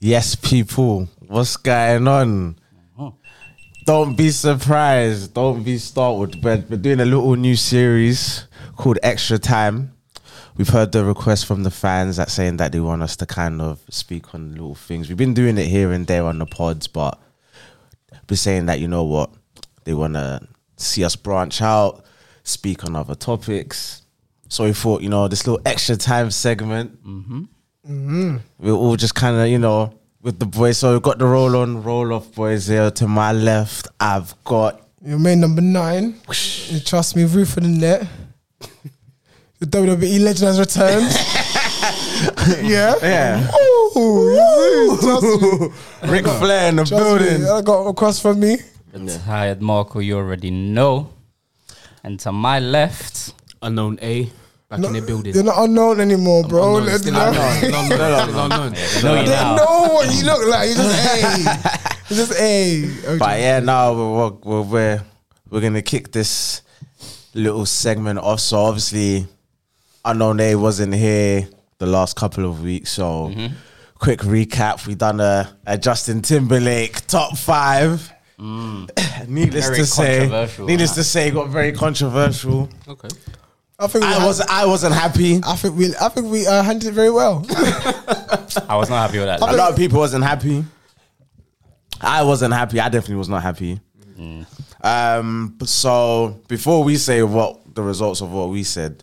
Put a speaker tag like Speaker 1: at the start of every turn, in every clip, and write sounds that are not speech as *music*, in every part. Speaker 1: Yes, people, what's going on? Don't be surprised. Don't be startled. But we're doing a little new series called Extra Time. We've heard the request from the fans that saying that they want us to kind of speak on little things. We've been doing it here and there on the pods, but we're saying that you know what they want to see us branch out, speak on other topics. So we thought, you know, this little extra time segment, we're all just kind of, you know, with the boys. So we've got the roll on, roll off boys here. To my left, I've got
Speaker 2: Your main number nine. You trust me, roof of the net. The WWE legend
Speaker 1: *laughs*
Speaker 2: has returned. yeah.
Speaker 1: Yeah.
Speaker 2: Ooh, you see, trust me,
Speaker 1: Ric Flair in the
Speaker 2: trust me.
Speaker 1: building.
Speaker 2: I got across from me.
Speaker 3: The tired Marco, you already know. And to my left,
Speaker 4: unknown A back
Speaker 2: No,
Speaker 4: in the
Speaker 2: *laughs*
Speaker 4: building.
Speaker 2: You're not unknown anymore, bro.
Speaker 4: Unknown,
Speaker 2: Let
Speaker 4: still
Speaker 2: them know. *laughs*
Speaker 4: unknown, unknown,
Speaker 3: I
Speaker 4: still unknown.
Speaker 3: know you
Speaker 2: They
Speaker 3: now.
Speaker 2: know what you look like. You're just
Speaker 4: *laughs*
Speaker 2: a. You're just a. Okay.
Speaker 1: But yeah, now we're we're we're, we're gonna kick this little segment off. So obviously, unknown A wasn't here the last couple of weeks. So
Speaker 3: Mm-hmm.
Speaker 1: quick recap: we done a, a Justin Timberlake top five. *coughs* needless
Speaker 3: Mm. Very
Speaker 1: to say,
Speaker 3: controversial,
Speaker 1: needless
Speaker 3: huh?
Speaker 1: to say, it got very controversial.
Speaker 4: Okay.
Speaker 2: I think we.
Speaker 1: I
Speaker 2: I,
Speaker 1: was I wasn't happy.
Speaker 2: I think we. I think we uh, handled it very well.
Speaker 3: I was not happy with that.
Speaker 1: A lot of people wasn't happy. I wasn't happy. I definitely was not happy. Um, so before we say what the results of what we said,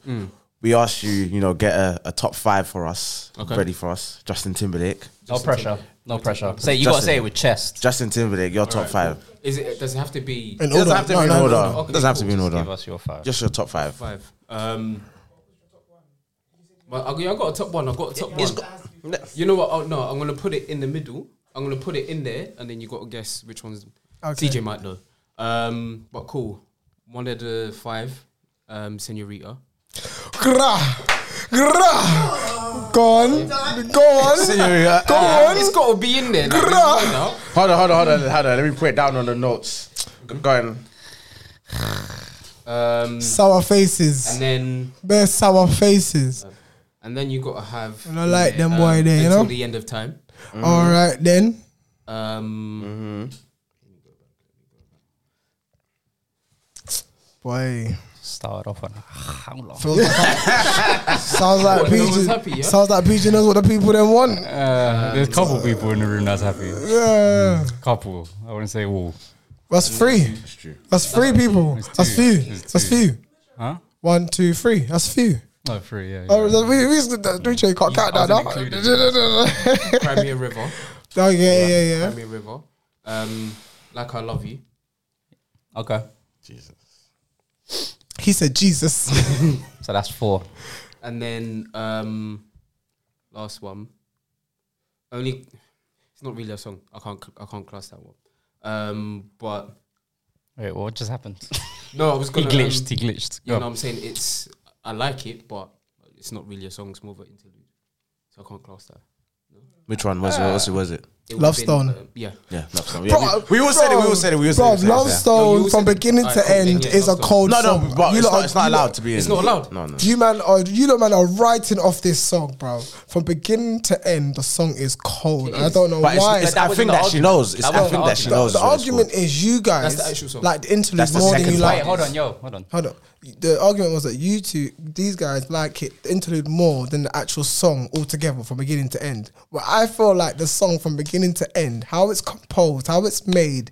Speaker 1: we asked you, you know, get a, a top five for us,
Speaker 4: Okay.
Speaker 1: ready for us. Justin Timberlake,
Speaker 3: No pressure. No pressure. Say you gotta
Speaker 1: Justin.
Speaker 3: say it with chest.
Speaker 1: Justin Timberlake, your top five.
Speaker 4: Is it? Does it have to be
Speaker 2: In
Speaker 1: It doesn't have to
Speaker 2: No,
Speaker 1: be in
Speaker 2: no, no,
Speaker 1: order.
Speaker 2: no.
Speaker 4: Okay,
Speaker 1: doesn't have to be in
Speaker 4: cool.
Speaker 3: Give
Speaker 1: order.
Speaker 3: us your five.
Speaker 1: Just your top five.
Speaker 4: five? Um. Well, I got, I got a top one. I got a top one. you know what? Oh no, I'm gonna put it in the middle. I'm gonna put it in there, and then you got to guess which ones.
Speaker 2: Okay.
Speaker 4: CJ might know. Um, but cool. One of the five, um, Senorita.
Speaker 2: Gra. Gra. Go on. Go on. Go on.
Speaker 4: It's got to be in there.
Speaker 2: Bruh.
Speaker 4: Like, there's no doubt.
Speaker 1: Hold on, hold on, hold on, hold on. Let me put it down on the notes. Go on.
Speaker 4: um,
Speaker 2: Sour faces.
Speaker 4: and then
Speaker 2: Bare sour faces.
Speaker 4: and then you got to have. um,
Speaker 2: I like them boy there, you
Speaker 4: until
Speaker 2: know?
Speaker 4: the end of time.
Speaker 1: Mm.
Speaker 2: All right then. Mm-hmm.
Speaker 4: Um,
Speaker 2: Boy.
Speaker 3: Started off on how long?
Speaker 2: Feels like
Speaker 1: *laughs*
Speaker 2: I- sounds like
Speaker 4: What, no one's
Speaker 2: PG.
Speaker 4: happy, yeah?
Speaker 2: Sounds like PG knows what the people then want.
Speaker 1: Mm.
Speaker 3: Uh, there's a couple people in the room that's happy.
Speaker 2: Yeah.
Speaker 3: Couple. I wouldn't say all.
Speaker 2: That's three. That's three people. That's
Speaker 3: two.
Speaker 2: few.
Speaker 3: It's
Speaker 2: That's
Speaker 3: two.
Speaker 2: few.
Speaker 3: Huh?
Speaker 2: One, two, three. That's few.
Speaker 3: No, three, yeah.
Speaker 2: Oh, that- we we that- we you can't count that
Speaker 3: wasn't
Speaker 2: now. *laughs*
Speaker 4: Crimea River.
Speaker 2: Oh yeah, yeah, yeah.
Speaker 4: Crimea River. Um, like I love you.
Speaker 3: Okay.
Speaker 2: He said Jesus.
Speaker 3: So that's four.
Speaker 4: And then um, last one. Only it's not really a song. I can't I can't class that one. Um, but
Speaker 3: Wait, what just happened?
Speaker 4: no, I
Speaker 3: *laughs*
Speaker 4: was
Speaker 3: he
Speaker 4: gonna. um,
Speaker 3: glitched. He glitched.
Speaker 4: you
Speaker 3: Go.
Speaker 4: know, what I'm saying it's I like it, but it's not really a song. It's more of an interlude, so I can't class that.
Speaker 1: Which one was it? What was it?
Speaker 4: It would've
Speaker 2: Love
Speaker 4: been,
Speaker 2: Stone.
Speaker 4: uh, yeah.
Speaker 1: Yeah, no, yeah, we, we all said it. We all said it. We all said
Speaker 2: Bro,
Speaker 1: it. we all said it.
Speaker 2: Love
Speaker 4: No, you
Speaker 2: Stone from
Speaker 4: all said it.
Speaker 2: beginning
Speaker 4: Alright,
Speaker 2: to
Speaker 4: cool,
Speaker 2: end
Speaker 4: yeah,
Speaker 2: is a
Speaker 4: Love Stone.
Speaker 2: cold
Speaker 1: No,
Speaker 2: song.
Speaker 1: no, but
Speaker 2: You
Speaker 1: it's
Speaker 2: lot
Speaker 1: not,
Speaker 2: are-
Speaker 1: it's not
Speaker 2: you lot-
Speaker 1: allowed to be.
Speaker 4: It's
Speaker 1: in.
Speaker 4: not allowed.
Speaker 1: No, no.
Speaker 2: You man are you know man are writing off this song, bro. From beginning to end, the song is cold.
Speaker 4: It
Speaker 2: I
Speaker 4: is.
Speaker 2: don't know
Speaker 1: But it's,
Speaker 2: why.
Speaker 1: it's,
Speaker 4: that
Speaker 1: I
Speaker 4: wasn't
Speaker 1: think
Speaker 4: the
Speaker 1: that she
Speaker 4: argument.
Speaker 1: knows. It's,
Speaker 4: That
Speaker 1: I
Speaker 4: wasn't
Speaker 1: think
Speaker 4: the
Speaker 1: that she
Speaker 2: the,
Speaker 1: knows.
Speaker 2: the
Speaker 1: what it's
Speaker 2: argument
Speaker 1: called.
Speaker 2: is you guys
Speaker 4: That's the actual song.
Speaker 2: like the interlude
Speaker 1: That's the
Speaker 2: more than
Speaker 1: second
Speaker 2: you
Speaker 1: part.
Speaker 2: like.
Speaker 3: Wait, hold on, yo. Hold on.
Speaker 2: Hold on. The argument was that you two, these guys, like it the interlude more than the actual song altogether from beginning to end. Well, I feel like the song from beginning to end, how it's composed, how it's made,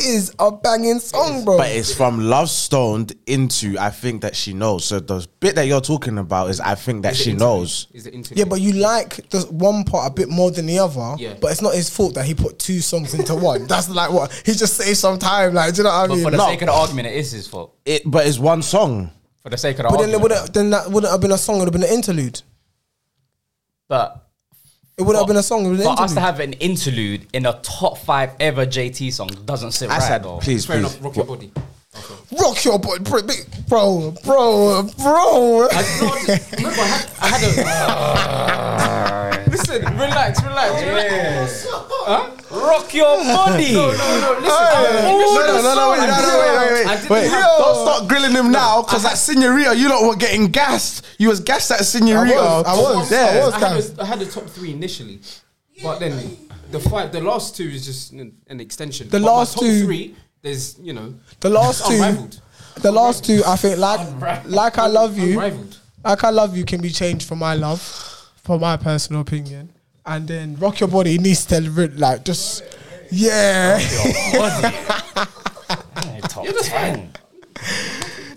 Speaker 2: is a banging song, bro.
Speaker 1: But it's from Love Stoned into I think that she knows. So the bit that you're talking about is I think that
Speaker 4: Is it
Speaker 1: she
Speaker 4: interlude?
Speaker 1: knows.
Speaker 4: Is it interlude?
Speaker 2: yeah, but you like the one part a bit more than the other.
Speaker 4: Yeah.
Speaker 2: But it's not his fault that he put two songs into *laughs* one. That's like what he just saved some time. Like, do you know what I
Speaker 3: But
Speaker 2: mean?
Speaker 3: for the
Speaker 1: No.
Speaker 3: sake of the argument, it is his fault.
Speaker 1: It, but it's one song.
Speaker 3: For the sake of the
Speaker 2: But then, it
Speaker 3: argument.
Speaker 2: wouldn't, then that wouldn't have been a song. It would have been an interlude.
Speaker 3: but
Speaker 2: It would
Speaker 3: But-
Speaker 2: have been a song. It would have been
Speaker 3: For
Speaker 2: an
Speaker 3: us to
Speaker 2: interlude.
Speaker 3: have an interlude in a top five ever JT song doesn't sit
Speaker 1: I
Speaker 3: right.
Speaker 1: said,
Speaker 3: though.
Speaker 1: please,
Speaker 4: fair
Speaker 1: please.
Speaker 4: enough. Rock your body.
Speaker 2: Rock your boy, bro, bro, bro. bro.
Speaker 4: I, no, I just, remember, I had, uh, I had a. listen, relax, *laughs* relax, relax. Huh?
Speaker 3: Rock your body.
Speaker 4: *laughs* No, no, no, listen.
Speaker 2: Hey.
Speaker 4: I,
Speaker 1: No, no, no, no, wait, no, no, wait, wait,
Speaker 4: I
Speaker 1: wait,
Speaker 4: didn't
Speaker 1: wait.
Speaker 4: have-
Speaker 1: Don't start grilling him now, because that Signorita, you lot were getting gassed. You was gassed at Signorita.
Speaker 2: I was, I was, I
Speaker 1: Yeah.
Speaker 2: was.
Speaker 4: I had, a, I had a top three initially, but then the fight, the last two is just an, an extension.
Speaker 2: The
Speaker 4: But my
Speaker 2: last
Speaker 4: top
Speaker 2: two-
Speaker 4: three, there's you know,
Speaker 2: The last two,
Speaker 4: unrivaled,
Speaker 2: the last two, I think like *laughs*
Speaker 4: Unrivaled.
Speaker 2: like I love you,
Speaker 4: unrivaled.
Speaker 2: like I love you can be changed for my love, for my personal opinion, and then rock your body needs to re- like just yeah,
Speaker 3: Top 10.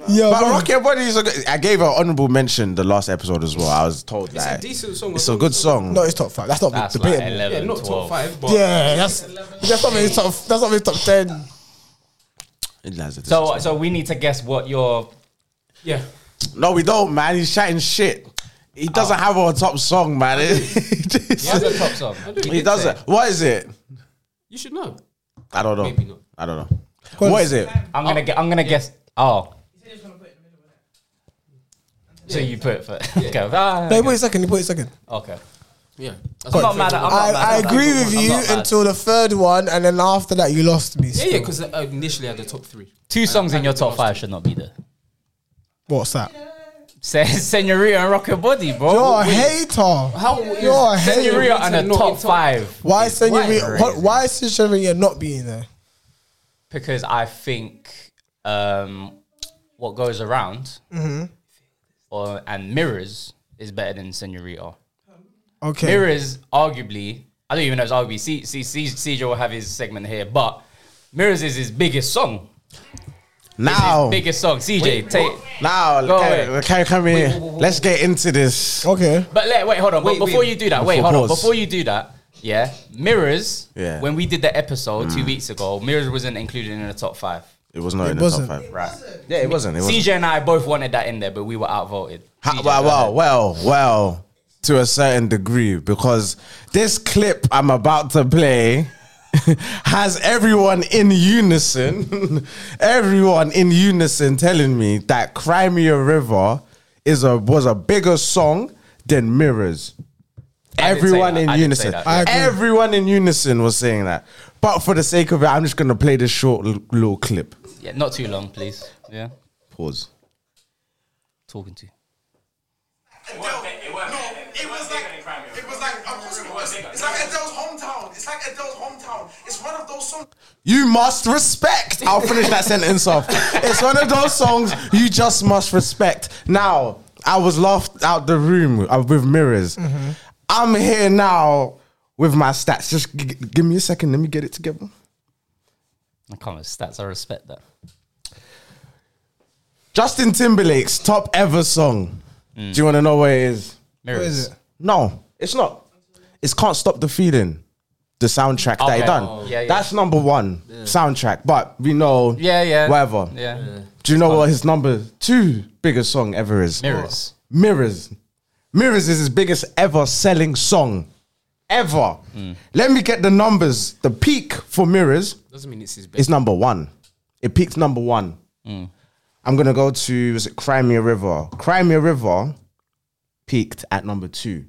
Speaker 2: yeah.
Speaker 1: But
Speaker 2: bro.
Speaker 1: Rock Your Body is a good, I gave her honourable mention the last episode as well. I was told
Speaker 4: It's
Speaker 1: that
Speaker 4: a decent song.
Speaker 1: it's a good song.
Speaker 2: No, it's top five. That's not
Speaker 3: That's like
Speaker 2: debatable.
Speaker 3: 11,
Speaker 4: Yeah, not top
Speaker 3: 12.
Speaker 4: five, but
Speaker 2: yeah, that's that's not really top. That's not really top ten.
Speaker 1: It has a
Speaker 3: So, so we need to guess what your
Speaker 4: yeah.
Speaker 1: decent- no, we don't, man. He's chatting shit. He
Speaker 3: Oh.
Speaker 1: doesn't have a top song, man. *laughs*
Speaker 3: what's
Speaker 1: he
Speaker 3: the top song.
Speaker 4: I do.
Speaker 3: You
Speaker 4: He
Speaker 3: did
Speaker 1: doesn't.
Speaker 3: say.
Speaker 1: What is it?
Speaker 4: You should know.
Speaker 1: I don't know.
Speaker 4: Maybe not.
Speaker 1: I don't know. What is it?
Speaker 3: I'm gonna. Gu- I'm gonna guess. Oh. So you put it for okay. Ah,
Speaker 2: No,
Speaker 3: okay. ah,
Speaker 2: wait a second. Wait a second.
Speaker 3: okay.
Speaker 4: Yeah,
Speaker 3: I'm not mad at. I'm not
Speaker 2: I,
Speaker 3: mad
Speaker 2: I
Speaker 3: at that.
Speaker 2: agree with
Speaker 3: I'm
Speaker 2: you
Speaker 3: not mad.
Speaker 2: until the third one, and then after that, you lost me.
Speaker 4: Yeah, yeah, because I initially had the top three.
Speaker 3: two songs in your top
Speaker 4: last
Speaker 3: five should not be there.
Speaker 2: What's that?
Speaker 3: Se- *laughs* Senorita and Rock Your Body, bro.
Speaker 2: You're a hater.
Speaker 4: How
Speaker 2: You're a
Speaker 4: is
Speaker 2: hater.
Speaker 3: Senorita
Speaker 4: Senorita
Speaker 3: and a
Speaker 4: not in
Speaker 3: top
Speaker 4: top-
Speaker 3: five
Speaker 2: Why is Senorita?
Speaker 3: crazy.
Speaker 2: What, why is Senorita not being there?
Speaker 3: because I think um, what goes around
Speaker 2: Mm-hmm.
Speaker 3: or and mirrors is better than Senorita.
Speaker 2: Okay.
Speaker 3: Mirrors, arguably, I don't even know if it's arguably. C- C- C- CJ will have his segment here, but Mirrors is his biggest song.
Speaker 1: Now,
Speaker 3: Biggest song. CJ, take.
Speaker 1: now,
Speaker 3: Go
Speaker 1: can,
Speaker 3: away.
Speaker 1: can, come here. Let's get into this.
Speaker 2: Okay.
Speaker 3: But let, wait, hold on.
Speaker 4: Wait,
Speaker 3: but before
Speaker 4: wait.
Speaker 3: you do that,
Speaker 1: Before-
Speaker 3: wait, hold on.
Speaker 1: pause.
Speaker 3: Before you do that, yeah, Mirrors,
Speaker 1: Yeah. Mm.
Speaker 3: when we did the episode two weeks ago, Mirrors wasn't included in the top five.
Speaker 1: It was not in the
Speaker 2: wasn't.
Speaker 1: top five.
Speaker 3: Right.
Speaker 1: Yeah, it wasn't. It wasn't.
Speaker 3: CJ and I both wanted that in there, but we were outvoted.
Speaker 1: Ha-
Speaker 3: CJ,
Speaker 1: well,
Speaker 3: go
Speaker 1: well,
Speaker 3: ahead.
Speaker 1: well, well, to a certain degree, because this clip I'm about to play *laughs* has everyone in unison, *laughs* everyone in unison telling me that Crimea River is a was a bigger song than Mirrors.
Speaker 3: I didn't say
Speaker 1: Everyone
Speaker 3: that.
Speaker 1: in
Speaker 3: I didn't say
Speaker 1: unison.
Speaker 3: that.
Speaker 2: I agree.
Speaker 1: Everyone in unison was saying that. But for the sake of it, I'm just gonna play this short l- little clip.
Speaker 3: Yeah, not too long, please. Yeah.
Speaker 1: Pause.
Speaker 3: Talking to you.
Speaker 5: Adele. No, it was like it was like of course it was. It's like Adele's hometown. It's like Adele's hometown. It's one of those songs.
Speaker 1: You must respect. I'll finish that sentence off. It's one of those songs you just must respect. Now, I was laughed out the room uh, with mirrors.
Speaker 5: Mm-hmm.
Speaker 1: I'm here now with my stats. Just g- g- give me a second. Let me get it together.
Speaker 3: I can't with stats. I respect that.
Speaker 1: Justin Timberlake's top ever song. Do you want to know where it is?
Speaker 3: Mirrors.
Speaker 2: What is it?
Speaker 1: No, it's not. It's Can't Stop the Feeling, the soundtrack that he
Speaker 3: Okay.
Speaker 1: done.
Speaker 3: Oh. Yeah, yeah.
Speaker 1: That's number one soundtrack. But we know,
Speaker 3: Yeah, yeah.
Speaker 1: whatever.
Speaker 3: Yeah.
Speaker 1: Do you know what his number two biggest song ever is?
Speaker 3: Mirrors.
Speaker 1: Mirrors. Mirrors is his biggest ever selling song. Ever.
Speaker 3: Hmm.
Speaker 1: Let me get the numbers. The peak for Mirrors
Speaker 4: Doesn't mean it's his best.
Speaker 1: is number one. It peaked number one. I'm gonna go to was it Crimea River? Crimea River peaked at number two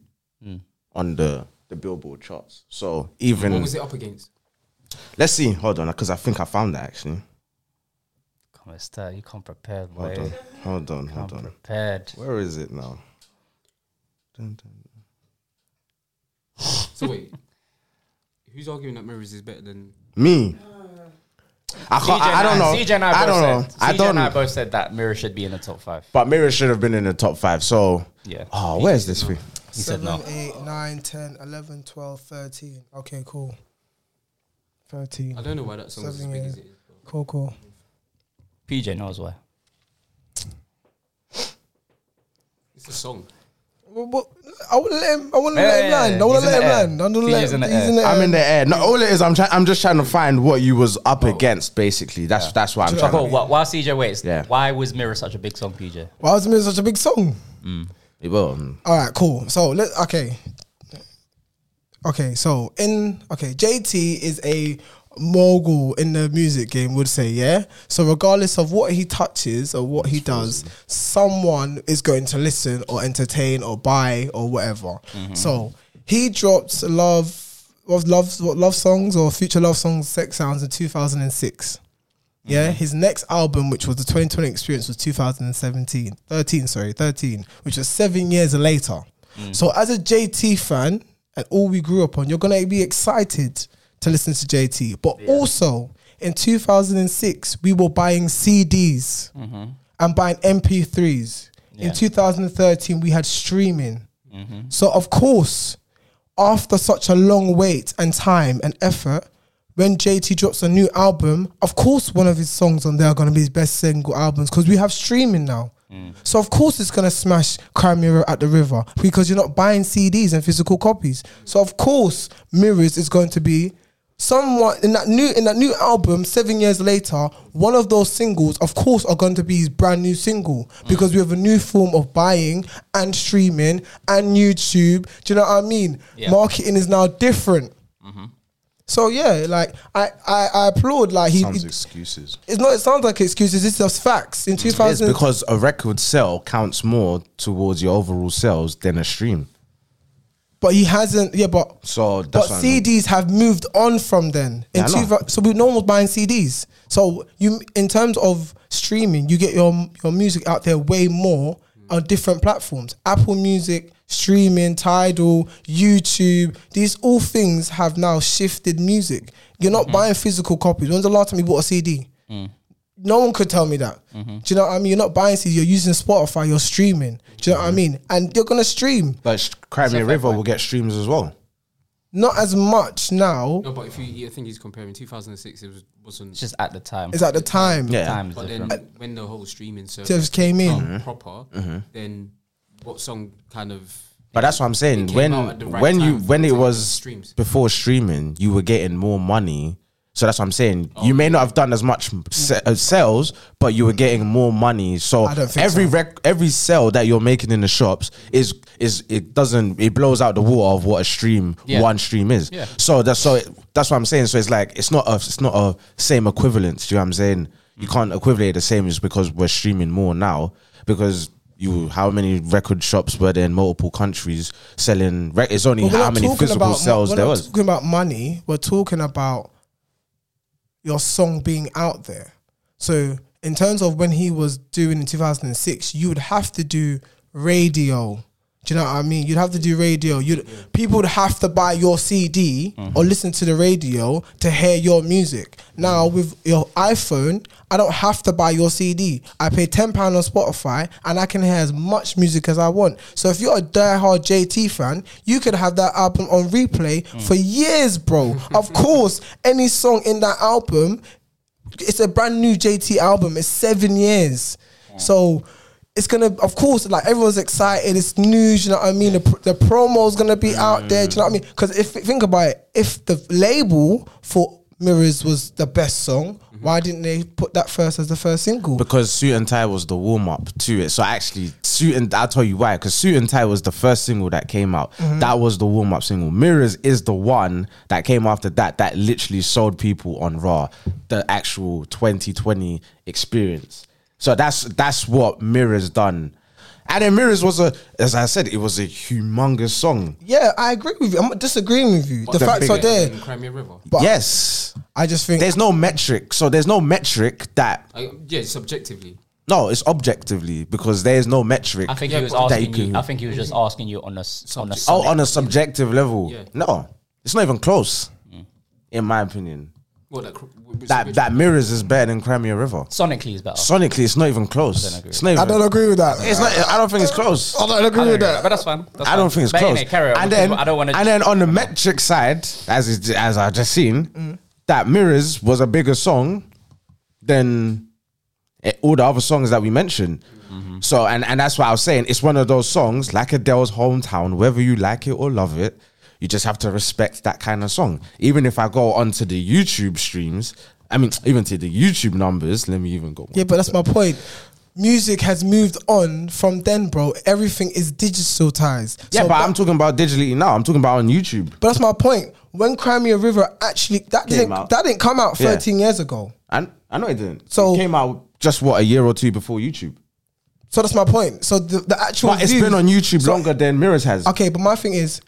Speaker 1: on the the Billboard charts. So
Speaker 4: What
Speaker 1: even
Speaker 4: was it up against?
Speaker 1: let's see. Hold on, because I think I found that actually.
Speaker 3: Come on, stat. You can't prepare,
Speaker 1: Hold
Speaker 3: boy.
Speaker 1: on, hold on, hold on.
Speaker 3: Prepared.
Speaker 1: Where is it now? Dun, dun.
Speaker 4: So wait, who's arguing that Mirrors is better than?
Speaker 1: Me. I
Speaker 3: CJ
Speaker 1: can't. I, I don't know.
Speaker 3: CJ and I,
Speaker 1: I
Speaker 3: both
Speaker 1: don't know.
Speaker 3: said,
Speaker 1: I
Speaker 3: CJ
Speaker 1: don't
Speaker 3: and I
Speaker 1: know.
Speaker 3: both said that Mirrors should be in the top five.
Speaker 1: But Mirrors should have been in the top five. So
Speaker 3: Yeah.
Speaker 1: Oh, where's this thing?
Speaker 3: He said no.
Speaker 2: 8, 9, 10, 11, 12, 13. Okay, cool.
Speaker 4: I
Speaker 3: Uh,
Speaker 2: 13.
Speaker 4: don't know why that song is as
Speaker 2: Seven,
Speaker 4: big
Speaker 2: yeah.
Speaker 4: as it is.
Speaker 2: Cool, cool.
Speaker 3: PJ knows why.
Speaker 4: It's a song.
Speaker 2: Well, but I wouldn't let him. I wouldn't
Speaker 3: Yeah,
Speaker 2: let him
Speaker 3: yeah,
Speaker 2: land. I
Speaker 3: yeah.
Speaker 2: wouldn't
Speaker 3: He's in
Speaker 2: let him
Speaker 3: the air.
Speaker 2: land. I wouldn't let
Speaker 3: He's
Speaker 2: him.
Speaker 3: in the
Speaker 2: He's
Speaker 3: air.
Speaker 2: in the
Speaker 1: I'm in
Speaker 2: air.
Speaker 1: the air. No, all it is, I'm trying. I'm just trying to find what you was
Speaker 2: Oh.
Speaker 1: up against. Basically, that's that's what I'm trying.
Speaker 3: Cool.
Speaker 1: To,
Speaker 3: While, while CJ waits,
Speaker 1: Yeah.
Speaker 3: why was Mirror such a big song, PJ?
Speaker 2: Why was it such a big song?
Speaker 1: it will. mm.
Speaker 2: All right, cool. So let okay, okay. So in okay, JT is a mogul in the music game. Would say yeah. So regardless of what he touches or what he does, someone is going to listen or entertain or buy or whatever. So he dropped love. Of love, what love songs or future love songs, sex sounds in 2006. Yeah, his next album, which was the 2020 experience, was 2017, 13, sorry, 13, which was seven years later. So, as a JT fan, and all we grew up on, you're gonna be excited to listen to JT. But also in 2006, we were buying CDs and buying MP3s. In 2013, we had streaming. So of course, after such a long wait and time and effort, when JT drops a new album, of course one of his songs on there are gonna be his best single albums because we have streaming now. So of course it's gonna smash Cry Mirror at the River because you're not buying CDs and physical copies. So of course Mirrors is going to be somewhat in that new in that new album seven years later one of those singles of course are going to be his brand new single because we have a new form of buying and streaming and youtube do you know what i mean
Speaker 3: Yeah.
Speaker 2: marketing is now different so yeah like i i, I applaud like he
Speaker 6: Sounds
Speaker 2: it-
Speaker 6: excuses.
Speaker 2: it's not it sounds like excuses it's just facts in
Speaker 1: It's
Speaker 2: 2000
Speaker 1: because a record sale counts more towards your overall sales than a stream.
Speaker 2: but he hasn't yeah but
Speaker 1: So that's
Speaker 2: But
Speaker 1: what I mean.
Speaker 2: CDs have moved on from then. In
Speaker 1: Yeah, I know.
Speaker 2: two, so we no one was buying CDs. So you, in terms of streaming, you get your your music out there way more on different platforms. Apple Music, streaming, Tidal, YouTube. These all things have now shifted music. You're
Speaker 1: Mm-hmm.
Speaker 2: not buying physical copies. When's the last time you bought a CD?
Speaker 1: Mm.
Speaker 2: No one could tell me that.
Speaker 1: Mm-hmm.
Speaker 2: Do you know what I mean? You're not buying CDs. You're using Spotify. You're streaming. Do you know
Speaker 1: Mm-hmm.
Speaker 2: what I mean? And you're gonna stream.
Speaker 1: But sh- Crimea River will get streams as well.
Speaker 2: Not as much now.
Speaker 4: No, but if you, I think he's comparing 2006, it was, wasn't.
Speaker 3: It's just at the time.
Speaker 2: Is at the time.
Speaker 1: Yeah.
Speaker 3: time is
Speaker 4: but
Speaker 3: different.
Speaker 4: then when the whole streaming service
Speaker 2: Just came in.
Speaker 1: Oh,
Speaker 4: came proper, then what song kind of.
Speaker 1: But that's what I'm
Speaker 4: It
Speaker 1: saying.
Speaker 4: came
Speaker 1: When
Speaker 4: out at the right
Speaker 1: when you
Speaker 4: time for
Speaker 1: when
Speaker 4: the
Speaker 1: it
Speaker 4: time
Speaker 1: was
Speaker 4: of streams.
Speaker 1: before streaming, you were getting more money. So that's what I'm saying.
Speaker 4: Oh.
Speaker 1: You may not have done as much se- uh, sales, but you were getting more money. So
Speaker 2: I don't think
Speaker 1: every
Speaker 2: so.
Speaker 1: rec- every sale that you're making in the shops is is it doesn't it blows out the water of what a stream
Speaker 3: Yeah.
Speaker 1: one stream is.
Speaker 3: Yeah.
Speaker 1: So that's so it, that's what I'm saying. So it's like it's not a it's not a same equivalence. Do you know what I'm saying? You can't equivalent it the same just because we're streaming more now because. You, how many record shops were there in multiple countries selling? Rec- it's only
Speaker 2: But we're
Speaker 1: how
Speaker 2: not
Speaker 1: many
Speaker 2: talking
Speaker 1: physical
Speaker 2: mo-
Speaker 1: sales
Speaker 2: we're
Speaker 1: there
Speaker 2: not
Speaker 1: was.
Speaker 2: Talking about money, we're talking about your song being out there. So in terms of when he was doing in 2006, you would have to do radio. Do you know what I mean? You'd have to do radio. You would people would have to buy your CD
Speaker 1: Mm-hmm.
Speaker 2: or listen to the radio to hear your music. Now with your iPhone, I don't have to buy your CD. I pay ten pound on Spotify and I can hear as much music as I want. So if you're a diehard JT fan, you could have that album on replay for years, bro. of course, any song in that album it's a brand new JT album. It's seven years, so it's gonna. Of course, like everyone's excited. It's news. You know what I mean? The, pr- the promo's gonna be out there. Do you know what I mean? Because if think about it, if the label for Mirrors was the best song, why didn't they put that first as the first single?
Speaker 1: because suit and tie was the warm up to it. So actually, suit and I'll tell you why. Because suit and tie was the first single that came out. That was the warm up single. Mirrors is the one that came after that. That literally sold people on Raw the actual 2020 experience. So that's that's what Mirrors done. And then Mirrors was a, as I said, it was a humongous song.
Speaker 2: yeah, I agree with you. I'm not disagreeing with you. The,
Speaker 1: the
Speaker 2: facts are
Speaker 1: biggest-
Speaker 2: there.
Speaker 4: in Crimea River.
Speaker 2: But-
Speaker 1: yes,
Speaker 2: I just think
Speaker 1: there's no metric. So there's no metric that
Speaker 4: I, yeah, subjectively.
Speaker 1: no, it's objectively because there's no metric.
Speaker 3: I think
Speaker 4: Yeah,
Speaker 3: he was
Speaker 4: but-
Speaker 1: That you
Speaker 3: asking you.
Speaker 1: can-
Speaker 3: I think he was just asking you on a s- on a.
Speaker 1: Oh,
Speaker 3: sonic-
Speaker 1: on a subjective level,
Speaker 4: Yeah.
Speaker 1: no, it's not even close, in my opinion.
Speaker 4: What, like, which-
Speaker 1: That
Speaker 4: which-
Speaker 1: that mirrors is better than Crimea River.
Speaker 3: sonically is better.
Speaker 1: Sonically, it's not even close.
Speaker 3: agree.
Speaker 1: It's not even.
Speaker 2: I don't agree with that.
Speaker 1: It's not. I don't think it's close.
Speaker 2: I don't agree with that.
Speaker 3: but that's fine. That's
Speaker 1: I don't
Speaker 3: fine.
Speaker 1: think it's
Speaker 3: But
Speaker 1: close.
Speaker 3: anyway, carry on,
Speaker 1: and
Speaker 3: because
Speaker 1: then
Speaker 3: I don't want to.
Speaker 1: And then on the metric side, as is, as I just seen, that mirrors was a bigger song than eh, all the other songs that we mentioned.
Speaker 2: Mm-hmm.
Speaker 1: So and and that's what I was saying. It's one of those songs like Adele's hometown. Whether you like it or love it, you just have to respect that kind of song. Even if I go onto the YouTube streams. I mean, even to the YouTube numbers, let me even go.
Speaker 2: Yeah, but that's my point. Music has moved on from then, bro. Everything is digitalized.
Speaker 1: yeah,
Speaker 2: So
Speaker 1: but
Speaker 2: ba-
Speaker 1: I'm talking about digitally now. I'm talking about on YouTube.
Speaker 2: But that's my point. When Crimea River actually that
Speaker 1: Came
Speaker 2: didn't
Speaker 1: out.
Speaker 2: that didn't come out
Speaker 1: Yeah.
Speaker 2: 13 years ago.
Speaker 1: I, I know it didn't.
Speaker 2: So-
Speaker 1: it came out just what a year or two before YouTube.
Speaker 2: So that's my point. So the, the actual
Speaker 1: But it's
Speaker 2: views-
Speaker 1: been on YouTube longer than Mirrors has.
Speaker 2: Okay, but my thing is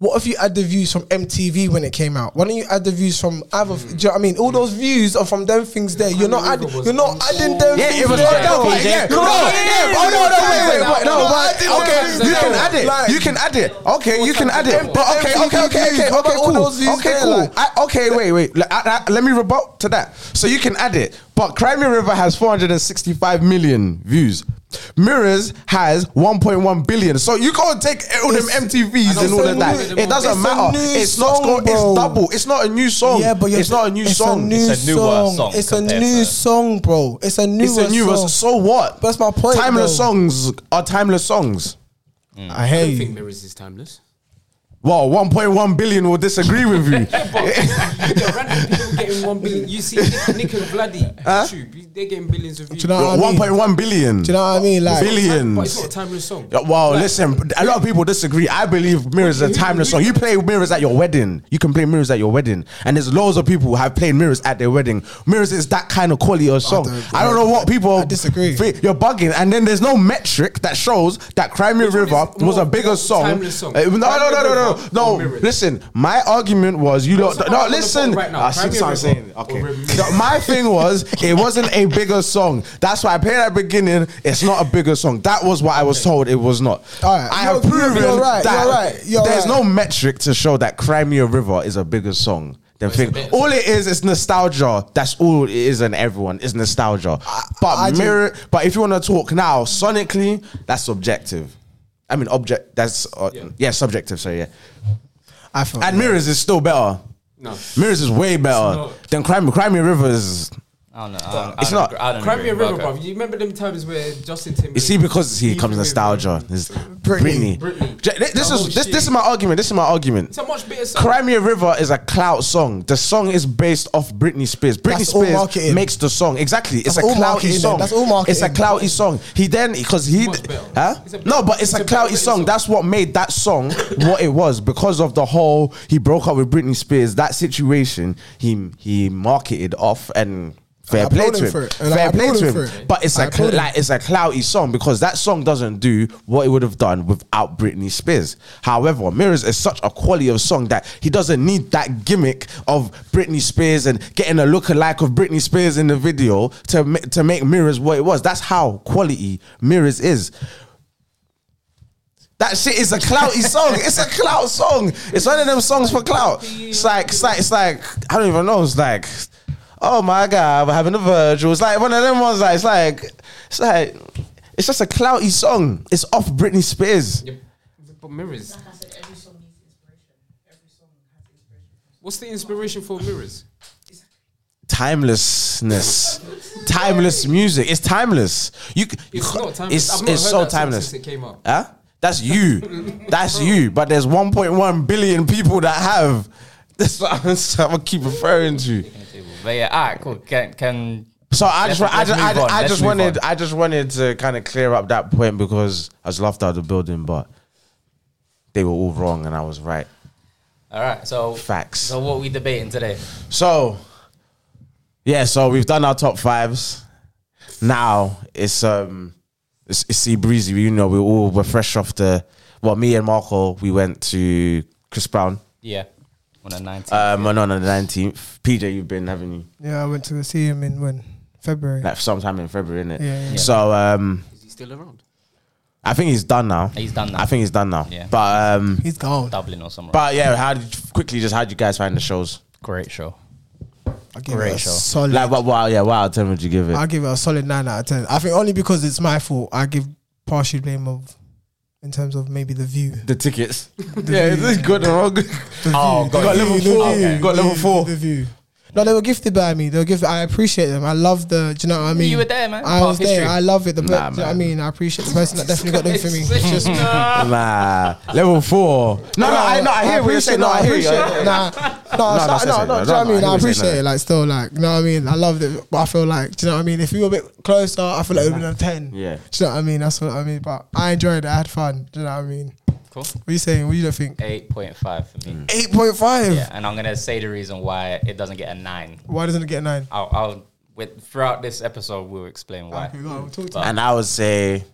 Speaker 2: What if you add the views from MTV when it came out? Why don't you add the views from other? f- Do you know what I mean? All those views are from them things there. You're not adding. You're not adding them.
Speaker 1: Yeah, it
Speaker 2: things
Speaker 1: was
Speaker 2: there.
Speaker 1: like that,
Speaker 2: No,
Speaker 1: PJ. No,
Speaker 2: yeah, you're not-
Speaker 1: yeah,
Speaker 2: no,
Speaker 1: oh, no, no, wait, wait, wait, no,
Speaker 2: you're not
Speaker 1: but-
Speaker 2: adding them
Speaker 1: okay,
Speaker 2: things
Speaker 1: you
Speaker 2: there.
Speaker 1: can add it.
Speaker 2: Like-
Speaker 1: You can add it. Okay, you can add it. But okay,
Speaker 2: Empty
Speaker 1: okay, okay,
Speaker 2: views,
Speaker 1: okay,
Speaker 2: but
Speaker 1: okay,
Speaker 2: all
Speaker 1: cool.
Speaker 2: those views
Speaker 1: Okay,
Speaker 2: there,
Speaker 1: cool.
Speaker 2: like-
Speaker 1: I- Okay, wait, wait. Let- I- I- Let me rebut to that. So you can add it, but Crimea River has 465 million views. Mirrors has 1.1 billion. So you can't take all them MTVs and all
Speaker 2: it's
Speaker 1: of
Speaker 2: a
Speaker 1: that.
Speaker 2: new-
Speaker 1: It
Speaker 2: it's a
Speaker 1: doesn't matter.
Speaker 2: new
Speaker 1: It's not.
Speaker 2: song, bro.
Speaker 1: It's double. It's not a new song.
Speaker 2: Yeah, but you're-
Speaker 1: it's not a new
Speaker 2: it's
Speaker 1: song.
Speaker 2: A new
Speaker 3: It's a newer
Speaker 2: song.
Speaker 3: song
Speaker 2: It's a
Speaker 3: compared
Speaker 2: new
Speaker 3: to-
Speaker 2: song, bro. It's a newer.
Speaker 1: It's a new
Speaker 2: song.
Speaker 1: So what?
Speaker 2: That's my point,
Speaker 1: Timeless
Speaker 2: though.
Speaker 1: songs are timeless songs.
Speaker 2: I hear
Speaker 4: I
Speaker 2: you.
Speaker 4: think Mirrors is timeless. *laughs*
Speaker 1: Well, 1.1 billion will disagree with
Speaker 2: *laughs*
Speaker 1: you.
Speaker 4: Yeah, random people getting one billion. You see, Nick, Nick and Vladdy, YouTube, they're getting billions of views.
Speaker 2: Do you know what I mean?
Speaker 1: 1.1 billion.
Speaker 2: Do you know what I mean? Like,
Speaker 4: But it's not a
Speaker 1: Billions.
Speaker 4: timeless song.
Speaker 1: Yeah, Well, listen, a lot of people disagree. I believe Mirrors is a timeless song. You play Mirrors at your wedding. You can play Mirrors at your wedding. And there's loads of people who have played Mirrors at their wedding. Mirrors is that kind of quality of song. I
Speaker 2: don't-
Speaker 1: don't, know what people
Speaker 2: I disagree.
Speaker 1: think. You're bugging. And then there's no metric that shows that Crimea
Speaker 4: Which one
Speaker 1: River
Speaker 4: is
Speaker 1: was
Speaker 4: more
Speaker 1: a bigger song.
Speaker 4: timeless song?
Speaker 1: Uh, no, no, no, no, no,
Speaker 4: Crimea
Speaker 1: no.
Speaker 4: River
Speaker 1: No,
Speaker 4: or Mirrors?
Speaker 1: listen, my argument was you lot.
Speaker 4: it's not
Speaker 1: No,
Speaker 4: on the
Speaker 1: listen.
Speaker 4: phone right now.
Speaker 1: I see
Speaker 4: Crimea
Speaker 1: what I'm
Speaker 4: River
Speaker 1: saying.
Speaker 4: or
Speaker 1: Okay.
Speaker 4: Mirrors?
Speaker 1: No, my thing was it wasn't a bigger song. That's why I played at the beginning. It's not a bigger song. That was what I was told. It was not.
Speaker 2: Alright.
Speaker 1: I
Speaker 2: You're-
Speaker 1: have proven
Speaker 2: you're right,
Speaker 1: that
Speaker 2: you're right, you're
Speaker 1: there's
Speaker 2: right.
Speaker 1: no metric to show that Crimea River is a bigger song. Than thing. All it is is nostalgia. That's all it is, and everyone is nostalgia. But
Speaker 2: I do-
Speaker 1: mirror. But if you want to talk now, sonically, that's subjective. I mean, object. That's uh, yeah. subjective. So yeah,
Speaker 2: I feel.
Speaker 1: and mirrors is still better.
Speaker 4: No.
Speaker 1: Mirrors is way better
Speaker 4: not.
Speaker 1: than Crimea. Crimea River is.
Speaker 3: I don't know. Oh, I don't,
Speaker 1: It's
Speaker 3: I don't
Speaker 1: not-
Speaker 3: agree- I don't agree
Speaker 4: Crimea
Speaker 3: with
Speaker 4: River,
Speaker 3: Burko.
Speaker 4: bruv. You remember them times where Justin Timberlake?
Speaker 1: You see, because here
Speaker 4: Steve
Speaker 1: comes
Speaker 4: Rivera-
Speaker 1: nostalgia. It's Britney.
Speaker 4: Britney.
Speaker 1: J- This,
Speaker 4: The whole
Speaker 1: is this,
Speaker 4: shit.
Speaker 1: this is my argument. This is my argument.
Speaker 4: It's a much bigger song.
Speaker 1: Crimea River is a clout song. The song is based off Britney Spears. Britney
Speaker 2: That's all
Speaker 1: Spears
Speaker 2: marketing.
Speaker 1: makes the song. Exactly. It's
Speaker 2: That's
Speaker 1: a
Speaker 2: all
Speaker 1: clouty
Speaker 2: marketing,
Speaker 1: song.
Speaker 2: that's all
Speaker 1: It's a
Speaker 2: marketing.
Speaker 1: clouty song. He then because he
Speaker 4: Much better.
Speaker 1: huh?
Speaker 4: It's a-
Speaker 1: no, but it's,
Speaker 4: it's
Speaker 1: a
Speaker 4: a
Speaker 1: clouty
Speaker 4: better
Speaker 1: song.
Speaker 4: song.
Speaker 1: That's what made that song what it was because of the whole he broke up with Britney Spears. That situation he he marketed off and. Fair
Speaker 2: I
Speaker 1: play
Speaker 2: applaud
Speaker 1: to
Speaker 2: him
Speaker 1: him.
Speaker 2: for it. And I
Speaker 1: Fair play
Speaker 2: applaud
Speaker 1: to
Speaker 2: him for
Speaker 1: him.
Speaker 2: it.
Speaker 1: But it's
Speaker 2: I
Speaker 1: a cl-
Speaker 2: applaud him.
Speaker 1: like it's a clouty song because that song doesn't do what it would have done without Britney Spears. However, Mirrors is such a quality of song that he doesn't need that gimmick of Britney Spears and getting a look-alike of Britney Spears in the video to ma- to make Mirrors what it was. That's how quality Mirrors is. That shit is a
Speaker 4: *laughs*
Speaker 1: clouty song. It's a clout song. It's one of them songs for clout. It's like, it's like, it's like, I don't even know. It's like, oh my god, we're having a Virgil. It's like one of them ones. Like, it's like, it's like, it's just a clouty song. It's off Britney Spears.
Speaker 4: Yeah, But Mirrors.
Speaker 6: Like I said, every song needs inspiration. Every song has inspiration.
Speaker 4: What's the inspiration for Mirrors?
Speaker 1: Timelessness, timeless music. It's timeless. You, c- you
Speaker 4: It's
Speaker 1: c-
Speaker 4: not timeless.
Speaker 1: It's,
Speaker 4: I've not
Speaker 1: it's
Speaker 4: heard
Speaker 1: so
Speaker 4: that song
Speaker 1: timeless.
Speaker 4: since it came out.
Speaker 1: Huh? That's you. That's you. But there's 1.1 billion people that have. That's what I'm, *laughs* that's what I'm gonna keep referring to.
Speaker 3: But yeah, all right, cool. Can can
Speaker 1: So I just,
Speaker 3: Let's-
Speaker 1: I just,
Speaker 3: let's
Speaker 1: I,
Speaker 3: move on.
Speaker 1: I
Speaker 3: Let's
Speaker 1: just
Speaker 3: move
Speaker 1: wanted,
Speaker 3: on.
Speaker 1: I just wanted to kind of clear up that point because I was laughed out of the building, but they were all wrong and I was right.
Speaker 3: all right. So
Speaker 1: Facts.
Speaker 3: So what we debating today?
Speaker 1: So, yeah, so we've done our top fives. Now it's um, it's, it's Sea Breezy. You know, we all were fresh off the. Well, me and Marco, we went to Chris Brown.
Speaker 3: Yeah, Uh, on the nineteenth.
Speaker 1: Um, and on the nineteenth, PJ, you've been having you
Speaker 2: Yeah, I went to see him in when February.
Speaker 1: like sometime in February, innit?
Speaker 2: Yeah, yeah.
Speaker 1: So um,
Speaker 4: Is he still around?
Speaker 1: I think he's done now.
Speaker 3: He's done now.
Speaker 1: I think he's done now.
Speaker 3: Yeah.
Speaker 1: But um,
Speaker 2: He's gone.
Speaker 3: Dublin or somewhere.
Speaker 1: but yeah, how did you, quickly just how did you guys find the shows?
Speaker 3: Great show.
Speaker 2: I give
Speaker 3: Great
Speaker 2: it a
Speaker 3: show.
Speaker 2: solid.
Speaker 1: Like, what? Wow, yeah, wow. Tell me what you give it.
Speaker 2: I give it a solid nine out of ten. I think only because it's my fault. I give partial blame of, in terms of maybe the view.
Speaker 1: the tickets. yeah, this is good.
Speaker 3: Oh,
Speaker 2: The
Speaker 1: got
Speaker 2: view,
Speaker 1: level
Speaker 2: the
Speaker 1: four.
Speaker 2: view,
Speaker 1: Okay. Got
Speaker 2: the
Speaker 1: level
Speaker 2: view,
Speaker 1: four.
Speaker 2: The view. No, they were gifted by me. They were gifted. I appreciate them. I love the. Do you know what I mean?
Speaker 3: You were there, man.
Speaker 2: I
Speaker 3: Part
Speaker 2: was
Speaker 3: of
Speaker 2: there.
Speaker 3: history.
Speaker 2: I love it. The
Speaker 1: Nah,
Speaker 2: do you know what I
Speaker 1: man.
Speaker 2: mean? I appreciate the person that definitely got them for me.
Speaker 1: *laughs*
Speaker 2: *laughs* Just
Speaker 1: Nah, level four. No, no, I, no, I hear what you're saying. No, I hear you.
Speaker 2: appreciate
Speaker 1: Yeah,
Speaker 2: it. Nah, no, it's
Speaker 1: no,
Speaker 2: not-
Speaker 1: that's
Speaker 2: no,
Speaker 1: it, no,
Speaker 2: no. Do you know what I
Speaker 1: no,
Speaker 2: mean?
Speaker 1: I hear what you're
Speaker 2: I
Speaker 1: saying,
Speaker 2: appreciate it. Like, still, like, you know what I mean? I loved it, but I feel like, do you know what I mean? If we were a bit closer, I feel like it would have been a ten.
Speaker 1: Yeah.
Speaker 2: Do you know what I mean? That's what I mean. But I enjoyed it. I had fun. Do you know what I mean?
Speaker 3: Cool.
Speaker 2: What are you saying? What do you don't think?
Speaker 3: Eight point five for me.
Speaker 2: Eight point five.
Speaker 3: Yeah, and I'm gonna say the reason why it doesn't get a nine.
Speaker 2: Why doesn't it get nine?
Speaker 3: I'll, I'll with throughout this episode we'll explain why. Uh,
Speaker 2: Okay, go on, talk to
Speaker 3: But-
Speaker 1: And I would say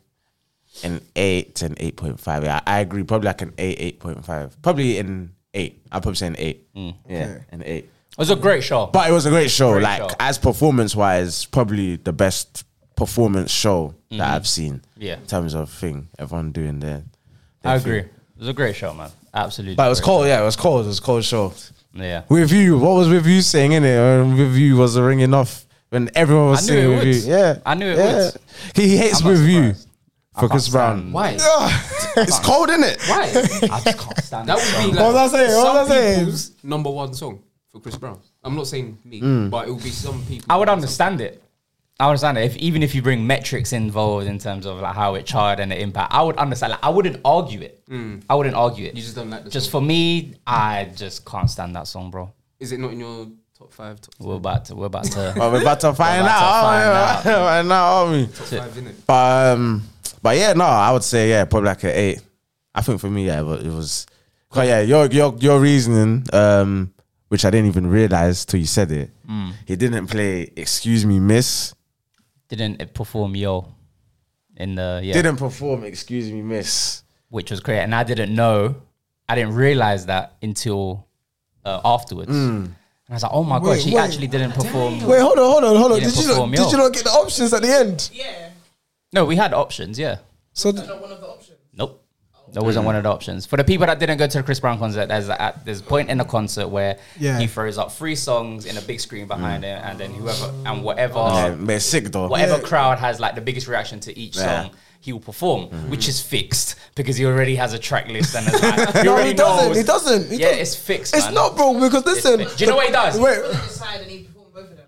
Speaker 1: an eight, an eight point five. Yeah, I agree. Probably like an eight, eight point five. Probably an eight. I'll probably say an eight. Yeah, an eight.
Speaker 3: It was a great show.
Speaker 1: But it was a great show.
Speaker 3: Mm. Great
Speaker 1: like
Speaker 3: show.
Speaker 1: as performance wise, probably the best performance show that I've seen.
Speaker 3: Mm-hmm. Yeah.
Speaker 1: In terms of thing, everyone doing their. their
Speaker 3: I
Speaker 1: thing.
Speaker 3: agree. It was a great show, man. Absolutely.
Speaker 1: But it was
Speaker 3: great.
Speaker 1: cold. Yeah, it was cold. It was a cold show.
Speaker 3: Yeah.
Speaker 1: With you, what was with you saying in it? When with you was ringing off when everyone was
Speaker 3: I knew
Speaker 1: singing
Speaker 3: it
Speaker 1: with
Speaker 3: would.
Speaker 1: you. Yeah,
Speaker 3: I knew it
Speaker 1: yeah.
Speaker 3: would.
Speaker 1: He hates
Speaker 3: I'm not
Speaker 1: with you
Speaker 3: surprised.
Speaker 1: for Chris
Speaker 3: can't
Speaker 1: Brown.
Speaker 3: stand-
Speaker 4: Why?
Speaker 1: it's cold, isn't it?
Speaker 4: Why?
Speaker 3: *laughs* I just can't stand
Speaker 4: That
Speaker 3: that.
Speaker 4: would be like
Speaker 2: What was I saying? What
Speaker 4: some
Speaker 2: was I saying?
Speaker 4: people's number one song for Chris Brown. I'm not saying me, but it would be some people.
Speaker 3: I would understand it. I would understand it. If, even if you bring metrics involved in terms of like how it charted and the impact, I would understand. Like, I wouldn't argue it. I wouldn't argue it.
Speaker 4: Mm. You just don't like the
Speaker 3: Just
Speaker 4: song.
Speaker 3: for me, I just can't stand that song, bro.
Speaker 4: Is it not in your top five? Top
Speaker 3: We're about to. We're about to.
Speaker 4: *laughs*
Speaker 1: But we're about to find
Speaker 3: about
Speaker 1: *laughs* out.
Speaker 3: to find
Speaker 1: Find out, homie.
Speaker 4: five, innit?
Speaker 1: But um, but yeah, no, I would say yeah, probably like an eight. I think for me, yeah, but it was. But yeah, your your your reasoning, um, which I didn't even realize till you said it.
Speaker 3: Mm.
Speaker 1: He didn't play "Excuse Me, Miss."
Speaker 3: didn't perform yo in the yeah,
Speaker 1: Didn't perform "Excuse Me, Miss."
Speaker 3: which was great, and I didn't know. I didn't realize that until uh, afterwards. And I was like, oh my
Speaker 2: Mm. Wait,
Speaker 3: gosh, he
Speaker 2: wait.
Speaker 3: actually didn't perform.
Speaker 2: Wait, hold on, hold on, hold on.
Speaker 3: You
Speaker 2: Did
Speaker 3: didn't
Speaker 2: you not,
Speaker 3: perform,
Speaker 2: did
Speaker 3: yo.
Speaker 2: you not get the options at the end?
Speaker 6: Yeah.
Speaker 3: No, we had options. Yeah.
Speaker 2: So th-
Speaker 6: Not one of the options.
Speaker 3: Nope. That wasn't one of the options. For the people that didn't go to the Chris Brown concert, there's a, there's a point in the concert where
Speaker 2: Yeah. Mm.
Speaker 3: he throws up three songs in a big screen behind him, and then whoever and whatever
Speaker 1: yeah, but it's Um, sick though.
Speaker 3: Uh, whatever crowd has like the biggest reaction to each
Speaker 1: Yeah.
Speaker 3: song, he will perform,
Speaker 2: Mm-hmm.
Speaker 3: which is fixed because he already has a track list
Speaker 2: *laughs*
Speaker 3: and it's like, he
Speaker 2: no,
Speaker 3: already
Speaker 2: he doesn't.
Speaker 3: knows.
Speaker 2: He doesn't. He
Speaker 3: yeah,
Speaker 2: doesn't.
Speaker 3: it's fixed.
Speaker 2: It's
Speaker 3: man.
Speaker 2: not, bro. Because
Speaker 3: It's
Speaker 2: listen,
Speaker 3: fixed. Do you know what he does?
Speaker 2: wait.
Speaker 6: Put it aside and he performed both of them.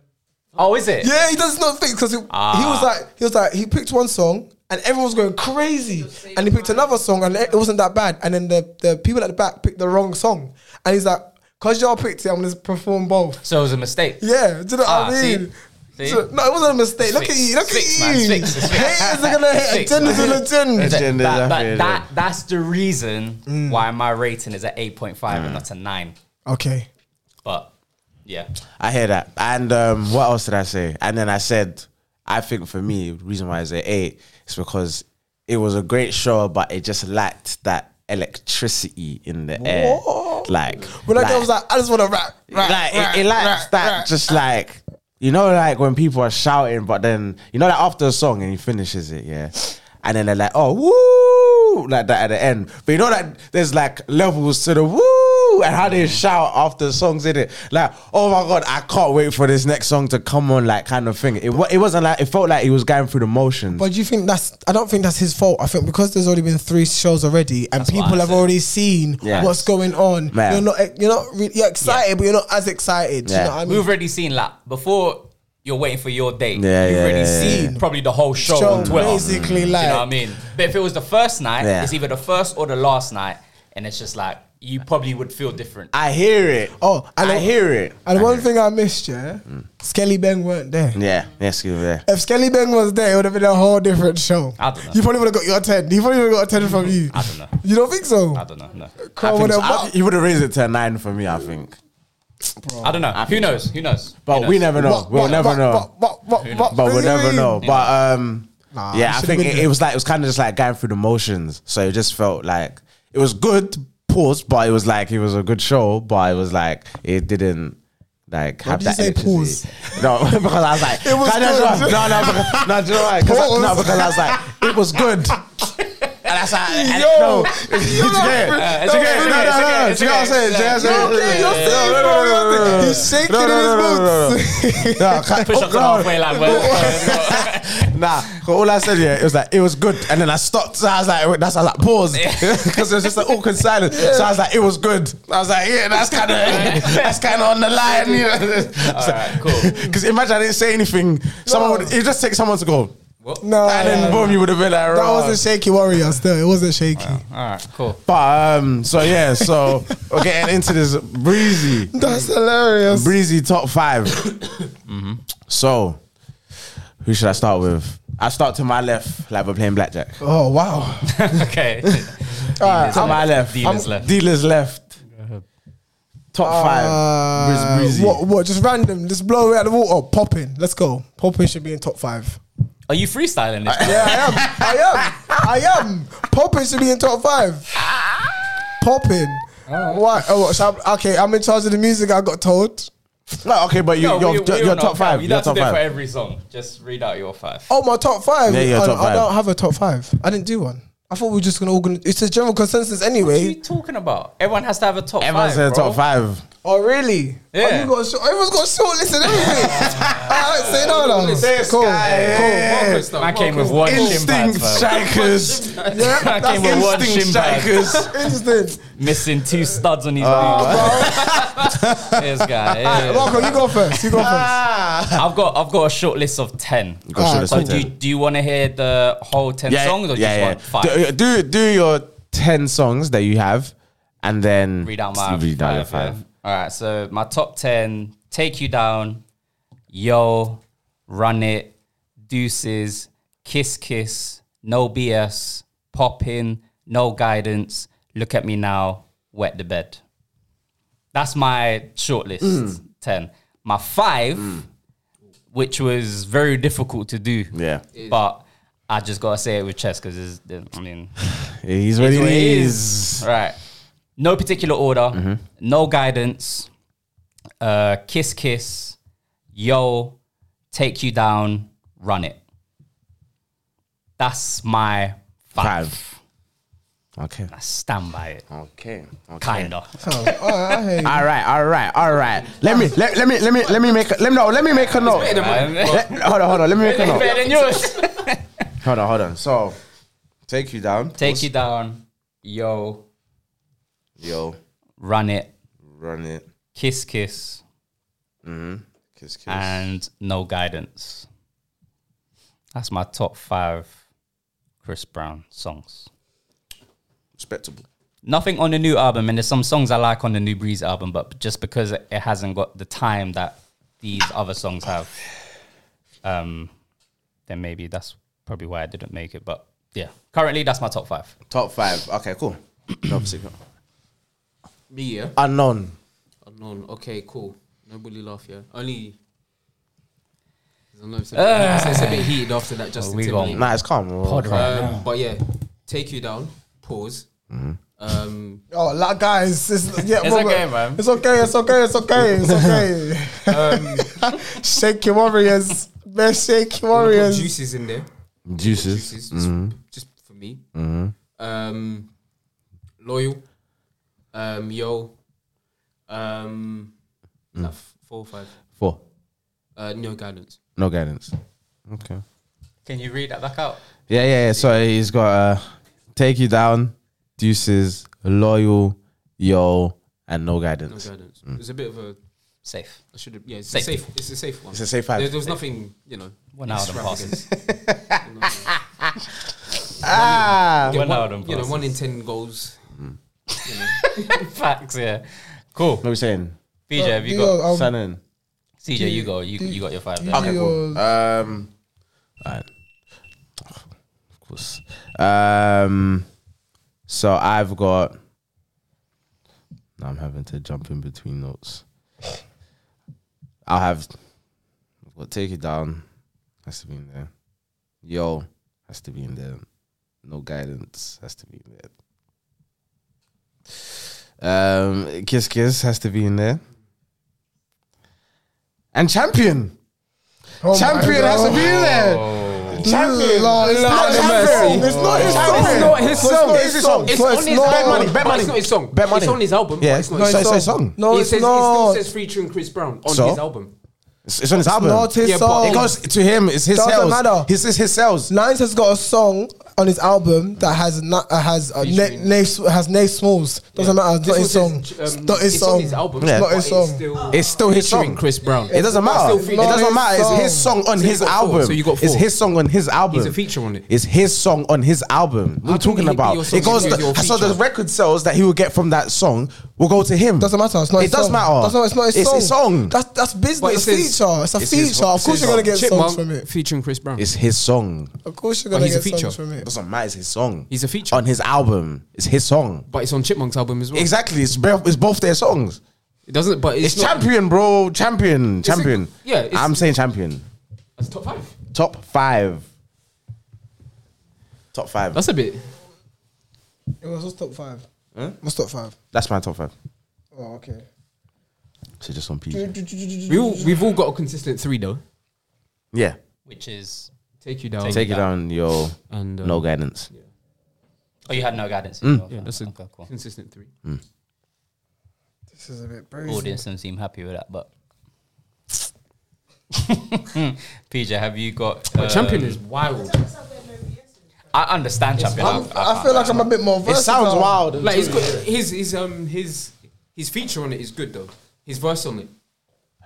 Speaker 3: Oh, is it?
Speaker 2: Yeah, he does not fix because he, he
Speaker 3: Ah.
Speaker 2: was like he was like he picked one song and everyone was going crazy, and he picked another song and it wasn't that bad, and then the the people at the back picked the wrong song, and he's like, "Cause y'all picked it, I'm gonna perform both."
Speaker 3: So it was a mistake.
Speaker 2: Yeah, do you know
Speaker 3: Ah,
Speaker 2: what I
Speaker 3: see?
Speaker 2: mean?
Speaker 3: See?
Speaker 2: So- no, it wasn't a mistake. Look
Speaker 3: Six.
Speaker 2: at you. Look
Speaker 3: Six,
Speaker 2: at
Speaker 3: man.
Speaker 2: you. *laughs*
Speaker 3: Six. It's fixed.
Speaker 2: Haters are gonna
Speaker 3: *laughs*
Speaker 2: hate.
Speaker 3: Six,
Speaker 2: Agendas
Speaker 3: man.
Speaker 2: are agendas.
Speaker 1: It's-
Speaker 3: That-
Speaker 1: Gender,
Speaker 3: that-
Speaker 1: definitely.
Speaker 3: but that, that's the reason
Speaker 2: Mm.
Speaker 3: why my rating is at 8.5 and not a 9.
Speaker 2: Okay.
Speaker 3: But yeah.
Speaker 1: I hear that. And um, what else did I say? And then I said, I think for me, the reason why it's an eight is because it was a great show, but it just lacked that electricity in the air. Like
Speaker 2: But like, I was like, I just want to rap, rap,
Speaker 1: like
Speaker 2: rap,
Speaker 1: it, it lacks
Speaker 2: rap,
Speaker 1: that
Speaker 2: rap.
Speaker 1: just like you know like when people are shouting but then you know that after a song and he finishes it yeah and then they're like oh woo like that at the end but you know that there's like levels to the woo and how they shout after songs in it like oh my god I can't wait for this next song to come on like kind of thing it wa- it wasn't like it felt like he was going through the motions
Speaker 2: But do you think that's? I don't think that's his fault. I think because there's already been three shows already, and
Speaker 3: what
Speaker 2: people
Speaker 3: I
Speaker 2: have
Speaker 3: said.
Speaker 2: already seen
Speaker 1: Yes.
Speaker 2: what's going on.
Speaker 1: Man.
Speaker 2: You're not. You're not. Really, you're excited, but you're not as excited.
Speaker 1: Yeah.
Speaker 2: Do you know what I mean?
Speaker 3: We've already seen like before you're waiting for your date.
Speaker 1: Yeah,
Speaker 3: you've
Speaker 1: yeah,
Speaker 3: already
Speaker 1: yeah,
Speaker 3: seen probably the whole show,
Speaker 2: Show,
Speaker 3: on Twitter.
Speaker 2: basically,
Speaker 3: Do you
Speaker 2: like-
Speaker 3: know what I mean? But if it was the first night,
Speaker 1: Yeah.
Speaker 3: it's either the first or the last night, and it's just like you probably would feel different.
Speaker 1: I hear it
Speaker 2: Oh, and
Speaker 1: I,
Speaker 2: I-
Speaker 1: hear it
Speaker 2: and one thing I missed, yeah, Skelly Beng weren't there.
Speaker 1: Mm. yeah yes you yeah
Speaker 2: If Skelly Beng was there, it would have been a whole different show.
Speaker 3: I don't know.
Speaker 2: You probably would have got your ten. You probably would have got a ten from you.
Speaker 3: I don't know.
Speaker 2: You don't think so?
Speaker 3: I don't know. No.
Speaker 2: Crow
Speaker 1: I think
Speaker 2: would
Speaker 1: so.
Speaker 2: have.
Speaker 1: I- you would have raised it to a nine for me I think
Speaker 3: I don't know. Who knows? Who knows? Who
Speaker 1: but
Speaker 3: knows?
Speaker 1: we never know
Speaker 2: But-
Speaker 1: we'll
Speaker 2: but-
Speaker 1: never
Speaker 2: but-
Speaker 1: know
Speaker 2: But, but, but, but,
Speaker 1: but we'll
Speaker 2: you
Speaker 1: never
Speaker 2: mean?
Speaker 1: know. But um,
Speaker 2: Nah, it
Speaker 1: yeah, I
Speaker 2: should've
Speaker 1: think
Speaker 2: been
Speaker 1: it,
Speaker 2: there.
Speaker 1: it was like it was kind of just like going through the motions. So it just felt like it was good, pause, but it was like it was a good show, but it was like it didn't. Like have
Speaker 2: did
Speaker 1: that
Speaker 2: you say
Speaker 1: electricity. No, because I was like,
Speaker 2: It was
Speaker 1: "Can I just-
Speaker 2: good."
Speaker 1: no, no, because, no, do you know why? 'Cause I- no,
Speaker 2: Pause.
Speaker 1: because I was like, it was good. And
Speaker 2: *laughs*
Speaker 1: that's how. And
Speaker 2: Yo,
Speaker 1: no,
Speaker 2: you're
Speaker 1: it's
Speaker 2: not-
Speaker 1: okay.
Speaker 2: Uh,
Speaker 3: it's
Speaker 1: No, no, no,
Speaker 3: okay, it's okay,
Speaker 1: no,
Speaker 3: it's
Speaker 1: no, do
Speaker 3: okay,
Speaker 1: you know what I'm
Speaker 3: it's
Speaker 1: saying? Do you know what I'm saying?
Speaker 2: You're okay, you're
Speaker 1: No,
Speaker 2: safe,
Speaker 1: no, no, no,
Speaker 2: bro, you're
Speaker 1: no, no,
Speaker 2: safe.
Speaker 1: no.
Speaker 2: He's shaking
Speaker 1: No,
Speaker 2: in
Speaker 1: no,
Speaker 2: his
Speaker 1: no, no, no, no.
Speaker 3: *laughs*
Speaker 1: No, can't-
Speaker 3: Push up to
Speaker 1: no.
Speaker 3: halfway line.
Speaker 1: *laughs*
Speaker 3: Well,
Speaker 1: Nah, 'cause all I said, yeah, it was like it was good, and then I stopped. So I was like, wait, that's I was like pause *laughs* because it was just an awkward silence. So I was like, it was good. I was like, yeah, that's kind
Speaker 3: *laughs*
Speaker 1: of that's kind of on the line, you know. *laughs*
Speaker 3: Alright, cool.
Speaker 1: Because imagine I didn't say anything. Someone would it just take someone to go,
Speaker 2: *laughs* No,
Speaker 1: and then
Speaker 2: no,
Speaker 1: boom, you would have been like,
Speaker 2: That
Speaker 1: "Raw."
Speaker 2: wasn't shaky warrior still. It wasn't shaky.
Speaker 3: all right, cool. *laughs*
Speaker 1: But um, so yeah, so we're getting into this breezy,
Speaker 2: That's hilarious.
Speaker 1: breezy top 5
Speaker 3: *coughs*
Speaker 1: So, who should I start with? I start to my left, like we're playing blackjack. *laughs*
Speaker 2: Oh wow.
Speaker 3: okay.
Speaker 1: Alright,
Speaker 3: Dealers
Speaker 1: I'm my left.
Speaker 3: Dealers
Speaker 1: I'm-
Speaker 3: left.
Speaker 1: Dealers left. Top
Speaker 2: Uh,
Speaker 1: five. Breezy.
Speaker 2: What what just random. Just blow it out of the water. Popping. Let's go. Popping should be in top five.
Speaker 3: Are you freestyling this?
Speaker 2: Yeah, *laughs* I am. I am. I am. Popping should be in top five. Popping. Why? Oh, what, so I'm- okay. I'm in charge of the music. I got told.
Speaker 1: No, okay, but you,
Speaker 3: No,
Speaker 1: you're,
Speaker 3: we- we
Speaker 1: you're,
Speaker 3: all know.
Speaker 1: top five.
Speaker 3: You
Speaker 1: You're top
Speaker 3: don't have to do it for
Speaker 1: five.
Speaker 3: every song. Just read out your five.
Speaker 2: Oh, my top five.
Speaker 1: Yeah, your
Speaker 2: I,
Speaker 1: top
Speaker 2: I don't
Speaker 1: five.
Speaker 2: have a top five. I didn't do one. I thought we were just gonna all gonna. It's a general consensus anyway.
Speaker 3: What are you talking about? Everyone has to have a top
Speaker 1: eh. Everyone
Speaker 3: five.
Speaker 1: said
Speaker 3: bro.
Speaker 1: top five.
Speaker 2: Oh really?
Speaker 3: Yeah.
Speaker 2: Oh, you got a short, everyone's got a short list and
Speaker 3: *laughs*
Speaker 2: everything. *laughs* Alright, say no now.
Speaker 1: This
Speaker 2: Cool.
Speaker 1: guy, yeah.
Speaker 4: Marcus, though,
Speaker 3: I came with
Speaker 4: Marcus.
Speaker 3: one shin pad.
Speaker 1: Instinct
Speaker 3: fam. *laughs*
Speaker 1: strikers.
Speaker 2: Yeah,
Speaker 3: I
Speaker 2: that's
Speaker 3: came with one
Speaker 1: Instinct
Speaker 3: shin pad. *laughs*
Speaker 1: strikers.
Speaker 2: interesting.
Speaker 3: Missing two studs on his
Speaker 1: Ah,
Speaker 3: boot. *laughs* this
Speaker 1: *laughs*
Speaker 3: guy. yeah.
Speaker 2: Marco, you go first. You go first.
Speaker 1: Ah.
Speaker 3: I've got I've got a short list of ten.
Speaker 1: got a short
Speaker 2: Ah,
Speaker 1: list
Speaker 3: So
Speaker 1: of
Speaker 3: do you,
Speaker 1: 10.
Speaker 3: do you want to hear the whole ten songs or just want five?
Speaker 1: Do, do do your ten songs that you have, and then
Speaker 3: read out my
Speaker 1: Mm. read out your
Speaker 3: five, yeah.
Speaker 1: five.
Speaker 3: All right, so my top ten: "Take You Down," "Yo," "Run It," "Deuces," "Kiss Kiss," "No BS," "Poppin," "No Guidance," "Look at Me Now," "Wet the Bed." That's my shortlist
Speaker 1: Mm.
Speaker 3: ten. My five, which was very difficult to do,
Speaker 1: Yeah,
Speaker 3: but I just gotta say it with chess because I mean.
Speaker 1: he's what
Speaker 3: It's
Speaker 1: he
Speaker 3: what it
Speaker 1: is.
Speaker 3: Right. No particular order. No guidance. Uh, kiss, kiss. Yo, take you down. Run it. That's my five.
Speaker 1: Five. Okay.
Speaker 3: I stand by it.
Speaker 1: Okay. okay.
Speaker 3: Kinda.
Speaker 2: Oh, alright, I hear you.
Speaker 1: All right, all right, all right. Let me let, let me let me let me make a, let me no, let me make a note.
Speaker 3: Better
Speaker 1: Let- hold on, hold on. Let me make a note.
Speaker 3: than yours.
Speaker 1: Hold on, hold on. So, take you down.
Speaker 3: Take you down. Yo,
Speaker 1: Yo,
Speaker 3: run it.
Speaker 1: run it.
Speaker 3: Kiss, kiss.
Speaker 1: Kiss, kiss.
Speaker 3: And no guidance. That's my top five Chris Brown songs.
Speaker 1: Respectable.
Speaker 3: nothing on the new album, and there's some songs I like on the new Breeze album, but just because it hasn't got the time that these other songs have, um, then maybe that's probably why I didn't make it. But yeah, currently that's my top five.
Speaker 1: Top five. Okay, cool. no particular.
Speaker 4: Me, yeah.
Speaker 1: Unknown.
Speaker 4: Unknown. Okay, cool. Nobody laugh, yeah. Only. I don't know, it's, a
Speaker 3: Ah.
Speaker 4: bit, it's a bit heated after that Justin
Speaker 3: we
Speaker 4: Timberlake.
Speaker 1: Nah, it's calm. bro.
Speaker 4: Um, but yeah, take you down. Pause. Um,
Speaker 2: Oh, la- guys, it's, yeah,
Speaker 3: It's
Speaker 2: Robert,
Speaker 3: okay, man.
Speaker 2: It's okay, it's okay, it's okay, it's okay.
Speaker 3: *laughs* Um,
Speaker 2: *laughs* shake your warriors. Best shake your
Speaker 4: I'm gonna put
Speaker 2: warriors.
Speaker 4: juices in there.
Speaker 1: Juices.
Speaker 4: Juices, just, just for me.
Speaker 1: Mm-hmm.
Speaker 4: Um, loyal. Um, yo. Um, is
Speaker 1: Mm.
Speaker 4: that f- four or five.
Speaker 1: Four.
Speaker 4: Uh, no guidance.
Speaker 1: No guidance. Okay.
Speaker 3: Can you read that back out?
Speaker 1: Yeah, yeah, yeah. So he's got uh, take you down, deuces, loyal, yo, and no
Speaker 4: No
Speaker 1: guidance.
Speaker 4: guidance. It's a bit of a.
Speaker 3: Safe.
Speaker 4: I should have. Yeah, it's
Speaker 3: Safe.
Speaker 4: a safe. It's a safe one.
Speaker 1: It's a safe five.
Speaker 4: There, there was nothing, you know.
Speaker 3: One hour and passes. *laughs*
Speaker 1: Ah,
Speaker 4: Yeah,
Speaker 3: One
Speaker 4: one-
Speaker 3: out of
Speaker 4: You know,
Speaker 3: process.
Speaker 4: one in ten goals.
Speaker 3: Facts, yeah. Cool.
Speaker 1: what are we saying?
Speaker 3: BJ, have you
Speaker 2: Do
Speaker 3: got?
Speaker 2: your- um,
Speaker 1: Sign in.
Speaker 3: CJ, you go. You you got your five. There.
Speaker 2: Okay, cool.
Speaker 1: Um, alright. of course. Um, so I've got. Now I'm having to jump in between notes. I'll have. I've got take it down. Has to be in there. Yo has to be in there. No guidance has to be in there. Um, kiss kiss has to be in there. And champion.
Speaker 2: Oh my
Speaker 1: Champion
Speaker 2: God.
Speaker 1: has to be in there. Champion.
Speaker 2: Lord, it's not his song. It's not his song.
Speaker 1: It's not his song.
Speaker 2: Well, It's not
Speaker 1: It's
Speaker 2: his
Speaker 1: his
Speaker 2: song.
Speaker 1: song.
Speaker 4: It's
Speaker 2: Well,
Speaker 4: on his
Speaker 2: not.
Speaker 4: bet money,
Speaker 1: bet
Speaker 4: But
Speaker 1: money.
Speaker 4: it's not his song.
Speaker 1: Bet money.
Speaker 4: It's on his album.
Speaker 1: Yeah,
Speaker 4: but it's not
Speaker 1: no,
Speaker 4: his
Speaker 1: it's-
Speaker 4: song.
Speaker 1: it's a song.
Speaker 2: No,
Speaker 4: It
Speaker 2: it's
Speaker 4: says,
Speaker 2: not.
Speaker 4: It still says featuring Chris Brown on
Speaker 1: So?
Speaker 4: his album.
Speaker 1: It's, it's on his album.
Speaker 2: not his
Speaker 4: Yeah, but
Speaker 2: song.
Speaker 1: It goes to him. It's his
Speaker 2: Doesn't
Speaker 1: sales.
Speaker 2: matter.
Speaker 1: His his, his sales.
Speaker 2: Nines has got a song on his album that has na- uh, has uh, na-
Speaker 4: Featuring-
Speaker 2: Nate has Nate Smalls. Doesn't matter. It's not his
Speaker 4: This
Speaker 2: song.
Speaker 4: one says,
Speaker 2: It's
Speaker 4: um,
Speaker 2: not his
Speaker 4: it's on
Speaker 2: song.
Speaker 4: his album,
Speaker 1: Yeah.
Speaker 2: Not
Speaker 4: but
Speaker 2: his song.
Speaker 4: still-
Speaker 1: It's still his
Speaker 4: featuring
Speaker 1: song.
Speaker 4: Chris Brown.
Speaker 1: It doesn't matter.
Speaker 4: Still
Speaker 1: It
Speaker 4: featuring-
Speaker 1: doesn't
Speaker 2: his
Speaker 1: matter. It's
Speaker 2: song.
Speaker 1: his song on
Speaker 4: So you
Speaker 1: his
Speaker 4: got four.
Speaker 1: album.
Speaker 4: So you got
Speaker 1: It's
Speaker 4: four.
Speaker 1: his song on his album.
Speaker 4: He's a feature on it.
Speaker 1: It's his song on his album. We're
Speaker 4: How can
Speaker 1: talking
Speaker 4: it be
Speaker 1: about.
Speaker 4: your
Speaker 1: It
Speaker 4: song
Speaker 1: goes.
Speaker 4: if you're
Speaker 1: The,
Speaker 4: a
Speaker 1: so the
Speaker 4: feature?
Speaker 1: record sales that he will get from that song will go to him.
Speaker 2: Doesn't matter. It's not.
Speaker 1: It
Speaker 2: his
Speaker 1: does
Speaker 2: song.
Speaker 1: matter.
Speaker 2: That's not. It's not his
Speaker 1: It's
Speaker 2: song.
Speaker 1: his song.
Speaker 2: That's that's
Speaker 4: But it
Speaker 2: business.
Speaker 4: says-
Speaker 2: feature. It's a
Speaker 1: it's his-
Speaker 2: feature. Of
Speaker 1: it's
Speaker 2: course
Speaker 1: his
Speaker 2: you're gonna
Speaker 1: song.
Speaker 2: get songs
Speaker 4: Chipmunk
Speaker 2: from it.
Speaker 4: featuring Chris Brown.
Speaker 1: It's his song.
Speaker 2: Of course you're
Speaker 4: But
Speaker 2: gonna
Speaker 4: he's a
Speaker 2: get songs
Speaker 4: feature.
Speaker 2: from it.
Speaker 1: doesn't matter. It's his song.
Speaker 4: He's a feature.
Speaker 1: on his album. It's his song.
Speaker 4: but it's on Chipmunk's album as well.
Speaker 1: Exactly. It's both, it's both their songs.
Speaker 4: It doesn't. But
Speaker 1: It's,
Speaker 4: it's, not,
Speaker 1: champion, bro. Champion.
Speaker 4: a-
Speaker 1: Champion.
Speaker 4: yeah, it's-
Speaker 1: I'm saying champion.
Speaker 4: That's top five.
Speaker 1: Top five. Top five. That's,
Speaker 4: That's a bit.
Speaker 2: It was what's top five. What's top five?
Speaker 1: my top five.
Speaker 2: Oh, okay.
Speaker 1: So just on PG.
Speaker 4: We all, we've all got a consistent three though.
Speaker 1: Yeah.
Speaker 3: Which is
Speaker 4: Take you down.
Speaker 1: Take it down, yo.
Speaker 4: and uh,
Speaker 1: No guidance.
Speaker 3: oh, you had no guidance.
Speaker 4: Yeah, that's a
Speaker 3: okay, cool.
Speaker 4: consistent three.
Speaker 1: Mm.
Speaker 2: This is a bit brazy.
Speaker 3: Audience doesn't seem happy with that, but *laughs* PJ, have you got?
Speaker 4: But champion
Speaker 3: um,
Speaker 4: is wild.
Speaker 3: I understand champion.
Speaker 2: I'm, I feel like I'm a bit more
Speaker 1: It
Speaker 2: versatile.
Speaker 1: sounds wild.
Speaker 4: Like he's got his his um his his feature on it is good though. His verse on it.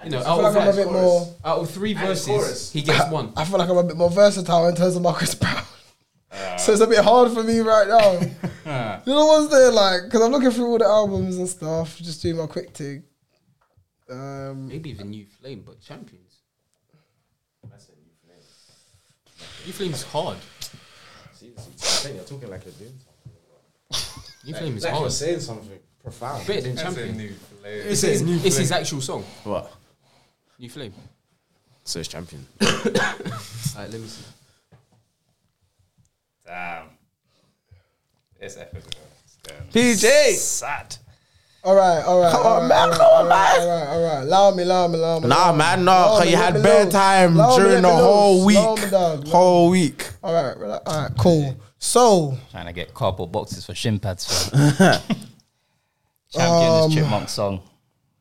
Speaker 4: You know,
Speaker 2: I
Speaker 4: out
Speaker 2: feel
Speaker 4: of,
Speaker 2: like I'm a
Speaker 4: like,
Speaker 2: bit more.
Speaker 4: out of three verses,
Speaker 5: chorus.
Speaker 2: *coughs*
Speaker 4: he gets one.
Speaker 2: I feel like I'm a bit more versatile in terms of Marcus *laughs* Brown. so it's a bit hard for me right now. you know what's there like? Because I'm looking through all the albums and stuff, just doing my quick thing. Um,
Speaker 4: Maybe even New Flame, but champions. New Flame's hard.
Speaker 1: You're talking like you're doing
Speaker 4: New Flame is hard.
Speaker 1: saying something profound.
Speaker 4: Better than
Speaker 5: That's a
Speaker 4: champion.
Speaker 5: new flavor.
Speaker 4: It's, his- it's his actual song.
Speaker 1: What?
Speaker 4: New Flame.
Speaker 1: So it's champion.
Speaker 4: Alright, let me see.
Speaker 5: Damn. It's epic. bro. It's
Speaker 1: PJ.
Speaker 5: Sad.
Speaker 2: all right, all right. Come
Speaker 1: on, man, come on, man.
Speaker 2: All right, all right. Allow me, allow me, allow me.
Speaker 1: Nah, man, no,
Speaker 2: Low,
Speaker 1: cause you
Speaker 2: let
Speaker 1: had
Speaker 2: me
Speaker 1: bare
Speaker 2: low.
Speaker 1: time
Speaker 2: Low,
Speaker 1: during
Speaker 2: let
Speaker 1: the
Speaker 2: me low.
Speaker 1: whole
Speaker 2: Low,
Speaker 1: week.
Speaker 2: dog.
Speaker 1: Whole week.
Speaker 2: All right, relax. all right, cool. So,
Speaker 3: Trying to get cardboard boxes for shin
Speaker 1: *laughs*
Speaker 3: pads. fam. champion
Speaker 1: Um,
Speaker 3: is Chipmunk song.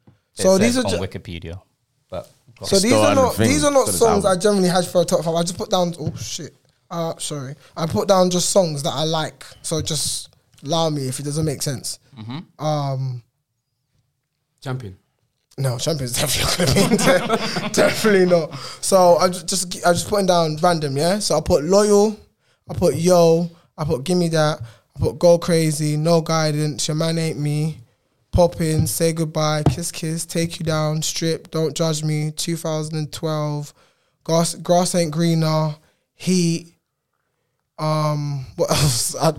Speaker 3: It
Speaker 2: so
Speaker 3: says
Speaker 2: these are
Speaker 3: on
Speaker 2: ju-
Speaker 3: Wikipedia, but
Speaker 2: So these
Speaker 1: Stone
Speaker 2: are not
Speaker 1: thing
Speaker 2: these are not
Speaker 1: for this
Speaker 2: songs
Speaker 1: album.
Speaker 2: I generally had for a top five. I just put down oh shit. Uh sorry. I put down just songs that I like. So just allow me if it doesn't make sense. Um
Speaker 4: Champion.
Speaker 2: no, champions definitely gonna be in there. definitely not. So I ju- just gi- I just putting down random, yeah. So I put loyal, I put yo, I put gimme that, I put go crazy, no guidance, your man ain't me, pop in, say goodbye, kiss kiss, take you down, strip, don't judge me, 2012, grass grass ain't greener, heat. Um, what *laughs* else? I,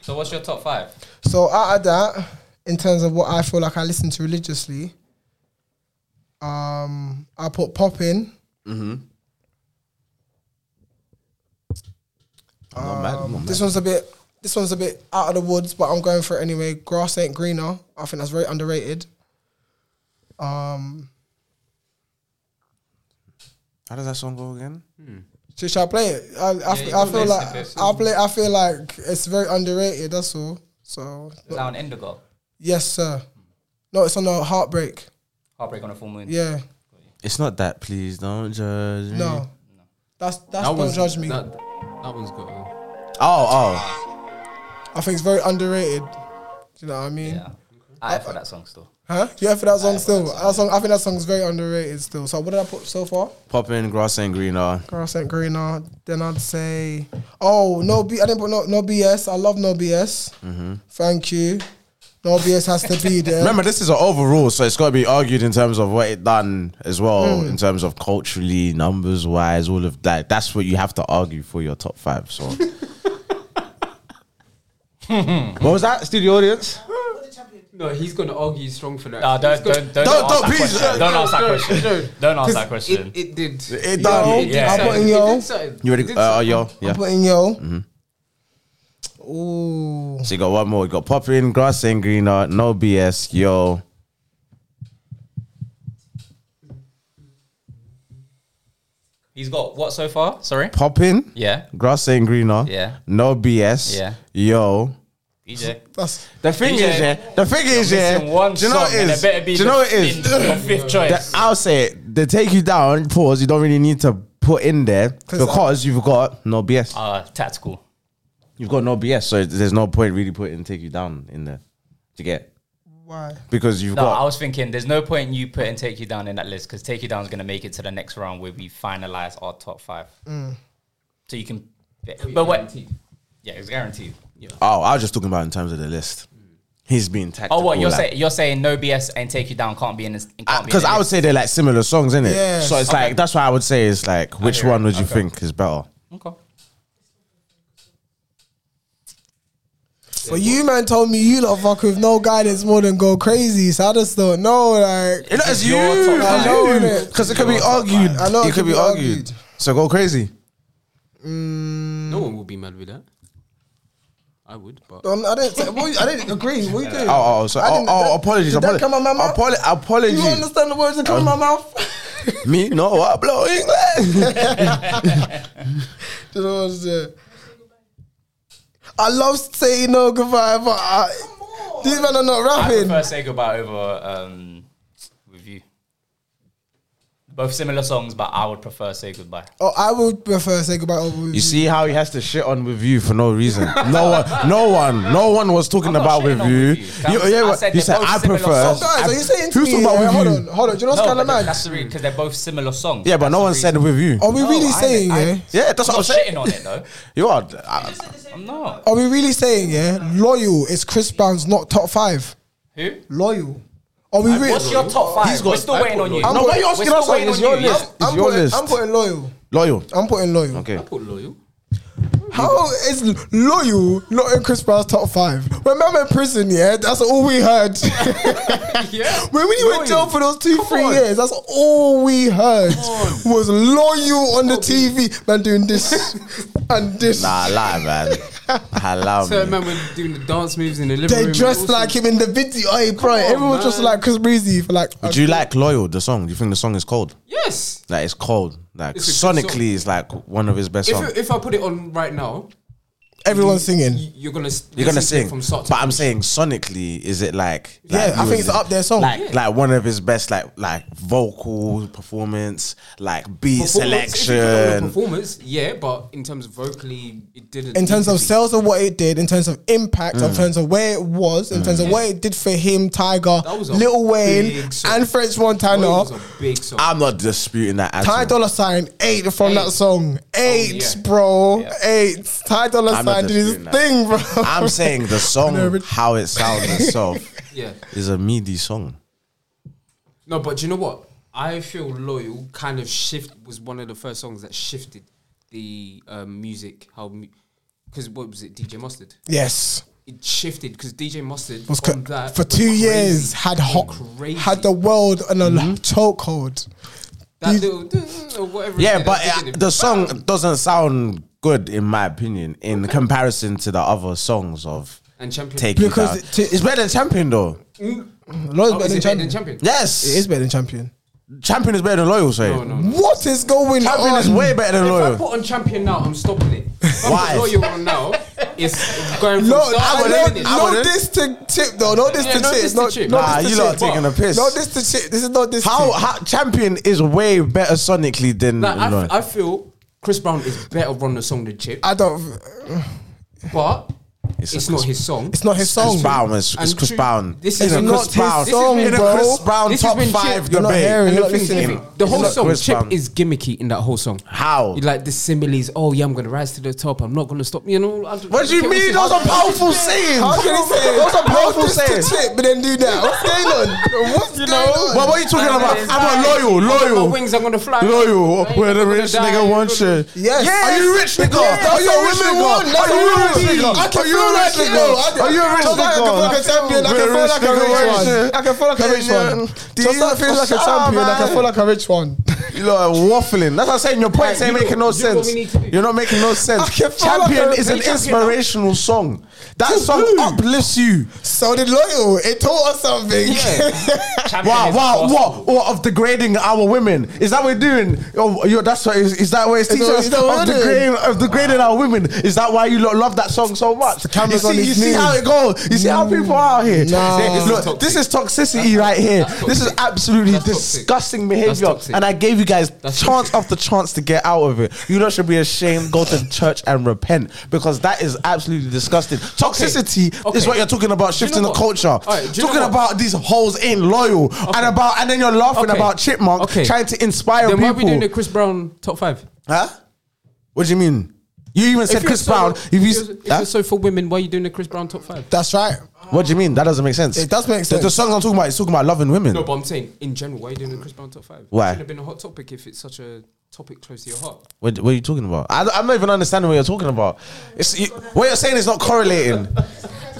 Speaker 3: So what's your top five?
Speaker 2: so out of that, in terms of what I feel like I listen to religiously, um, I put pop in.
Speaker 1: Mm-hmm. I'm not mad. I'm not mad.
Speaker 2: Um, This one's a bit. This one's a bit out of the woods, but I'm going for it anyway. Grass ain't greener. I think that's very underrated. Um,
Speaker 1: How does that song go again?
Speaker 2: should, shall I play it? I, I, f-
Speaker 3: you can
Speaker 2: I
Speaker 3: play
Speaker 2: feel like
Speaker 3: snippets.
Speaker 2: I play. I feel like it's very underrated. That's all. So
Speaker 3: Down Indigo,
Speaker 2: yes, sir. No, it's on the heartbreak.
Speaker 3: Heartbreak on a Full Moon.
Speaker 2: Yeah.
Speaker 1: It's not that. Please don't judge. Me.
Speaker 2: No. That's that's
Speaker 4: That
Speaker 2: don't
Speaker 4: one's
Speaker 2: judge me.
Speaker 4: That, that one's got. Uh,
Speaker 1: Oh, oh.
Speaker 2: I think it's very underrated. Do you know what I mean?
Speaker 3: Yeah, I for that song still.
Speaker 2: Huh? Yeah, for that song still. That song, I think that song's very underrated still. So what did I put so far?
Speaker 1: Popping grass and greener.
Speaker 2: Grass ain't greener. uh, Then I'd say, oh no, B. I didn't put no, no BS. I love no BS. Thank you. No BS has to be there.
Speaker 1: Remember, this is an overall, so it's got to be argued in terms of what it done as well, in terms of culturally, numbers wise, all of that. That's what you have to argue for your top five. *laughs* So, what was that, studio audience?
Speaker 4: no, he's gonna argue strong for that.
Speaker 3: No, don't,
Speaker 4: He's
Speaker 3: don't,
Speaker 4: got-
Speaker 3: don't,
Speaker 1: Don't-
Speaker 3: ask
Speaker 1: don't,
Speaker 3: that
Speaker 1: please, don't,
Speaker 3: question. Don't ask that
Speaker 4: don't,
Speaker 3: question.
Speaker 4: don't.
Speaker 3: Don't ask that question.
Speaker 4: It, it did.
Speaker 1: It done.
Speaker 4: It did
Speaker 3: Yeah. I'm
Speaker 4: something.
Speaker 2: putting
Speaker 4: It
Speaker 2: yo.
Speaker 4: did something.
Speaker 1: You
Speaker 4: It
Speaker 1: ready?
Speaker 4: did
Speaker 1: Uh,
Speaker 4: something.
Speaker 1: yo, yeah.
Speaker 2: I'm putting yo. Ooh,
Speaker 1: So you got one more. You got popping grass and greener. No BS, yo.
Speaker 3: He's got what so far? Sorry.
Speaker 1: Popping
Speaker 3: Yeah.
Speaker 1: grass and greener.
Speaker 3: Yeah.
Speaker 1: No BS.
Speaker 3: Yeah.
Speaker 1: Yo.
Speaker 3: PJ.
Speaker 2: that's
Speaker 1: The thing
Speaker 3: DJ,
Speaker 1: is, yeah. The thing is, yeah.
Speaker 3: Missing E one
Speaker 1: Do you know
Speaker 3: song
Speaker 1: what it
Speaker 3: and
Speaker 1: is?
Speaker 3: it better be
Speaker 1: Do you
Speaker 3: the
Speaker 1: know what it
Speaker 3: fin- your
Speaker 1: is?
Speaker 3: fifth choice.
Speaker 1: The- I'll say it. They take you down. Pause. You don't really need to put in there
Speaker 2: 'Cause uh, I-
Speaker 1: because you've got no BS.
Speaker 3: Uh, tactical.
Speaker 1: You've got no BS. So there's no point really putting take you down in there. To get
Speaker 2: why.
Speaker 1: because you've
Speaker 3: No, I
Speaker 1: got
Speaker 3: was thinking there's no point you putting Take You Down in that list because Take You Down is going to make it to the next round where we finalize our top five. So you can. But what? Yeah, it's guaranteed.
Speaker 1: oh I was just talking about in terms of the list. He's being tactical.
Speaker 3: Oh, what you're
Speaker 1: like.
Speaker 3: saying? You're saying no BS and Take You Down can't be in this. can't be in
Speaker 1: because
Speaker 3: the
Speaker 1: Uh, I would
Speaker 3: list.
Speaker 1: say they're like similar songs, isn't it?
Speaker 2: Yes.
Speaker 1: So it's like that's why I would say it's like which
Speaker 3: hear
Speaker 1: one
Speaker 3: it.
Speaker 1: would you think is better?
Speaker 3: Okay.
Speaker 2: But you man told me you lot fuck with no guidance more than go crazy. So I just don't know. Like
Speaker 1: It is you,
Speaker 3: your top
Speaker 2: five. I know, innit?
Speaker 1: because it could be argued.
Speaker 2: I know
Speaker 1: it could be argued. So go crazy.
Speaker 4: No one will be mad with that. I would, but
Speaker 2: Um, I didn't. Say, what, you- I didn't agree. What you
Speaker 3: *laughs*
Speaker 2: doing?
Speaker 1: Oh, oh, so,
Speaker 2: I
Speaker 1: oh,
Speaker 2: didn't-
Speaker 1: oh
Speaker 2: that-
Speaker 1: apologies.
Speaker 2: Did
Speaker 1: apolo-
Speaker 2: that come out my mouth?
Speaker 1: apolo-
Speaker 2: You
Speaker 1: apologies.
Speaker 2: don't understand the words that come out my mouth. *laughs*
Speaker 1: Me? No, I blow English.
Speaker 2: Do you know what I'm saying? I love saying no goodbye, but I, these men are not
Speaker 3: I
Speaker 2: rapping.
Speaker 3: prefer say goodbye over um, with you. Both similar songs, but I would prefer say goodbye.
Speaker 2: oh, I would prefer say goodbye over.
Speaker 1: *laughs*
Speaker 2: with
Speaker 1: you see how he has to shit on with you for no reason. *laughs* No one, no one, no one was talking
Speaker 3: I'm not
Speaker 1: about
Speaker 3: shitting
Speaker 1: with
Speaker 3: on
Speaker 1: you.
Speaker 3: with you. That was- I
Speaker 1: well,
Speaker 3: said
Speaker 1: you
Speaker 3: they're
Speaker 1: said
Speaker 3: both
Speaker 1: I
Speaker 3: similar
Speaker 1: prefer.
Speaker 3: songs.
Speaker 2: So guys, are you saying to
Speaker 1: Who's
Speaker 2: me?
Speaker 1: talking about
Speaker 2: wait,
Speaker 1: with
Speaker 2: hold
Speaker 1: you?
Speaker 2: on, hold on. Do you know what's
Speaker 3: No,
Speaker 2: kind
Speaker 3: but
Speaker 2: of mad?
Speaker 3: that's the reason because they're both similar songs.
Speaker 1: Yeah, but
Speaker 3: That's
Speaker 1: no
Speaker 3: the
Speaker 1: one said
Speaker 3: reason.
Speaker 1: with you.
Speaker 2: Are we
Speaker 3: No,
Speaker 2: really
Speaker 3: I-
Speaker 2: saying
Speaker 3: I-
Speaker 2: yeah?
Speaker 1: Oh, Yeah, that's what
Speaker 3: I'm
Speaker 1: I'm
Speaker 3: not
Speaker 1: saying.
Speaker 3: shitting on it though.
Speaker 1: *laughs* You are. uh, I,
Speaker 3: I'm not.
Speaker 2: Are we really saying yeah? Loyal is Chris Brown's not top five.
Speaker 3: Who?
Speaker 2: Loyal. Are we really?
Speaker 3: What's your top five? We're still
Speaker 4: I
Speaker 3: waiting
Speaker 4: put
Speaker 3: on you.
Speaker 4: Lloyd.
Speaker 1: no, why are you
Speaker 3: We're
Speaker 1: asking
Speaker 3: still
Speaker 1: us? Like,
Speaker 3: waiting
Speaker 1: it's
Speaker 3: on
Speaker 1: your
Speaker 3: you.
Speaker 1: list. It's
Speaker 2: I'm
Speaker 1: your
Speaker 2: putting,
Speaker 1: list.
Speaker 2: I'm putting loyal.
Speaker 1: Loyal.
Speaker 2: I'm putting loyal.
Speaker 1: Okay.
Speaker 4: I put loyal.
Speaker 2: How is loyal not in Chris Brown's top five? When man went in prison, yeah, that's all
Speaker 1: *laughs*
Speaker 2: we heard.
Speaker 4: Yeah.
Speaker 2: *laughs* when we went in jail for those two, three
Speaker 4: on.
Speaker 2: years, that's all we heard was loyal on the TV. Man
Speaker 1: *laughs*
Speaker 2: doing this and this.
Speaker 1: Nah, I lie, *laughs* man. I lie,
Speaker 4: So
Speaker 1: man.
Speaker 4: man, we're doing the dance moves in the living room.
Speaker 2: They
Speaker 4: and all
Speaker 2: dressed like him
Speaker 4: sorts.
Speaker 2: in the video. Hey, bro,
Speaker 4: on,
Speaker 2: everyone dressed
Speaker 4: man.
Speaker 2: like Chris Breezy for like.
Speaker 1: Would you like Loyal, the song? Do you think the song is cold?
Speaker 4: Yes.
Speaker 1: Like, it's cold. Like,
Speaker 4: It's a good
Speaker 1: sonically, it's like one of his best
Speaker 4: If
Speaker 1: songs.
Speaker 4: you- if I put it on right now,
Speaker 2: everyone
Speaker 4: you-
Speaker 2: singing?
Speaker 4: you're gonna s-
Speaker 1: You're gonna
Speaker 4: listen to it
Speaker 1: sing,
Speaker 4: from start. to
Speaker 1: but I'm
Speaker 4: finish.
Speaker 1: saying sonically, is it like?
Speaker 2: Yeah,
Speaker 1: like
Speaker 2: I
Speaker 1: you
Speaker 2: think it's
Speaker 1: was-
Speaker 2: up there
Speaker 4: Oh,
Speaker 2: song.
Speaker 1: Like, like one of his best, like, like vocal performance, like beat
Speaker 4: Performance, if you put it on a
Speaker 1: selection.
Speaker 4: performance, yeah, but in terms of vocally, it didn't.
Speaker 2: in terms
Speaker 4: need to
Speaker 2: of
Speaker 4: be.
Speaker 2: sales of what it did, in terms of impact,
Speaker 4: Mm.
Speaker 2: in terms of where it was, in terms of what it did for him, Tiger,
Speaker 4: That was a
Speaker 2: Lil Wayne,
Speaker 4: big song.
Speaker 2: and French
Speaker 4: Lloyd
Speaker 2: Montana.
Speaker 4: was a big song.
Speaker 1: I'm not disputing that. At
Speaker 2: Ty
Speaker 1: all.
Speaker 2: Dollar Sign eight from that
Speaker 4: Eight. Oh,
Speaker 2: song. Eight,
Speaker 4: yeah.
Speaker 2: bro. Eight. Ty Dollar
Speaker 1: I'm not
Speaker 2: Sign did his
Speaker 1: disputing that.
Speaker 2: thing, bro.
Speaker 1: I'm saying
Speaker 4: *laughs*
Speaker 1: the song,
Speaker 2: Never-
Speaker 1: how it sounds itself,
Speaker 4: yeah.
Speaker 1: is a meaty song.
Speaker 4: No, but do you know what? I feel loyal. Kind of shift was one of the first songs that shifted the um, music. How? Because what was it? DJ Mustard.
Speaker 2: yes.
Speaker 4: It shifted because DJ Mustard
Speaker 2: Was
Speaker 4: on
Speaker 2: co-
Speaker 4: that
Speaker 2: for
Speaker 4: went
Speaker 2: two
Speaker 4: crazy,
Speaker 2: years had
Speaker 4: went
Speaker 2: hot
Speaker 4: crazy. Mm-hmm.
Speaker 2: had the world on a chokehold.
Speaker 4: that little *laughs* or whatever. it
Speaker 1: Yeah,
Speaker 4: did,
Speaker 1: but
Speaker 4: it
Speaker 1: it,
Speaker 4: did it.
Speaker 1: the song doesn't sound good, in my opinion, in comparison to the other songs of
Speaker 4: And Champion.
Speaker 1: Take
Speaker 2: Because
Speaker 1: You Down.
Speaker 2: it- to-
Speaker 1: it's better than Champion, though.
Speaker 2: Lloyd's
Speaker 4: Oh,
Speaker 2: better
Speaker 4: is
Speaker 2: than
Speaker 4: it better than
Speaker 2: champion.
Speaker 4: Champion?
Speaker 1: Yes,
Speaker 2: It is better than champion.
Speaker 1: Champion is better than Loyal. Say
Speaker 4: No, no, no.
Speaker 2: What is going
Speaker 1: Champion
Speaker 2: on?
Speaker 1: is way better than
Speaker 4: If I
Speaker 1: Loyal.
Speaker 4: put on champion now, I'm stopping it. If I put
Speaker 1: Why?
Speaker 4: Loyal on now, it's going from
Speaker 2: No,
Speaker 4: start
Speaker 2: I
Speaker 4: to
Speaker 2: no,
Speaker 4: finish.
Speaker 1: I
Speaker 2: no
Speaker 1: wouldn't.
Speaker 2: this to tip though. No this
Speaker 4: Yeah,
Speaker 2: to
Speaker 4: no diss
Speaker 2: tip.
Speaker 4: to
Speaker 2: No,
Speaker 4: Chip.
Speaker 2: no
Speaker 1: Nah,
Speaker 2: this
Speaker 1: you
Speaker 2: to
Speaker 1: lot are
Speaker 2: Chip.
Speaker 1: taking a piss.
Speaker 2: No this to chip. This is not this.
Speaker 1: How,
Speaker 2: tip.
Speaker 1: how champion is way better sonically than
Speaker 4: Like, I,
Speaker 1: Lloyd.
Speaker 4: f- I feel Chris Brown is better on the song than Chip,
Speaker 2: I don't.
Speaker 4: but
Speaker 1: It's
Speaker 4: it's,
Speaker 1: a
Speaker 4: not
Speaker 1: Chris-
Speaker 4: his song.
Speaker 2: It's not his song.
Speaker 1: Chris Brown is it's
Speaker 4: And
Speaker 1: Chris
Speaker 4: true-
Speaker 1: Brown.
Speaker 4: this
Speaker 1: in
Speaker 4: is
Speaker 1: a
Speaker 4: not
Speaker 1: Chris
Speaker 4: his
Speaker 1: Brown.
Speaker 2: song,
Speaker 1: in a
Speaker 2: bro.
Speaker 1: Chris Brown
Speaker 4: This has
Speaker 1: top
Speaker 4: been
Speaker 1: five
Speaker 4: Chip. You're
Speaker 2: not
Speaker 1: debate.
Speaker 2: hearing,
Speaker 4: And
Speaker 2: you're not
Speaker 4: the, thing is,
Speaker 1: Him.
Speaker 2: listening.
Speaker 4: the
Speaker 1: It's
Speaker 4: whole
Speaker 1: not
Speaker 4: song,
Speaker 1: Chris
Speaker 4: Chip
Speaker 1: Brown.
Speaker 4: is gimmicky in that whole song.
Speaker 1: How?
Speaker 4: You Like the similes, oh yeah, I'm gonna rise to the top, I'm not gonna stop. You know, I don't-
Speaker 1: What do
Speaker 4: I
Speaker 1: you
Speaker 4: don't
Speaker 1: mean?
Speaker 4: see-
Speaker 1: Those are powerful
Speaker 2: How
Speaker 1: sayings.
Speaker 2: can he say?
Speaker 1: Those are powerful
Speaker 2: No diss to
Speaker 1: sayings.
Speaker 2: Chip, but then do that. What's going on? What's going on?
Speaker 1: But what are you talking about?
Speaker 4: It's
Speaker 1: I'm
Speaker 4: like,
Speaker 1: a loyal,
Speaker 4: I've got
Speaker 1: loyal.
Speaker 4: My wings, I'm gonna fly.
Speaker 1: Loyal,
Speaker 4: I ain't
Speaker 1: where the
Speaker 4: gonna
Speaker 1: rich
Speaker 4: die.
Speaker 1: nigga wants you.
Speaker 2: Yes.
Speaker 1: Are you a rich nigga?
Speaker 2: Yes,
Speaker 1: Are you a rich
Speaker 2: women
Speaker 1: nigga?
Speaker 2: want. That's
Speaker 1: Are you a
Speaker 2: what
Speaker 1: rich
Speaker 2: women
Speaker 1: nigga?
Speaker 2: want. I can
Speaker 1: Are you a
Speaker 2: feel like
Speaker 1: rich
Speaker 2: it,
Speaker 1: nigga?
Speaker 2: though. I-
Speaker 1: Are you a rich
Speaker 2: just like I can feel like a
Speaker 1: nigga?
Speaker 2: champion, I
Speaker 1: We're
Speaker 2: can
Speaker 1: a
Speaker 2: feel
Speaker 1: rich
Speaker 2: like a
Speaker 1: nigga
Speaker 2: rich
Speaker 1: wants
Speaker 2: one.
Speaker 1: you.
Speaker 2: I can feel like a rich one.
Speaker 1: Do
Speaker 2: Just
Speaker 1: you
Speaker 2: like I feel like a
Speaker 1: shut up,
Speaker 2: champion, I can
Speaker 1: man?
Speaker 2: feel like a rich one.
Speaker 1: You lot are waffling. That's what I'm saying. Your points ain't
Speaker 4: you know-
Speaker 1: making no
Speaker 4: you know what
Speaker 1: sense.
Speaker 4: we need to do.
Speaker 1: You're not making no sense.
Speaker 2: I can feel like
Speaker 1: Champion
Speaker 2: a
Speaker 1: is an
Speaker 2: champion.
Speaker 1: inspirational song. That
Speaker 2: To
Speaker 1: song
Speaker 2: who?
Speaker 1: uplifts you.
Speaker 2: So did loyal. It taught us something.
Speaker 3: Champion
Speaker 1: Wow,
Speaker 3: is
Speaker 1: wow,
Speaker 3: boss.
Speaker 1: what? What of degrading our women? Is that what we're doing? Oh, you're, that's what is, is that what it's
Speaker 2: Is that-
Speaker 1: teaching us?
Speaker 2: is that
Speaker 1: Of
Speaker 2: what we're doing?
Speaker 1: degrading, of degrading our women. Is that why you lot love that song so much? The
Speaker 2: camera's
Speaker 1: you
Speaker 2: on
Speaker 1: see,
Speaker 2: his
Speaker 1: you see
Speaker 2: knees.
Speaker 1: how it goes. You see how people are out here.
Speaker 2: Nah.
Speaker 1: They-
Speaker 2: This is
Speaker 1: look, this is toxicity right here. This is
Speaker 4: toxic.
Speaker 1: absolutely
Speaker 4: That's toxic.
Speaker 1: disgusting
Speaker 4: That's
Speaker 1: behavior.
Speaker 4: toxic.
Speaker 1: And I gave you guys
Speaker 4: That's
Speaker 1: chance
Speaker 4: toxic.
Speaker 1: after chance to get out of it. You lot should be ashamed. Go
Speaker 4: *sighs*
Speaker 1: to church and repent because that is absolutely disgusting. Toxicity
Speaker 4: Okay.
Speaker 1: is what you're talking about.
Speaker 4: you know
Speaker 1: Shifting the
Speaker 4: what?
Speaker 1: culture.
Speaker 4: Alright, do you know
Speaker 1: talking
Speaker 4: what?
Speaker 1: about these hoes ain't loyal and about and then you're laughing
Speaker 4: Okay.
Speaker 1: about Chipmunk
Speaker 4: Okay.
Speaker 1: trying to inspire
Speaker 4: Then
Speaker 1: people.
Speaker 4: why are we doing the Chris Brown top five?
Speaker 1: huh? What do you mean? You even said
Speaker 4: If
Speaker 1: Chris
Speaker 4: you're
Speaker 1: Brown.
Speaker 4: so-
Speaker 1: if you,
Speaker 4: you're- if
Speaker 1: huh?
Speaker 4: you're so for women, why are you doing the Chris Brown top five?
Speaker 2: That's right.
Speaker 1: what do you mean? That doesn't make sense.
Speaker 2: It does make
Speaker 1: The- The,
Speaker 2: sense.
Speaker 1: songs I'm talking about is talking about loving women.
Speaker 4: No, but I'm saying in general, why are you doing the Chris Brown top five?
Speaker 1: Why?
Speaker 4: It should have been a hot topic if it's such a topic close to your heart.
Speaker 1: What, what are you talking about? I, am not even understanding what you're talking about. It's, you, what you're saying is not correlating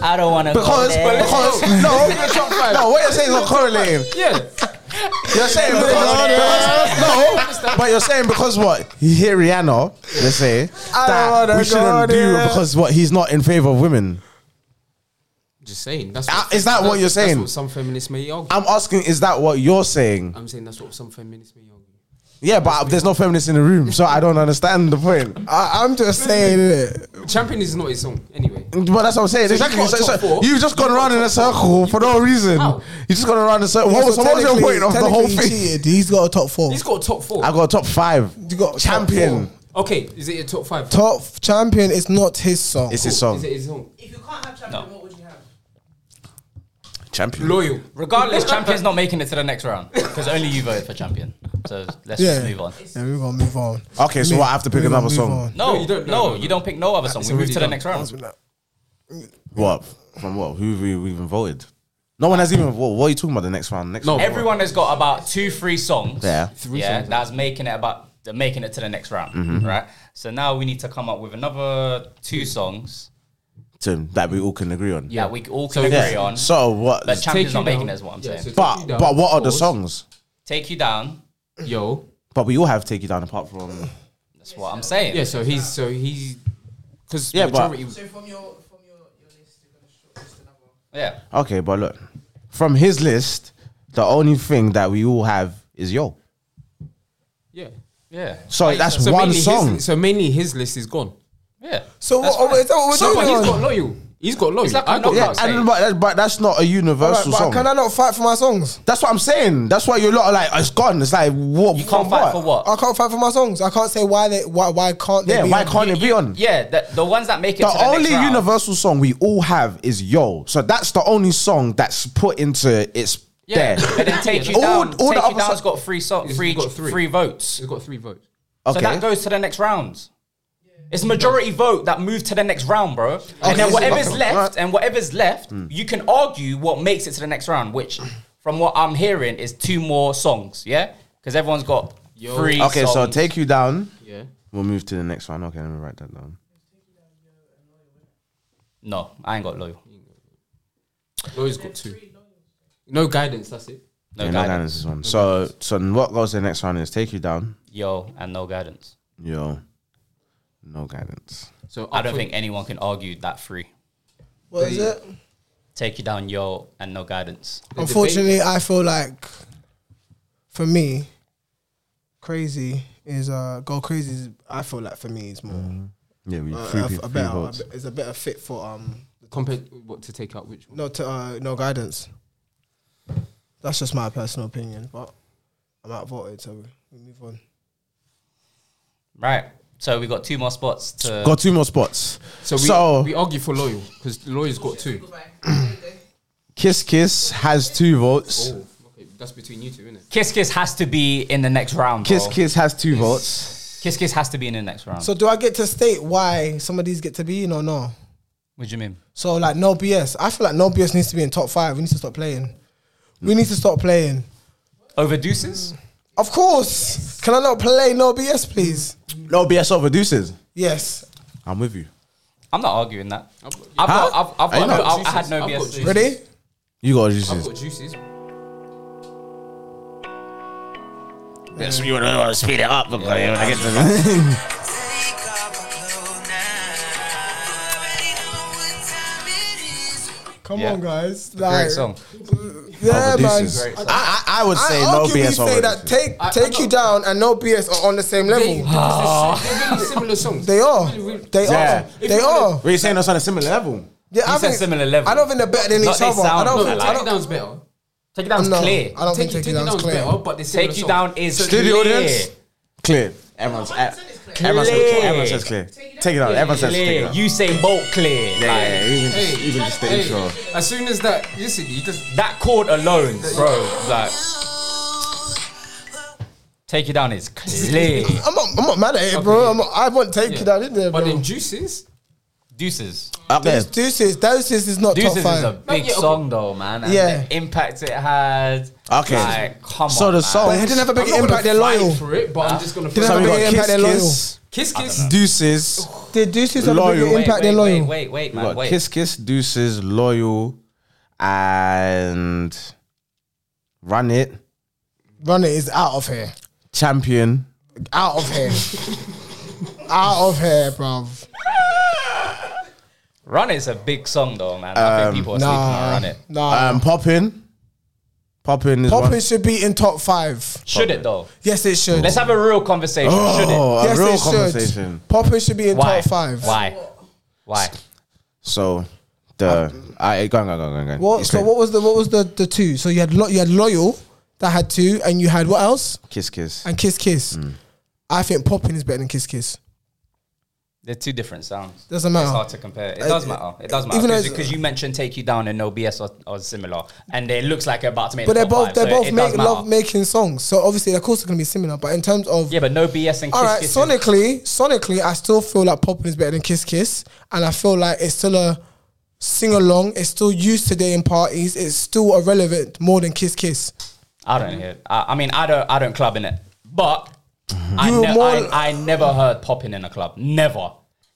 Speaker 3: I don't want to
Speaker 4: *laughs*
Speaker 1: because because no no what you're saying is not correlating.
Speaker 4: Yeah.
Speaker 1: You're saying because, because- no, but you're saying because what he hear Rihanna, let's say that
Speaker 2: wanna
Speaker 1: we shouldn't
Speaker 2: go
Speaker 1: do
Speaker 2: there.
Speaker 1: because what he's not in favor of women.
Speaker 4: Just saying. That's
Speaker 1: Ah, is that what you're
Speaker 4: that's
Speaker 1: saying?
Speaker 4: what some feminists may argue. I'm,
Speaker 1: I'm asking, is that what you're saying?
Speaker 4: saying that's what some feminists may argue.
Speaker 1: Yeah, but there's no feminists in the room, so I don't understand the point.
Speaker 2: I, I'm just saying it.
Speaker 4: Champion is not his song anyway.
Speaker 1: But that's what I'm saying.
Speaker 4: So
Speaker 1: exactly.
Speaker 4: you've got
Speaker 1: So, so
Speaker 4: top four.
Speaker 1: you've just gone
Speaker 4: You've got
Speaker 1: around in a
Speaker 4: top four.
Speaker 1: circle
Speaker 4: You've
Speaker 1: for
Speaker 4: got-
Speaker 1: no reason.
Speaker 4: How?
Speaker 1: You just gone around in a circle. What was, what was your point of the whole
Speaker 2: technically he
Speaker 1: thing?
Speaker 2: Cheated. He's got a top four.
Speaker 4: He's got a top four.
Speaker 1: I got a top five.
Speaker 2: You got a top
Speaker 1: champion.
Speaker 4: okay, is it your top five?
Speaker 2: top champion is not his song.
Speaker 1: It's his song.
Speaker 4: Is it his song?
Speaker 6: If you can't have champion,
Speaker 3: No.
Speaker 6: what would you have?
Speaker 1: Champion.
Speaker 4: Loyal. *laughs*
Speaker 1: *laughs*
Speaker 3: Regardless, champion's not making it to the next round because only you voted for champion. So let's just
Speaker 2: Yeah.
Speaker 3: move on.
Speaker 2: yeah, we're gonna move on.
Speaker 1: Okay, so
Speaker 2: Move-
Speaker 1: what, I have to pick
Speaker 2: we're gonna
Speaker 1: another
Speaker 2: move
Speaker 1: song?
Speaker 2: on.
Speaker 3: No,
Speaker 4: No,
Speaker 3: you
Speaker 4: you
Speaker 3: don't,
Speaker 4: don't-
Speaker 3: no,
Speaker 4: no,
Speaker 3: you don't pick no other song. We move
Speaker 4: already
Speaker 3: to the
Speaker 4: done.
Speaker 3: next round.
Speaker 1: What? From what? Who have we even voted? No one has even. What, what are you talking about? The next round. Next
Speaker 4: No.
Speaker 1: round.
Speaker 3: Everyone has got about two, three songs.
Speaker 1: Yeah.
Speaker 4: Three
Speaker 3: yeah,
Speaker 4: songs.
Speaker 3: that's making it about they're making it to the next round, right? So now we need to come up with another two songs
Speaker 1: To, that we all can agree on.
Speaker 3: that we all
Speaker 4: So
Speaker 3: can
Speaker 4: yeah.
Speaker 3: agree on.
Speaker 1: So what?
Speaker 3: but champion's
Speaker 4: you
Speaker 3: not making
Speaker 4: down.
Speaker 3: it, is what I'm
Speaker 4: Yeah,
Speaker 3: saying.
Speaker 4: so-
Speaker 1: but but what are the songs?
Speaker 3: Take you down.
Speaker 4: Yo.
Speaker 1: But we all have take you down apart from.
Speaker 3: That's what I'm saying.
Speaker 4: Yeah, so he's so he's because
Speaker 1: Yeah, but-
Speaker 4: majority
Speaker 6: So from your from your, your list, you're gonna shortlist another.
Speaker 3: Yeah.
Speaker 1: Okay, but look, from his list, the only thing that we all have is yo.
Speaker 4: yeah.
Speaker 3: Yeah.
Speaker 1: So that's
Speaker 4: So
Speaker 1: one
Speaker 4: mainly
Speaker 1: song.
Speaker 4: His, so mainly his list is gone.
Speaker 3: Yeah.
Speaker 2: So what, oh, is that what we're
Speaker 4: No, but
Speaker 2: doing?
Speaker 4: he's
Speaker 2: on?
Speaker 4: got loyal. He's got loyal.
Speaker 3: It's like a
Speaker 4: I got
Speaker 3: knockout
Speaker 1: yeah,
Speaker 4: loyal.
Speaker 3: saying.
Speaker 1: and, but, that, but that's not a
Speaker 2: Alright,
Speaker 1: universal
Speaker 2: but
Speaker 1: song.
Speaker 2: can I not fight for my songs?
Speaker 1: that's what I'm saying. That's why you're lot like it's gone. It's like what
Speaker 3: You can't fight for what?
Speaker 2: I can't fight for my songs. I can't say why they why why can't they?
Speaker 1: Yeah,
Speaker 2: be
Speaker 1: why
Speaker 2: on-
Speaker 1: can't it be on?
Speaker 3: Yeah, the, the ones that make it
Speaker 1: the,
Speaker 3: to the
Speaker 1: only
Speaker 3: next round.
Speaker 1: universal song we all have is Yo. So that's the only song that's put into its
Speaker 3: Yeah,
Speaker 1: there.
Speaker 3: but then take
Speaker 1: *laughs*
Speaker 3: you
Speaker 1: All-
Speaker 3: down.
Speaker 1: all the
Speaker 3: take
Speaker 1: other
Speaker 3: you down's
Speaker 1: so-
Speaker 3: got three, so,
Speaker 4: He's
Speaker 3: three,
Speaker 4: got three.
Speaker 3: three votes.
Speaker 4: He's got three votes.
Speaker 1: Okay.
Speaker 3: So that goes to the next round. It's majority vote that moved to the next round, bro. And then
Speaker 1: Okay.
Speaker 3: whatever's
Speaker 1: Okay. Hmm.
Speaker 3: left,
Speaker 1: Alright.
Speaker 3: and whatever's left, you can argue what makes it to the next round, which, *clears throat* from what I'm hearing, is two more songs. Yeah, because everyone's got
Speaker 4: Yo.
Speaker 3: three.
Speaker 1: okay, so
Speaker 3: songs.
Speaker 1: take you down.
Speaker 4: Yeah.
Speaker 1: We'll move to the next one. Okay, let me write that down.
Speaker 3: No, I ain't got loyal.
Speaker 4: Loyal's got two. No guidance. That's it.
Speaker 3: No
Speaker 1: yeah, no
Speaker 3: guidance.
Speaker 1: guidance is one. So, so what goes to the next one is take you down.
Speaker 3: Yo, and no guidance.
Speaker 1: Yo, no guidance.
Speaker 4: So
Speaker 3: I don't think anyone can argue that three.
Speaker 2: What is it?
Speaker 3: Take you down, yo, and no guidance.
Speaker 2: Unfortunately, I feel like for me, crazy is uh go crazy. Is, I feel like for me is more
Speaker 1: Yeah, we
Speaker 2: uh,
Speaker 1: Mm, three,
Speaker 2: a,
Speaker 1: peop-
Speaker 2: a
Speaker 1: three
Speaker 2: better
Speaker 1: votes.
Speaker 2: is a better fit for um
Speaker 4: compared what to take out which one.
Speaker 2: no to, uh, no guidance. That's just my personal opinion, but I'm outvoted, so we move on.
Speaker 3: Right. So we got two more spots to.
Speaker 1: Got two more spots.
Speaker 4: So
Speaker 1: So,
Speaker 4: we, we argue for loyal because loyal's got two.
Speaker 1: Kiss Kiss has two votes.
Speaker 4: Oh, okay. That's between you two, isn't it?
Speaker 3: Kiss Kiss has to be in the next round.
Speaker 1: Kiss
Speaker 3: bro.
Speaker 1: Kiss has two votes.
Speaker 3: Kiss Kiss has to be in the next round.
Speaker 2: So do I get to state why some of these get to be in or no?
Speaker 3: what do you mean?
Speaker 2: So like no BS. I feel like no BS needs to be in top five. We need to stop playing. We need to stop playing.
Speaker 3: Over deuces?
Speaker 2: Of course. Can I not play no BS, please?
Speaker 1: No BS over deuces.
Speaker 2: Yes.
Speaker 1: I'm with you.
Speaker 3: I'm not arguing that. I've
Speaker 4: got-
Speaker 3: got, I've, I've
Speaker 1: Hey,
Speaker 3: got,
Speaker 1: no,
Speaker 3: no, I've- I
Speaker 4: juices.
Speaker 3: had no
Speaker 4: I've got
Speaker 3: BS.
Speaker 4: juices.
Speaker 2: Ready?
Speaker 1: You got
Speaker 3: Oh,
Speaker 4: I've
Speaker 1: deuces.
Speaker 4: got juices.
Speaker 1: Yes, you want to speed it up. because when I get to-
Speaker 2: Come
Speaker 3: Yeah.
Speaker 2: on, guys.
Speaker 3: Great song.
Speaker 2: Yeah,
Speaker 1: Over
Speaker 2: man.
Speaker 1: deuces.
Speaker 2: I-
Speaker 1: I, I, I would
Speaker 2: I
Speaker 1: say no
Speaker 2: arguably
Speaker 1: BS over
Speaker 2: say that
Speaker 1: deuces.
Speaker 2: take
Speaker 4: I-
Speaker 2: take
Speaker 4: I
Speaker 2: you
Speaker 4: know.
Speaker 2: down and no BS are on the same
Speaker 4: They,
Speaker 2: level.
Speaker 3: Ah.
Speaker 4: because they're, they're really similar songs.
Speaker 2: They are.
Speaker 4: Really, really-
Speaker 2: They
Speaker 1: Yeah.
Speaker 2: are. They are.
Speaker 1: Were you saying that's on a similar level?
Speaker 2: Yeah,
Speaker 3: You
Speaker 2: I
Speaker 3: said
Speaker 2: think
Speaker 3: similar level.
Speaker 2: I don't think they're better than
Speaker 3: Not
Speaker 2: each
Speaker 3: they
Speaker 2: other. I
Speaker 3: sound
Speaker 2: don't.
Speaker 4: No,
Speaker 2: think-
Speaker 3: alike.
Speaker 2: I
Speaker 4: take it
Speaker 2: don't.
Speaker 4: down's better.
Speaker 3: Take it down's
Speaker 2: no,
Speaker 3: clear.
Speaker 2: I don't think
Speaker 4: Take, take,
Speaker 2: Take
Speaker 4: take
Speaker 2: It
Speaker 4: it
Speaker 2: Down's
Speaker 4: down's
Speaker 2: clear.
Speaker 4: better, but they're similar
Speaker 3: Take you
Speaker 4: songs.
Speaker 3: down is
Speaker 4: So
Speaker 3: clear.
Speaker 1: Studio audience? Clear. Everyone's,
Speaker 6: Mine said it's clear.
Speaker 1: everyone says,
Speaker 3: Clear.
Speaker 1: everyone says clear. Take it out. Everyone says take it
Speaker 3: Clear.
Speaker 1: out.
Speaker 3: Usain Bolt clear.
Speaker 1: Yeah,
Speaker 3: Like,
Speaker 1: yeah, yeah. You can
Speaker 4: Hey,
Speaker 1: just, you can just
Speaker 4: hey,
Speaker 1: stay intro.
Speaker 4: As soon as that, listen, you just
Speaker 3: That chord alone, bro. Like, take you down is clear.
Speaker 2: I'm not. I'm not mad at it, bro. I'm not, I want take
Speaker 4: Yeah.
Speaker 2: you down in there,
Speaker 4: But
Speaker 2: bro.
Speaker 4: then juices.
Speaker 3: Deuces.
Speaker 1: Up there.
Speaker 2: Deuces, deuces is not top
Speaker 3: Deuces is a
Speaker 2: five.
Speaker 3: big
Speaker 4: yeah, okay.
Speaker 3: song though, man. And
Speaker 2: Yeah.
Speaker 3: The impact it had.
Speaker 1: Okay.
Speaker 3: Like, come
Speaker 1: So
Speaker 3: on.
Speaker 1: the
Speaker 3: man.
Speaker 1: song-
Speaker 2: But it didn't have a big
Speaker 4: I'm not
Speaker 2: impact. They're
Speaker 4: gonna fight
Speaker 2: loyal.
Speaker 4: for it, but I'm just gonna.
Speaker 2: Didn't
Speaker 1: So
Speaker 2: have
Speaker 1: we
Speaker 2: a big
Speaker 1: got Kiss
Speaker 2: impact. They're loyal.
Speaker 1: Kiss,
Speaker 4: Kiss
Speaker 1: uh,
Speaker 4: kiss.
Speaker 1: Deuces.
Speaker 2: The deuces have a
Speaker 1: Loyal.
Speaker 2: big
Speaker 3: Wait,
Speaker 2: impact. They're
Speaker 3: wait,
Speaker 2: loyal.
Speaker 3: Wait, wait, wait,
Speaker 1: We
Speaker 3: man.
Speaker 1: got
Speaker 3: Wait.
Speaker 1: Kiss Kiss, Deuces, Loyal, and Run It.
Speaker 2: Run it is out of here.
Speaker 1: Champion.
Speaker 2: Out of here. out of here, bruv.
Speaker 3: Run It's a big song though, man. I think people are sleeping on
Speaker 2: Nah,
Speaker 3: Run It. Uh,
Speaker 2: nah.
Speaker 1: Um, popping. Popping is
Speaker 2: Poppin
Speaker 1: one.
Speaker 2: should be in top five.
Speaker 3: Should it though?
Speaker 2: Yes, it should.
Speaker 3: Let's have a real conversation. Should it?
Speaker 1: Oh, a
Speaker 2: yes,
Speaker 1: real
Speaker 2: it
Speaker 1: conversation.
Speaker 2: should. Poppin should be in
Speaker 3: Why?
Speaker 2: top five.
Speaker 3: Why? Why?
Speaker 1: So the I go on, go on, go on, go on.
Speaker 2: Uh, What?
Speaker 1: It's
Speaker 2: So
Speaker 1: great.
Speaker 2: what was the what was the the two? So you had lo- you had loyal that had two, and you had what else?
Speaker 1: Kiss, kiss.
Speaker 2: And kiss kiss. I think popping is better than kiss kiss.
Speaker 3: They're two different sounds.
Speaker 2: Doesn't matter.
Speaker 3: It's hard to compare. It does
Speaker 2: Uh,
Speaker 3: matter. It does
Speaker 2: even though
Speaker 3: matter
Speaker 2: it's-
Speaker 3: because you mentioned "Take You Down" and "No BS" are, are similar, and it looks like they're about to make.
Speaker 2: But
Speaker 3: the
Speaker 2: they're
Speaker 3: top
Speaker 2: both
Speaker 3: five,
Speaker 2: they're
Speaker 3: so
Speaker 2: both
Speaker 3: it
Speaker 2: make,
Speaker 3: does matter.
Speaker 2: love making songs. So obviously their course are gonna be similar. But in terms of
Speaker 3: Yeah, but "No BS" and
Speaker 2: all right,
Speaker 3: Kiss Kiss. is-
Speaker 2: sonically, sonically, I still feel like popping is better than kiss kiss, and I feel like it's still a sing along. It's still used today in parties. It's still irrelevant more than kiss kiss.
Speaker 3: I
Speaker 1: Mm-hmm.
Speaker 3: don't hear. I, I mean, I don't. I don't club in it. But
Speaker 1: Mm-hmm.
Speaker 3: I,
Speaker 2: You were
Speaker 3: ne-
Speaker 2: more-
Speaker 3: I, I never heard popping in a club. Never.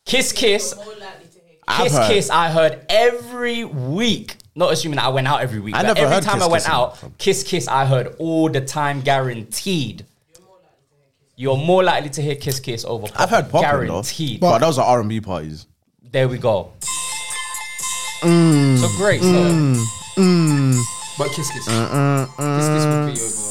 Speaker 3: Kiss kiss.
Speaker 6: More likely to hate.
Speaker 1: I've
Speaker 3: Kiss
Speaker 1: heard.
Speaker 3: kiss. I heard every week. Not assuming that I went out every week.
Speaker 1: I
Speaker 3: but
Speaker 1: never
Speaker 3: every
Speaker 1: heard
Speaker 3: time
Speaker 1: Kiss
Speaker 3: I went
Speaker 1: Kiss in a
Speaker 3: out,
Speaker 1: club.
Speaker 3: kiss kiss. I heard all the time, guaranteed. You're more likely to hear kiss kiss over.
Speaker 1: I've heard popping
Speaker 3: guaranteed.
Speaker 1: though, but those are R and B parties.
Speaker 3: There we go.
Speaker 1: Mm.
Speaker 3: So uh, great. So
Speaker 4: But Kiss Kiss. Kiss Kiss would be over.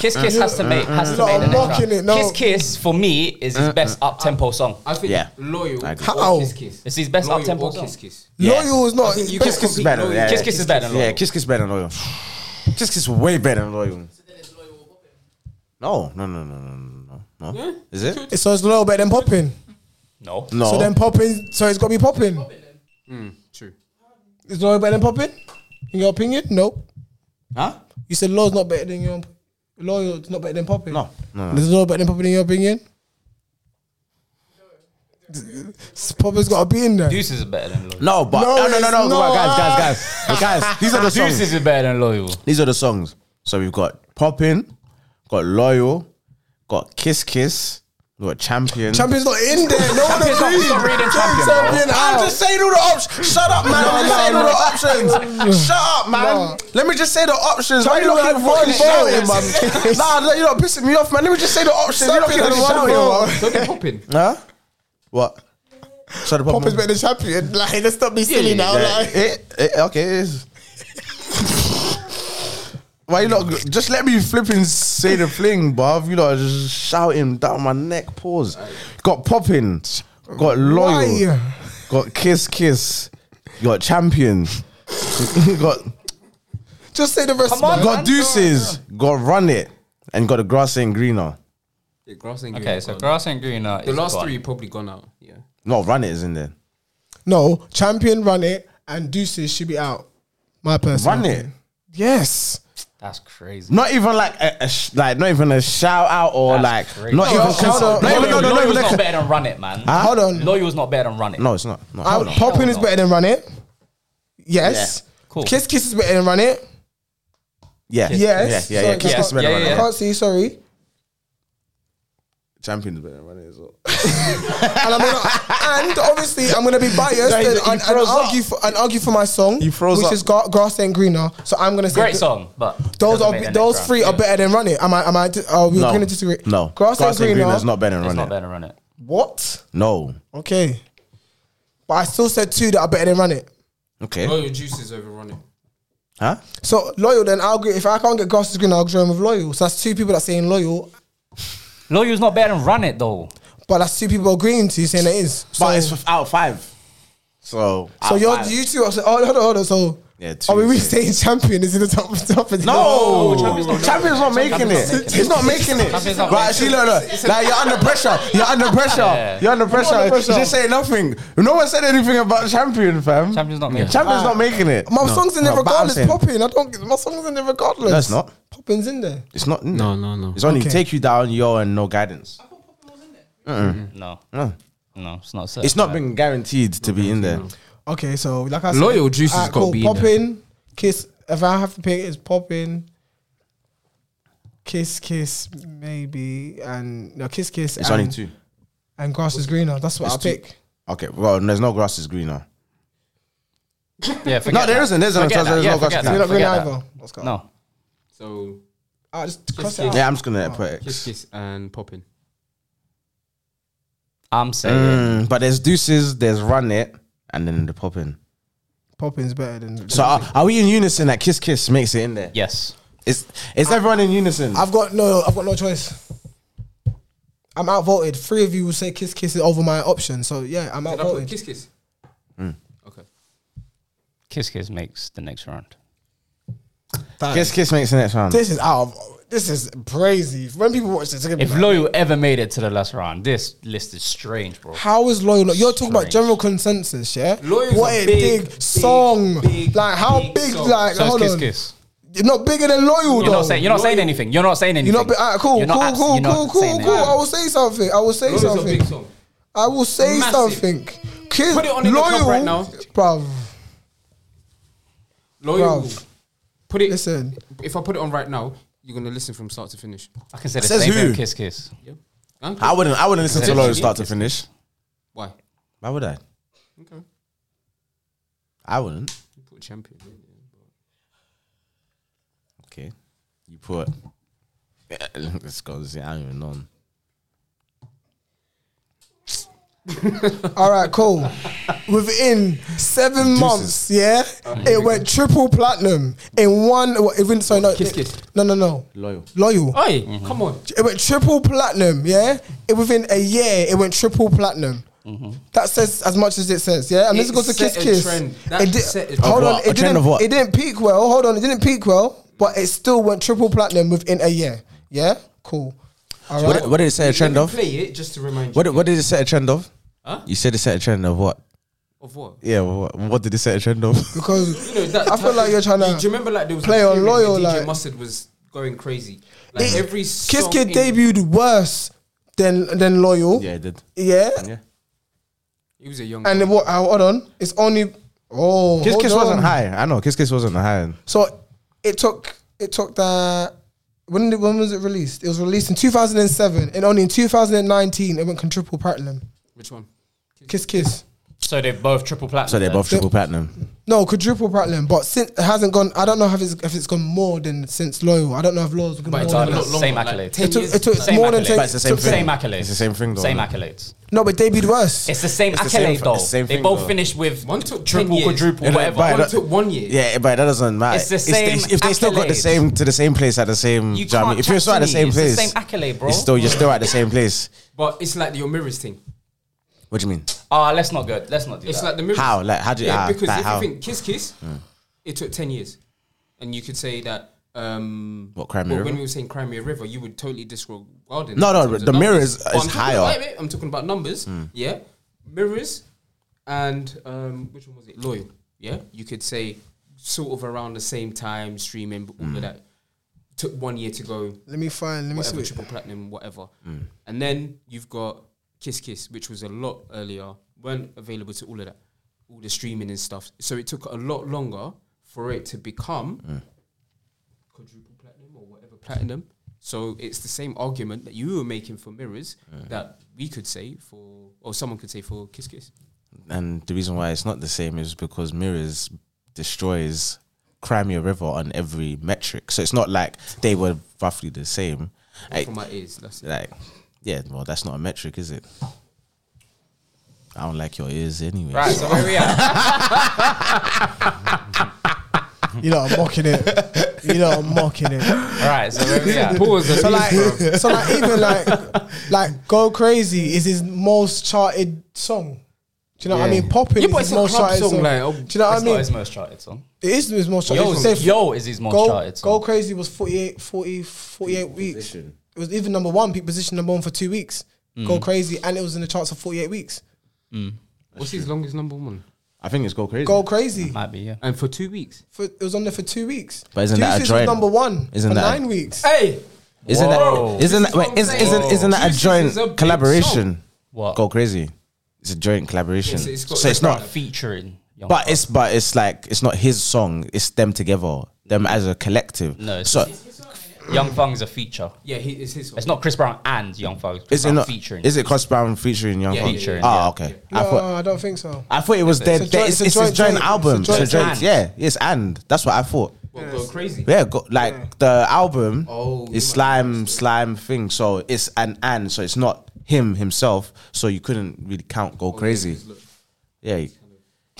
Speaker 3: Kiss Kiss has to make has to
Speaker 2: No,
Speaker 3: make the
Speaker 2: I'm
Speaker 3: next
Speaker 2: mocking
Speaker 3: round.
Speaker 2: it, no.
Speaker 3: Kiss Kiss for me is his best up tempo song.
Speaker 4: I think
Speaker 1: Yeah.
Speaker 4: Loyal
Speaker 1: I agree.
Speaker 2: How?
Speaker 4: or Kiss Kiss.
Speaker 3: It's his best
Speaker 4: Loyal
Speaker 3: up-tempo
Speaker 4: or
Speaker 3: song.
Speaker 4: Kiss Kiss.
Speaker 1: Yeah.
Speaker 2: Loyal is not.
Speaker 4: You
Speaker 2: but-
Speaker 4: can't compete
Speaker 1: better,
Speaker 4: Loyal.
Speaker 1: yeah.
Speaker 3: Kiss Kiss is better than
Speaker 1: Yeah,
Speaker 3: Loyal.
Speaker 1: kiss, kiss better than loyal. Kiss, kiss way better than loyal. No, no, no, no, no, no, no, no. Is it?
Speaker 2: Hmm? so it's loyal better than popping.
Speaker 3: No.
Speaker 1: No.
Speaker 2: So then popping. So it's got to be popping.
Speaker 1: Hmm,
Speaker 4: True.
Speaker 2: Is loyal better than popping? In your opinion? Nope.
Speaker 1: huh?
Speaker 2: You said law's not better than your loyal's not better than popping.
Speaker 1: No, no, no.
Speaker 2: There's no better than popping in your opinion? Popping's gotta be in there.
Speaker 3: Deuce is better than Loyal.
Speaker 1: No, but
Speaker 2: No,
Speaker 1: no, no, no,
Speaker 2: it's
Speaker 1: no,
Speaker 2: not.
Speaker 1: guys, guys, guys, but
Speaker 2: *laughs*
Speaker 1: guys. These are the songs.
Speaker 3: is better than Loyal.
Speaker 1: These are the songs. So we've got Poppin', got Loyal, got Kiss Kiss, we got Champion.
Speaker 2: Champion's not in there. No one
Speaker 3: Champion's not-
Speaker 2: agrees.
Speaker 3: stop reading champion, bro.
Speaker 2: Champion
Speaker 1: I'm
Speaker 2: out.
Speaker 1: just saying all the options. Shut up, man. I'm just saying all the options. Shut up, man.
Speaker 2: Nah.
Speaker 1: Let me just say the options. Why you
Speaker 2: Tell me
Speaker 1: not keep
Speaker 2: we had
Speaker 1: fucking
Speaker 2: one
Speaker 1: shouting, man? nah, you're not pissing me off, man. Let me just say the options. You're not
Speaker 2: Champion
Speaker 1: keep
Speaker 2: had one
Speaker 1: shouting,
Speaker 2: ball.
Speaker 1: man.
Speaker 4: *laughs* Don't be popping.
Speaker 1: Huh? What? So the
Speaker 2: Popping's
Speaker 1: Poppin's
Speaker 2: better than champion. Like, let's not be silly now. Like,
Speaker 1: okay, it is. Why you not? Just let me flipping say the fling, bruv. You know, just shouting down my neck. Pause. Got popping. Got loyal.
Speaker 2: Why?
Speaker 1: Got kiss kiss. Got champion. *laughs* got
Speaker 2: just say the rest.
Speaker 3: Come on,
Speaker 2: man.
Speaker 1: got deuces. Got run it. And got the grass ain't greener.
Speaker 4: Yeah, grass and green.
Speaker 3: Okay, so Grass and Green are
Speaker 4: the last three probably gone out. Yeah.
Speaker 1: No, run it is in there.
Speaker 2: No, champion run it and deuces should be out. My personal.
Speaker 1: Run it.
Speaker 2: opinion. Yes.
Speaker 3: That's crazy.
Speaker 1: Not even like a, a sh- like not even a shout out or like
Speaker 3: That's crazy.
Speaker 1: not
Speaker 2: No,
Speaker 1: even
Speaker 2: hold
Speaker 1: cons-
Speaker 2: on.
Speaker 1: not
Speaker 2: Hold
Speaker 1: even- no
Speaker 3: Loyal-
Speaker 1: no no
Speaker 3: Loyal's
Speaker 1: even
Speaker 3: not
Speaker 1: like a-
Speaker 3: better than Run It, man.
Speaker 2: Hold on.
Speaker 3: Loyal's not better than Run It.
Speaker 1: no it's not. No, Ah, hold
Speaker 2: Um,
Speaker 1: on.
Speaker 2: Poppin is
Speaker 3: Hell no.
Speaker 2: better than Run It. Yes.
Speaker 1: Yeah.
Speaker 3: Cool.
Speaker 2: Kiss Kiss is better than Run It.
Speaker 1: Yeah.
Speaker 2: Yes.
Speaker 1: Yeah, yeah, yeah.
Speaker 2: Sorry,
Speaker 1: Kiss
Speaker 2: I
Speaker 1: Kiss
Speaker 2: can't-
Speaker 1: better
Speaker 3: yeah,
Speaker 1: than
Speaker 2: I
Speaker 1: Running.
Speaker 2: can't see, sorry.
Speaker 1: Champions better than Running as well.
Speaker 2: And,
Speaker 1: *laughs*
Speaker 2: I'm gonna, and obviously, I'm gonna be biased
Speaker 1: No, he-
Speaker 2: and,
Speaker 1: he
Speaker 2: and, and
Speaker 1: froze up.
Speaker 2: argue for and argue for my song,
Speaker 1: He froze
Speaker 2: which
Speaker 1: up.
Speaker 2: is Gra- Grass Ain't Greener. So I'm gonna say
Speaker 3: Great
Speaker 2: th-
Speaker 3: song, but
Speaker 2: Those
Speaker 3: doesn't
Speaker 2: are
Speaker 3: make the
Speaker 2: those
Speaker 3: next
Speaker 2: three
Speaker 3: round.
Speaker 2: are better than Run It. Am I? Am I? Are we
Speaker 1: No.
Speaker 2: gonna disagree?
Speaker 1: No.
Speaker 2: Grass, Ain't Greener.
Speaker 1: is not better than Running.
Speaker 3: It's not better than Run It.
Speaker 2: what?
Speaker 1: No.
Speaker 2: Okay. But I still said two that are better than Run It.
Speaker 1: Okay.
Speaker 4: Loyal juices overrun it.
Speaker 1: Huh?
Speaker 2: So loyal, then I'll agree. If I can't get Grass is Greener, I'll join with loyal. So that's two people that saying loyal,
Speaker 3: Loyal's not better than Run It though.
Speaker 2: but that's two people agreeing to saying it is. So,
Speaker 1: But it's out of five. So
Speaker 2: so
Speaker 1: out
Speaker 2: you're,
Speaker 1: five.
Speaker 2: you two are saying, oh, hold on, hold on. So
Speaker 1: Yeah, two
Speaker 2: are we really
Speaker 1: is
Speaker 2: saying champion is in the top? top of the-
Speaker 1: No,
Speaker 3: No, Champions not-
Speaker 1: champions not making
Speaker 3: Champions not
Speaker 1: it.
Speaker 3: making it.
Speaker 1: It's not making it.
Speaker 3: Champions
Speaker 1: Right,
Speaker 3: not making
Speaker 1: actually, look, look. Like you're under pressure. You're under pressure.
Speaker 3: Yeah.
Speaker 1: You're under pressure. You just say nothing. No one said anything about champion, fam.
Speaker 3: Champions not making it.
Speaker 1: Champions not making it.
Speaker 2: My song's in there
Speaker 1: No, but I'm
Speaker 2: regardless.
Speaker 1: saying-
Speaker 2: Popping, I don't. My song's in there regardless.
Speaker 1: No, it's not.
Speaker 2: Popping's in there.
Speaker 1: It's not. in
Speaker 4: No,
Speaker 1: there.
Speaker 4: no, no.
Speaker 1: It's only
Speaker 2: Okay.
Speaker 1: take you down, yo, and no guidance.
Speaker 3: No,
Speaker 1: No.
Speaker 3: no, it's not.
Speaker 1: It's not been guaranteed to be in there.
Speaker 2: Okay, so like I said,
Speaker 4: Loyal Juice has
Speaker 2: alright,
Speaker 4: gotta be in there.
Speaker 2: Popping, kiss. If I have to pick, it's popping. Kiss, kiss, maybe, and no, kiss, kiss.
Speaker 1: It's
Speaker 2: and,
Speaker 1: only two.
Speaker 2: And grass is greener. That's what I
Speaker 1: two.
Speaker 2: pick.
Speaker 1: Okay, well, there's no grass is greener.
Speaker 3: Yeah,
Speaker 1: No, there isn't. There's no
Speaker 3: Forget
Speaker 1: there's
Speaker 3: that. Yeah,
Speaker 1: no grass
Speaker 3: forget
Speaker 1: is
Speaker 2: You're
Speaker 3: that.
Speaker 1: greener.
Speaker 2: not green
Speaker 3: forget that.
Speaker 2: either. Let's go.
Speaker 3: No,
Speaker 4: So
Speaker 2: I'll just cross it
Speaker 4: Kiss,
Speaker 2: out.
Speaker 1: Yeah, I'm just gonna put X.
Speaker 4: Kiss kiss and popping.
Speaker 3: I'm saying
Speaker 1: Mm, but there's deuces, there's run it, and then the popping.
Speaker 2: Popping's better than.
Speaker 1: So are, are we in unison that kiss kiss makes it in there?
Speaker 3: yes.
Speaker 1: Is is everyone in unison?
Speaker 2: I've got no. I've got no choice. I'm outvoted. Three of you will say kiss kiss is over my option. So yeah, I'm
Speaker 4: Did I put
Speaker 2: outvoted.
Speaker 4: kiss kiss? Okay.
Speaker 3: Kiss Kiss makes the next round.
Speaker 2: Damn.
Speaker 1: kiss kiss makes the next round.
Speaker 2: This is out of. This is crazy. When people watch this, they're gonna
Speaker 3: If
Speaker 2: be like,
Speaker 3: Loyal ever made it to the last round, this list is strange, bro.
Speaker 2: how is loyal? You're talking about
Speaker 3: Strange.
Speaker 2: general consensus, yeah?
Speaker 4: Loyal's
Speaker 2: what
Speaker 4: a
Speaker 2: a
Speaker 4: big,
Speaker 2: big,
Speaker 4: big,
Speaker 2: song.
Speaker 4: big,
Speaker 2: like how
Speaker 4: big
Speaker 2: big?
Speaker 4: song.
Speaker 2: like
Speaker 3: So
Speaker 2: hold
Speaker 3: it's Kiss
Speaker 2: on.
Speaker 3: Kiss.
Speaker 2: You're not bigger than loyal
Speaker 3: You're
Speaker 2: though.
Speaker 3: not saying you're not saying anything. You're not saying anything.
Speaker 2: You're not bi- alright, cool,
Speaker 3: You're
Speaker 2: cool,
Speaker 3: not abs-
Speaker 2: cool,
Speaker 3: you're not
Speaker 2: cool, cool,
Speaker 3: saying
Speaker 2: cool.
Speaker 3: anything.
Speaker 2: I will say something. I will say
Speaker 4: Loyal's a
Speaker 2: something.
Speaker 4: big song.
Speaker 2: I will say
Speaker 4: Massive.
Speaker 2: something. Kiss,
Speaker 4: Put it on in the
Speaker 2: loyal,
Speaker 4: club right now.
Speaker 2: bruv.
Speaker 4: Loyal.
Speaker 2: Bruv.
Speaker 4: Put it.
Speaker 2: Listen,
Speaker 4: If I put it on right now, you're gonna listen from start to finish.
Speaker 3: I can say the
Speaker 1: Says
Speaker 3: same thing.
Speaker 1: who?
Speaker 3: with Kiss Kiss.
Speaker 4: Yeah. Huh?
Speaker 1: I wouldn't. I wouldn't listen to
Speaker 3: Yeah,
Speaker 1: Low
Speaker 3: you
Speaker 1: start to
Speaker 4: kiss
Speaker 1: finish.
Speaker 4: Why?
Speaker 1: Why would I?
Speaker 4: Okay.
Speaker 1: I wouldn't.
Speaker 4: You put champion.
Speaker 1: Okay. You put. Let's go. See, I don't even know.
Speaker 2: all right, cool. Within seven months, yeah, it went triple platinum in one. well, Even sorry, no,
Speaker 4: Kiss,
Speaker 2: it-
Speaker 4: kiss.
Speaker 2: no, no, no,
Speaker 1: Loyal.
Speaker 2: loyal.
Speaker 4: Oi, come on.
Speaker 2: It went triple platinum, yeah. It, within a year, it went triple platinum.
Speaker 1: Mm-hmm.
Speaker 2: That says as much as it says, yeah. And this
Speaker 4: It
Speaker 2: goes to
Speaker 4: set
Speaker 2: kiss
Speaker 4: a
Speaker 2: kiss.
Speaker 4: trend. That
Speaker 2: It
Speaker 4: set a
Speaker 2: hold
Speaker 1: trend.
Speaker 2: on,
Speaker 1: What?
Speaker 2: it
Speaker 1: A
Speaker 2: didn't.
Speaker 1: trend of what?
Speaker 2: It didn't peak well. Hold on, it didn't peak well, but it still went triple platinum within a year. Yeah, cool. All right.
Speaker 1: What did, what did it set a trend
Speaker 4: Let me
Speaker 1: of?
Speaker 4: Play it just to remind you.
Speaker 1: What did, what did it set a trend of?
Speaker 4: Huh?
Speaker 1: You said it set a trend of what?
Speaker 4: Of what?
Speaker 1: Yeah. What, what did it set a trend of?
Speaker 2: because
Speaker 4: You know, that
Speaker 2: I feel
Speaker 4: type
Speaker 2: like
Speaker 4: of-
Speaker 2: you're trying
Speaker 4: Do you
Speaker 2: to
Speaker 4: remember like there was
Speaker 2: play
Speaker 4: a
Speaker 2: on
Speaker 4: period where
Speaker 2: Loyal,
Speaker 4: DJ
Speaker 2: like-
Speaker 4: Mustard was going crazy. Like
Speaker 2: It-
Speaker 4: every
Speaker 2: Kiss
Speaker 4: song
Speaker 2: Kid
Speaker 4: in-
Speaker 2: debuted worse than than
Speaker 1: *laughs*
Speaker 2: Loyal.
Speaker 1: yeah, it did.
Speaker 2: Yeah?
Speaker 1: Yeah.
Speaker 4: He was a young.
Speaker 2: And then
Speaker 4: boy.
Speaker 2: what? uh, Hold on. It's only oh.
Speaker 1: Kiss
Speaker 2: hold
Speaker 1: Kiss
Speaker 2: on.
Speaker 1: wasn't high. I know. Kiss Kiss wasn't high.
Speaker 2: So it took it took that. When did, when was it released? It was released in 2007, and only in 2019 it went con triple platinum.
Speaker 4: Which one?
Speaker 2: Kiss Kiss.
Speaker 3: So they're both triple platinum.
Speaker 1: So they're both triple platinum.
Speaker 2: No, quadruple platinum, but since it hasn't gone, I don't know if it's, if it's gone more than since Loyal. I don't know if Loyal's gone
Speaker 4: But
Speaker 2: more
Speaker 4: it's
Speaker 2: than
Speaker 4: a
Speaker 3: Regardless,
Speaker 4: lot
Speaker 2: that.
Speaker 4: longer.
Speaker 3: same
Speaker 4: like,
Speaker 3: accolades.
Speaker 4: 10
Speaker 2: It took-
Speaker 4: years
Speaker 2: it took
Speaker 4: back.
Speaker 2: Same more than
Speaker 3: accolades.
Speaker 2: ten-
Speaker 1: But it's the same
Speaker 2: took-
Speaker 1: thing.
Speaker 3: Same accolades.
Speaker 1: It's the same thing though,
Speaker 3: Same
Speaker 1: innit?
Speaker 3: accolades.
Speaker 2: No, but they debuted worse.
Speaker 3: It's the same
Speaker 1: It's the same
Speaker 3: accolade
Speaker 1: th-
Speaker 3: though.
Speaker 1: it's the same
Speaker 3: they
Speaker 1: thing,
Speaker 3: both
Speaker 1: though.
Speaker 3: finished with
Speaker 4: One took 10
Speaker 3: triple,
Speaker 4: years.
Speaker 3: quadruple,
Speaker 1: Yeah, but-
Speaker 3: whatever.
Speaker 1: but
Speaker 4: One
Speaker 1: that-
Speaker 4: took one year.
Speaker 1: Yeah, but that doesn't matter.
Speaker 3: It's the
Speaker 1: If they-
Speaker 3: same
Speaker 1: if they still got the
Speaker 3: accolades.
Speaker 1: same to the same place at the same,
Speaker 3: You
Speaker 1: do know what I
Speaker 3: can't
Speaker 1: mean? if you're
Speaker 3: chat
Speaker 1: still
Speaker 3: to
Speaker 1: at the
Speaker 3: me.
Speaker 1: same
Speaker 3: It's the
Speaker 1: place,
Speaker 3: same accolade, bro.
Speaker 1: You're still you're still at the same place.
Speaker 4: But it's like the Omiris thing.
Speaker 1: What do you mean?
Speaker 3: Ah, let's not go. Let's not do
Speaker 4: It's
Speaker 3: that.
Speaker 4: like the Omiris.
Speaker 1: How? Like, how do you-
Speaker 4: Yeah,
Speaker 1: how?
Speaker 4: because
Speaker 1: Like,
Speaker 4: if
Speaker 1: how? Hmm.
Speaker 4: you think Kiss Kiss, it took ten years, and you could say that. Um,
Speaker 1: What, Crimea
Speaker 4: well,
Speaker 1: River?
Speaker 4: When we were saying Crimea River, you would totally disregard it.
Speaker 1: No, no,
Speaker 4: in terms of
Speaker 1: the Mirror
Speaker 4: numbers.
Speaker 1: is- is
Speaker 4: But I'm talking
Speaker 1: higher. Hmm.
Speaker 4: about- wait, wait, I'm talking about numbers. Yeah, mirrors, and um, which one was it? Loyal. Yeah, you could say sort of around the same time streaming, but all
Speaker 1: Hmm.
Speaker 4: of that took one year to go
Speaker 2: Let me find. Let me
Speaker 4: whatever,
Speaker 2: see.
Speaker 4: triple platinum, whatever. And then you've got Kiss Kiss, which was a lot earlier, weren't available to all of that, all the streaming and stuff. So it took a lot longer for it to become quadruple platinum or whatever platinum. So it's the same argument that you were making for Mirrors that we could say for, or someone could say for Kiss Kiss.
Speaker 1: And the reason why it's not the same is because Mirrors destroys Crimea River on every metric. So it's not like they were roughly the same. Like,
Speaker 4: From my ears, that's it.
Speaker 1: like, yeah, well, that's not a metric, is it? I don't like your ears anyway.
Speaker 3: right, so where we at?
Speaker 2: You know, I'm mocking it. You know, I'm mocking it.
Speaker 3: All right, so where we at?
Speaker 4: Pause
Speaker 2: So
Speaker 4: and
Speaker 2: like,
Speaker 4: ears, bro.
Speaker 2: so like, even like, like, go crazy is his most charted song. Do you know what I
Speaker 4: Yeah.
Speaker 2: mean? Popping
Speaker 4: Yeah,
Speaker 2: is
Speaker 4: but
Speaker 2: his
Speaker 4: it's a
Speaker 2: most
Speaker 4: club
Speaker 2: charted
Speaker 4: song,
Speaker 2: song.
Speaker 4: like, oh,
Speaker 2: Do you know what
Speaker 3: It's
Speaker 2: I
Speaker 3: not
Speaker 2: mean?
Speaker 3: his most charted song.
Speaker 2: It is his most charted.
Speaker 3: Yo,
Speaker 2: song. Say
Speaker 3: yo is his most
Speaker 2: go,
Speaker 3: charted
Speaker 2: go
Speaker 3: song.
Speaker 2: crazy was 48, 40, 48 weeks. It was even number one, peak position number one for two weeks.
Speaker 3: Mm.
Speaker 2: Go crazy, and it was in the charts for 48 weeks.
Speaker 4: What's his longest number one?
Speaker 1: I think it's go crazy.
Speaker 2: Go crazy.
Speaker 3: Might be yeah.
Speaker 4: And for two weeks.
Speaker 2: For, it was on there for two weeks.
Speaker 1: But isn't
Speaker 2: two
Speaker 1: that a
Speaker 2: weeks
Speaker 1: joint?
Speaker 2: was number one.
Speaker 1: Isn't
Speaker 2: for
Speaker 1: that a-
Speaker 2: nine weeks?
Speaker 4: Hey!
Speaker 1: Isn't
Speaker 3: Whoa.
Speaker 1: that isn't
Speaker 4: This
Speaker 1: that
Speaker 4: is what
Speaker 1: wait,
Speaker 4: I'm
Speaker 1: isn't,
Speaker 4: saying.
Speaker 1: isn't isn't that a
Speaker 4: Juice is
Speaker 1: joint
Speaker 4: a big
Speaker 1: collaboration?
Speaker 3: What?
Speaker 1: Go crazy. It's a joint collaboration.
Speaker 4: Yes, it's got-
Speaker 1: so it's
Speaker 4: it's
Speaker 1: not
Speaker 4: got-
Speaker 3: Featuring. Young
Speaker 1: but it's but it's like it's not his song, it's them together. Them as a collective.
Speaker 3: No, it's
Speaker 1: so
Speaker 3: Young Thug's a feature.
Speaker 4: Yeah, he, it's his song.
Speaker 3: It's not Chris Brown and Young Thug. Chris
Speaker 1: is it
Speaker 3: Brown
Speaker 1: not
Speaker 3: featuring.
Speaker 1: Is it Chris Brown featuring Young
Speaker 4: Yeah,
Speaker 1: Thug?
Speaker 3: featuring,
Speaker 1: Oh,
Speaker 3: yeah.
Speaker 1: okay.
Speaker 2: No,
Speaker 1: I thought
Speaker 2: I don't think so.
Speaker 1: I thought it was their,
Speaker 2: It's a
Speaker 1: their-
Speaker 2: joint-
Speaker 1: it's,
Speaker 2: it's a
Speaker 1: it's, a
Speaker 2: joint
Speaker 1: joint
Speaker 2: tape,
Speaker 1: album.
Speaker 2: it's a
Speaker 1: It's a
Speaker 2: joint
Speaker 1: joint,
Speaker 3: tape.
Speaker 1: yeah, it's and that's what I thought.
Speaker 4: Well, go crazy.
Speaker 1: Yeah, go, like the album
Speaker 4: Oh, you
Speaker 1: is
Speaker 4: might have
Speaker 1: slime slime thing. So it's an and so it's not him himself. So you couldn't really count go crazy. Yeah, you-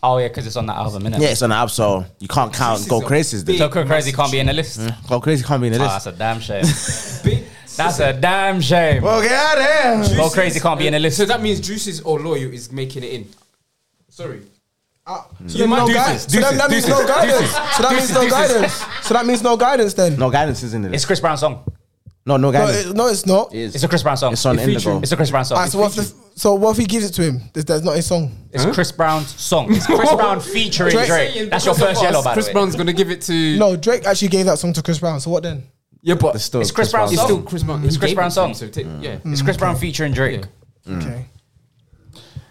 Speaker 3: Oh yeah, because it's on that album, innit?
Speaker 1: yeah, it's an album, so you can't count
Speaker 4: is
Speaker 1: go
Speaker 4: a
Speaker 1: crazy. is the-
Speaker 3: So Cook Crazy can't be in the list.
Speaker 1: Go crazy can't be in the
Speaker 3: Oh,
Speaker 1: Mm. list.
Speaker 3: that's a damn shame.
Speaker 4: Big-
Speaker 3: That's a damn shame.
Speaker 1: Well, get out of here.
Speaker 3: Go crazy can't be in the list.
Speaker 4: So that means Juices or Loyal is making it in. Sorry.
Speaker 2: Uh,
Speaker 1: Mm.
Speaker 2: So then no gui- so then that means no guidance. So that means no guidance. So that means no guidance then.
Speaker 1: No guidance is in the
Speaker 3: It's
Speaker 1: list.
Speaker 3: Chris Brown song.
Speaker 1: No, no
Speaker 2: No,
Speaker 1: guidance.
Speaker 2: it, no it's not.
Speaker 1: It is.
Speaker 3: It's a Chris Brown song.
Speaker 1: It's on
Speaker 4: It featuring-
Speaker 1: Indigo.
Speaker 3: It's a Chris Brown song.
Speaker 2: Alright, so what if the, so what if he gives it to him? That's, that's not his song.
Speaker 3: It's Chris Brown's song. It's Chris Brown featuring
Speaker 2: Drake.
Speaker 3: Drake. That's your
Speaker 4: Because of
Speaker 3: first yellow,
Speaker 4: us,
Speaker 3: by
Speaker 4: Chris
Speaker 3: the way.
Speaker 4: Brown's gonna give it to.
Speaker 2: No, Drake actually gave that song to Chris Brown. So what then?
Speaker 4: yeah, but
Speaker 1: It's still
Speaker 3: It's Chris Brown's
Speaker 4: it's
Speaker 3: song.
Speaker 4: still Chris Brown.
Speaker 3: It's
Speaker 4: He
Speaker 3: Chris
Speaker 4: gave
Speaker 3: Brown's
Speaker 4: it to him,
Speaker 3: song.
Speaker 4: So take- yeah.
Speaker 3: It's Chris Brown featuring Drake.
Speaker 1: Mm.
Speaker 2: Okay.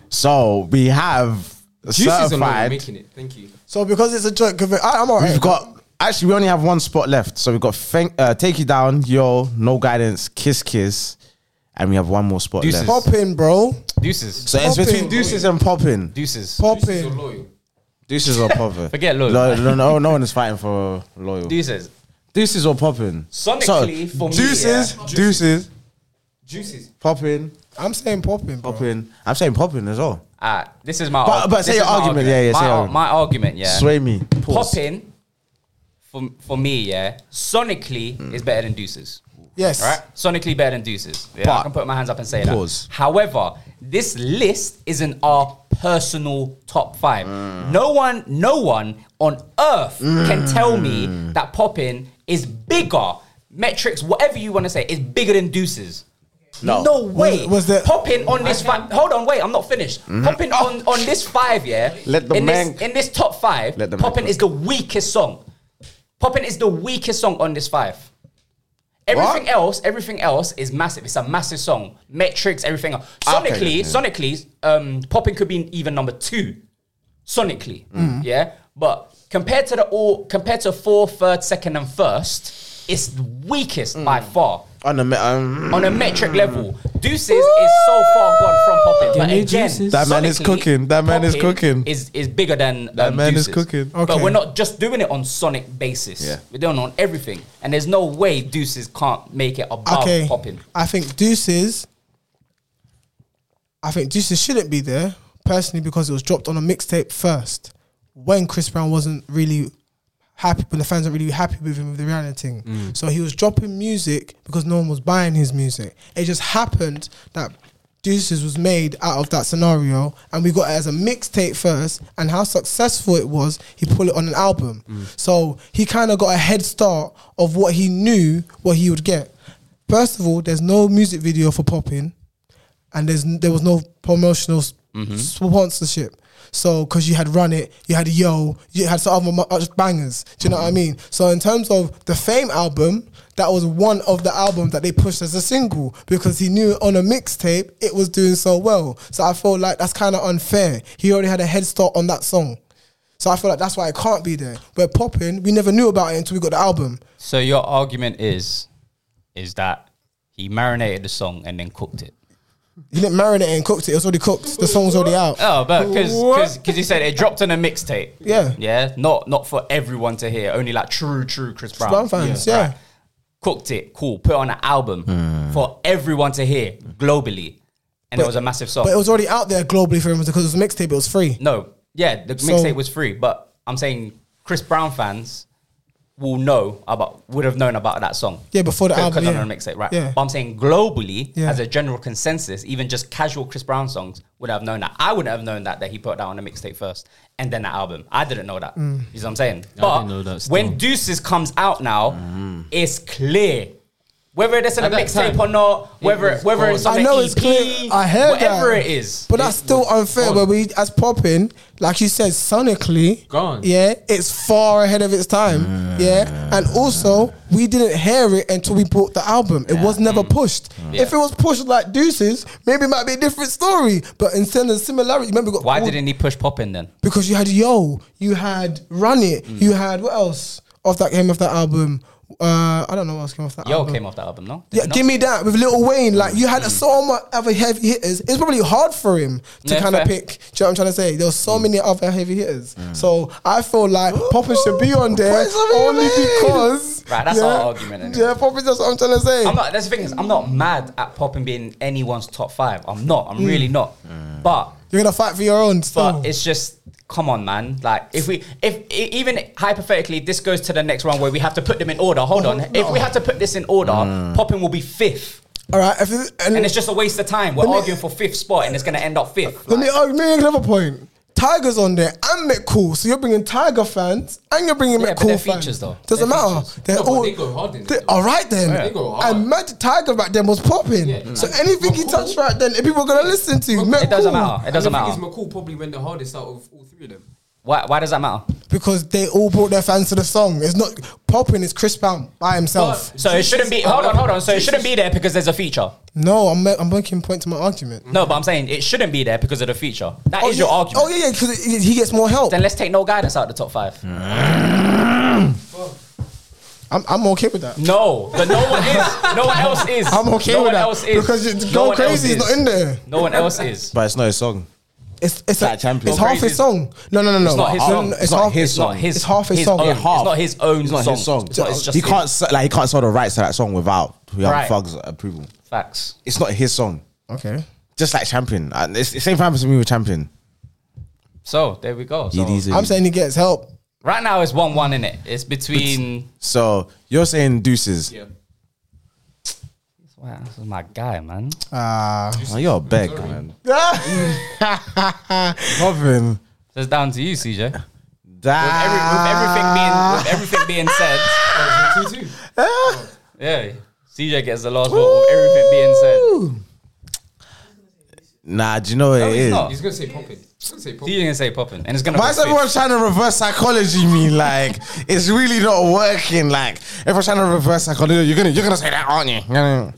Speaker 1: So we have
Speaker 4: Juices and Loyal are
Speaker 1: certified.
Speaker 4: making it. Thank you.
Speaker 2: So because it's a joint, convi- I, I'm alright.
Speaker 1: We've got actually we only have one spot left. So we've got Fink- uh, take you down, yo, no guidance, kiss kiss, and we have one more spot
Speaker 3: Deuces.
Speaker 1: left.
Speaker 2: popping, bro.
Speaker 3: Deuces.
Speaker 1: So it's
Speaker 2: Poppin'.
Speaker 1: between deuces and popping.
Speaker 3: Deuces.
Speaker 4: Juices or
Speaker 2: Popping.
Speaker 4: Loyal.
Speaker 1: Deuces or popping.
Speaker 3: Forget loyal.
Speaker 1: Lo- no, no, no one is fighting for loyal.
Speaker 3: Deuces.
Speaker 1: Deuces or popping.
Speaker 3: Sonically, for me,
Speaker 1: deuces, deuces,
Speaker 4: Juices.
Speaker 1: popping,
Speaker 2: I'm saying popping, bro.
Speaker 1: popping. I'm saying popping as well.
Speaker 3: Ah, this is my.
Speaker 1: But-
Speaker 3: arg-
Speaker 1: but
Speaker 3: this
Speaker 1: say
Speaker 3: is
Speaker 1: your
Speaker 3: my
Speaker 1: argument, yeah, yeah,
Speaker 3: My,
Speaker 1: say your
Speaker 3: ar-
Speaker 1: argument.
Speaker 3: my argument, yeah.
Speaker 1: Sway me. Pause.
Speaker 3: Popping, for for me, yeah. Sonically is better than Deuces.
Speaker 2: Yes.
Speaker 3: All right, sonically better than Deuces. Yeah,
Speaker 1: But-
Speaker 3: I can put my hands up and say
Speaker 1: Pause.
Speaker 3: that. However, this list isn't our personal top five. No one, no one on earth can tell me
Speaker 1: Mm.
Speaker 3: that Poppin is bigger. Metrics, whatever you want to say, is bigger than Deuces. No, way.
Speaker 2: was there-
Speaker 3: Poppin on this five? Hold on, wait. I'm not finished. Poppin on on this five, yeah.
Speaker 1: Mm-hmm. Oh. Let the
Speaker 3: in
Speaker 1: man-
Speaker 3: This, in this top five,
Speaker 1: Let the man
Speaker 3: Poppin
Speaker 1: cook.
Speaker 3: is the weakest song. Poppin is the weakest song on this five. Everything else, everything else is massive. It's a massive song. Metrics, everything. Else. Sonically,
Speaker 1: yeah.
Speaker 3: sonically, um, popping could be even number two. Sonically, yeah. But compared to the all, compared to four, third, second, and first, it's the weakest by far
Speaker 1: On the me- um,
Speaker 3: on a metric level. Deuces is so far gone from popping. But
Speaker 4: Give me
Speaker 3: again,
Speaker 4: Deuces.
Speaker 1: That man is
Speaker 3: sonically,
Speaker 1: cooking. That man is
Speaker 3: Poppin
Speaker 1: cooking.
Speaker 3: Is is bigger than that
Speaker 1: man is cooking.
Speaker 2: Okay.
Speaker 3: But we're not just doing it on sonic basis.
Speaker 1: Yeah.
Speaker 3: We're doing it on everything, and there's no way Deuces can't make it above
Speaker 2: Okay.
Speaker 3: Oh, popping.
Speaker 2: I think Deuces. I think Deuces shouldn't be there personally because it was dropped on a mixtape first when Chris Brown wasn't really happy, when the fans weren't really happy with him with the Rihanna thing. So he was dropping music because no one was buying his music. It just happened that Deuces was made out of that scenario, and we got it as a mixtape first. And how successful it was, he put it on an album. So he kind of got a head start of what he knew what he would get. First of all, there's no music video for popping, and there's n- there was no promotional s sponsorship. So because you had run it, you had yo, you had some other mu- other bangers. Do you know what I mean? So in terms of the Fame album, that was one of the albums that they pushed as a single because he knew on a mixtape it was doing so well. So I feel like that's kind of unfair. He already had a head start on that song. So I feel like that's why it can't be there. But popping, we never knew about it until we got the album.
Speaker 3: So your argument is, is that he marinated the song and then cooked it.
Speaker 2: He didn't marinate it and cooked it. It was already cooked. The song was already out.
Speaker 3: Oh, but because because you said it dropped on a mixtape.
Speaker 2: Yeah.
Speaker 3: yeah, not not for everyone to hear. Only like true, true Chris Brown,
Speaker 2: Brown fans, yeah.
Speaker 3: Right. Cooked it, cool. Put it on an album for everyone to hear globally, and it was a massive song.
Speaker 2: Hmm. But it was already out there globally for him because it was a mixtape. It was free.
Speaker 3: no, yeah, the
Speaker 2: So-
Speaker 3: mixtape was free, but I'm saying Chris Brown fans will know about would have known about that song.
Speaker 2: Yeah, before the album,
Speaker 3: because
Speaker 2: yeah.
Speaker 3: on a mixtape, right?
Speaker 2: Yeah.
Speaker 3: But I'm saying globally,
Speaker 2: Yeah.
Speaker 3: as a general consensus, even just casual Chris Brown songs would have known that. I wouldn't have known that that he put that on a mixtape first and then that album. I didn't know that.
Speaker 2: Mm.
Speaker 3: You see what I'm saying? But
Speaker 4: didn't know that still. Mm.
Speaker 3: when Deuces comes out now, it's clear. Whether it's in a
Speaker 4: At that
Speaker 3: mixtape
Speaker 4: time,
Speaker 3: or not,
Speaker 4: it
Speaker 3: whether
Speaker 4: was
Speaker 3: whether
Speaker 4: gone.
Speaker 3: it's on
Speaker 2: I
Speaker 3: an
Speaker 2: know
Speaker 3: EP,
Speaker 2: it's clear. I heard
Speaker 3: E whatever
Speaker 2: that.
Speaker 3: it is.
Speaker 2: but that's still unfair.
Speaker 4: on.
Speaker 2: Where we as popping, like you said, sonically,
Speaker 4: Gone.
Speaker 2: Yeah, it's far ahead of its time. Yeah, and also we didn't hear it until we bought the album. It was
Speaker 3: Mm.
Speaker 2: never pushed. If it was pushed like Deuces, maybe it might be a different story. But instead of similarity, remember we got
Speaker 3: Why
Speaker 2: all-
Speaker 3: didn't he push Poppin then? Mm.
Speaker 2: because you had Yo, you had Run It, you had what else off that came off that album? Uh, I don't know what else came off that.
Speaker 3: Yo
Speaker 2: album.
Speaker 3: came off that album, no? Did
Speaker 2: Yeah,
Speaker 3: it not?
Speaker 2: give me that with Little Wayne. Like you
Speaker 3: Mm.
Speaker 2: had so much other heavy hitters. It's probably hard for him to
Speaker 3: Yeah,
Speaker 2: kind of
Speaker 3: fair.
Speaker 2: pick.
Speaker 3: Mm.
Speaker 2: Do you know what I'm trying to say? There was so many other heavy hitters. So I feel like Poppin should be on there
Speaker 1: Poppins should be
Speaker 2: only
Speaker 1: made.
Speaker 2: because.
Speaker 3: Right, that's our argument anyway.
Speaker 2: Yeah, Poppin. That's what I'm trying to say.
Speaker 3: I'm not. That's the thing is, I'm not mad at popping being anyone's top five. I'm not.
Speaker 2: Mm.
Speaker 3: I'm really not. But
Speaker 2: You're gonna fight for your own.
Speaker 3: but
Speaker 2: Still.
Speaker 3: it's just come on, man. Like if we if e- even hypothetically this goes to the next round where we have to put them in order. Hold
Speaker 2: Oh,
Speaker 3: on. If we had to put this in order, popping will be fifth.
Speaker 2: all right. If it, and
Speaker 3: And it's just a waste of time. We're
Speaker 2: Let me-
Speaker 3: arguing for fifth spot, and it's going to end up fifth.
Speaker 2: Let me
Speaker 3: Like,
Speaker 2: argue me another point. Tiger's on there and Met Cool, so you're bringing Tiger fans and you're bringing
Speaker 3: Yeah,
Speaker 2: Met
Speaker 3: but they're
Speaker 2: Cool fans.
Speaker 3: features though.
Speaker 2: Doesn't
Speaker 3: They're
Speaker 2: matter.
Speaker 3: features.
Speaker 2: They're
Speaker 4: No, but
Speaker 2: all
Speaker 4: they go hard in
Speaker 2: They-
Speaker 4: there.
Speaker 2: all right then.
Speaker 4: Yeah. They go hard.
Speaker 2: And Mad Tiger back then was popping.
Speaker 4: Yeah.
Speaker 2: So anything he
Speaker 4: McCool-
Speaker 2: touched right then, people are gonna listen to.
Speaker 4: It
Speaker 2: Met
Speaker 3: it doesn't
Speaker 2: Cool.
Speaker 3: matter. It doesn't
Speaker 4: and the
Speaker 3: matter.
Speaker 4: Thing is, McCall probably went the hardest out of all three of them.
Speaker 3: Why, why does that matter?
Speaker 2: because they all brought their fans to the song. It's not popping. It's Chris Brown by himself.
Speaker 3: So it shouldn't be. Hold on, hold on. So it shouldn't be there because there's a feature.
Speaker 2: no, I'm ma- I'm making point to my argument.
Speaker 3: No, but I'm saying it shouldn't be there because of the feature. That is
Speaker 2: oh,
Speaker 3: your
Speaker 2: yeah.
Speaker 3: argument.
Speaker 2: Oh yeah, yeah, because he gets more help.
Speaker 3: Then let's take no guidance out the top five.
Speaker 2: I'm I'm okay with that.
Speaker 3: No, but no one is. No one else is.
Speaker 2: I'm okay
Speaker 3: no
Speaker 2: with
Speaker 3: one
Speaker 2: that
Speaker 3: Else is.
Speaker 2: because it's
Speaker 3: no
Speaker 2: Go
Speaker 3: one
Speaker 2: Crazy is
Speaker 3: else
Speaker 2: not in there.
Speaker 3: No one else is.
Speaker 1: But it's not a song.
Speaker 2: It's it's
Speaker 1: Like
Speaker 2: a,
Speaker 1: Champions.
Speaker 2: It's
Speaker 1: Go
Speaker 2: half
Speaker 3: Crazy.
Speaker 2: his song. No, no, no, no.
Speaker 3: It's not his
Speaker 2: No, no,
Speaker 3: song.
Speaker 2: no,
Speaker 1: It's not his
Speaker 3: It's not
Speaker 1: song.
Speaker 3: his.
Speaker 2: It's half his song.
Speaker 3: Own,
Speaker 2: Yeah,
Speaker 3: It's not his own
Speaker 1: It's not
Speaker 3: song.
Speaker 1: his song.
Speaker 3: It's not, it's just
Speaker 1: he
Speaker 3: his.
Speaker 1: can't s- like he can't sell the rights to that song without Young
Speaker 3: Right.
Speaker 1: Thug's approval.
Speaker 3: Facts.
Speaker 1: It's not his song.
Speaker 2: Okay.
Speaker 1: Just like Champion. And It's the same thing happens to me with Champion.
Speaker 3: So there we go. So,
Speaker 1: He needs it.
Speaker 2: I'm saying he gets help.
Speaker 3: right now it's one one in it. It's between.
Speaker 1: so you're saying Deuces.
Speaker 4: Yeah.
Speaker 3: Wow, this is my guy, man.
Speaker 2: Ah,
Speaker 1: Oh, you're a beg, man. *laughs* Robin.
Speaker 3: So it's down to you, CJ. With, every, with
Speaker 2: Ah.
Speaker 3: everything being
Speaker 1: That.
Speaker 3: with everything being said,
Speaker 4: Oh, it's a 2-2.
Speaker 3: yeah, CJ gets the last vote. With everything being said,
Speaker 1: Nah, do you know what it
Speaker 3: he's
Speaker 1: is?
Speaker 3: not.
Speaker 4: He's gonna say popping. He's gonna say popping.
Speaker 3: CJ gonna say popping, and it's gonna.
Speaker 1: Why
Speaker 3: go
Speaker 1: is everyone trying to reverse psychology me? Like it's really not working. Like everyone's trying to reverse psychology. You're gonna you're gonna say that, aren't you? You know?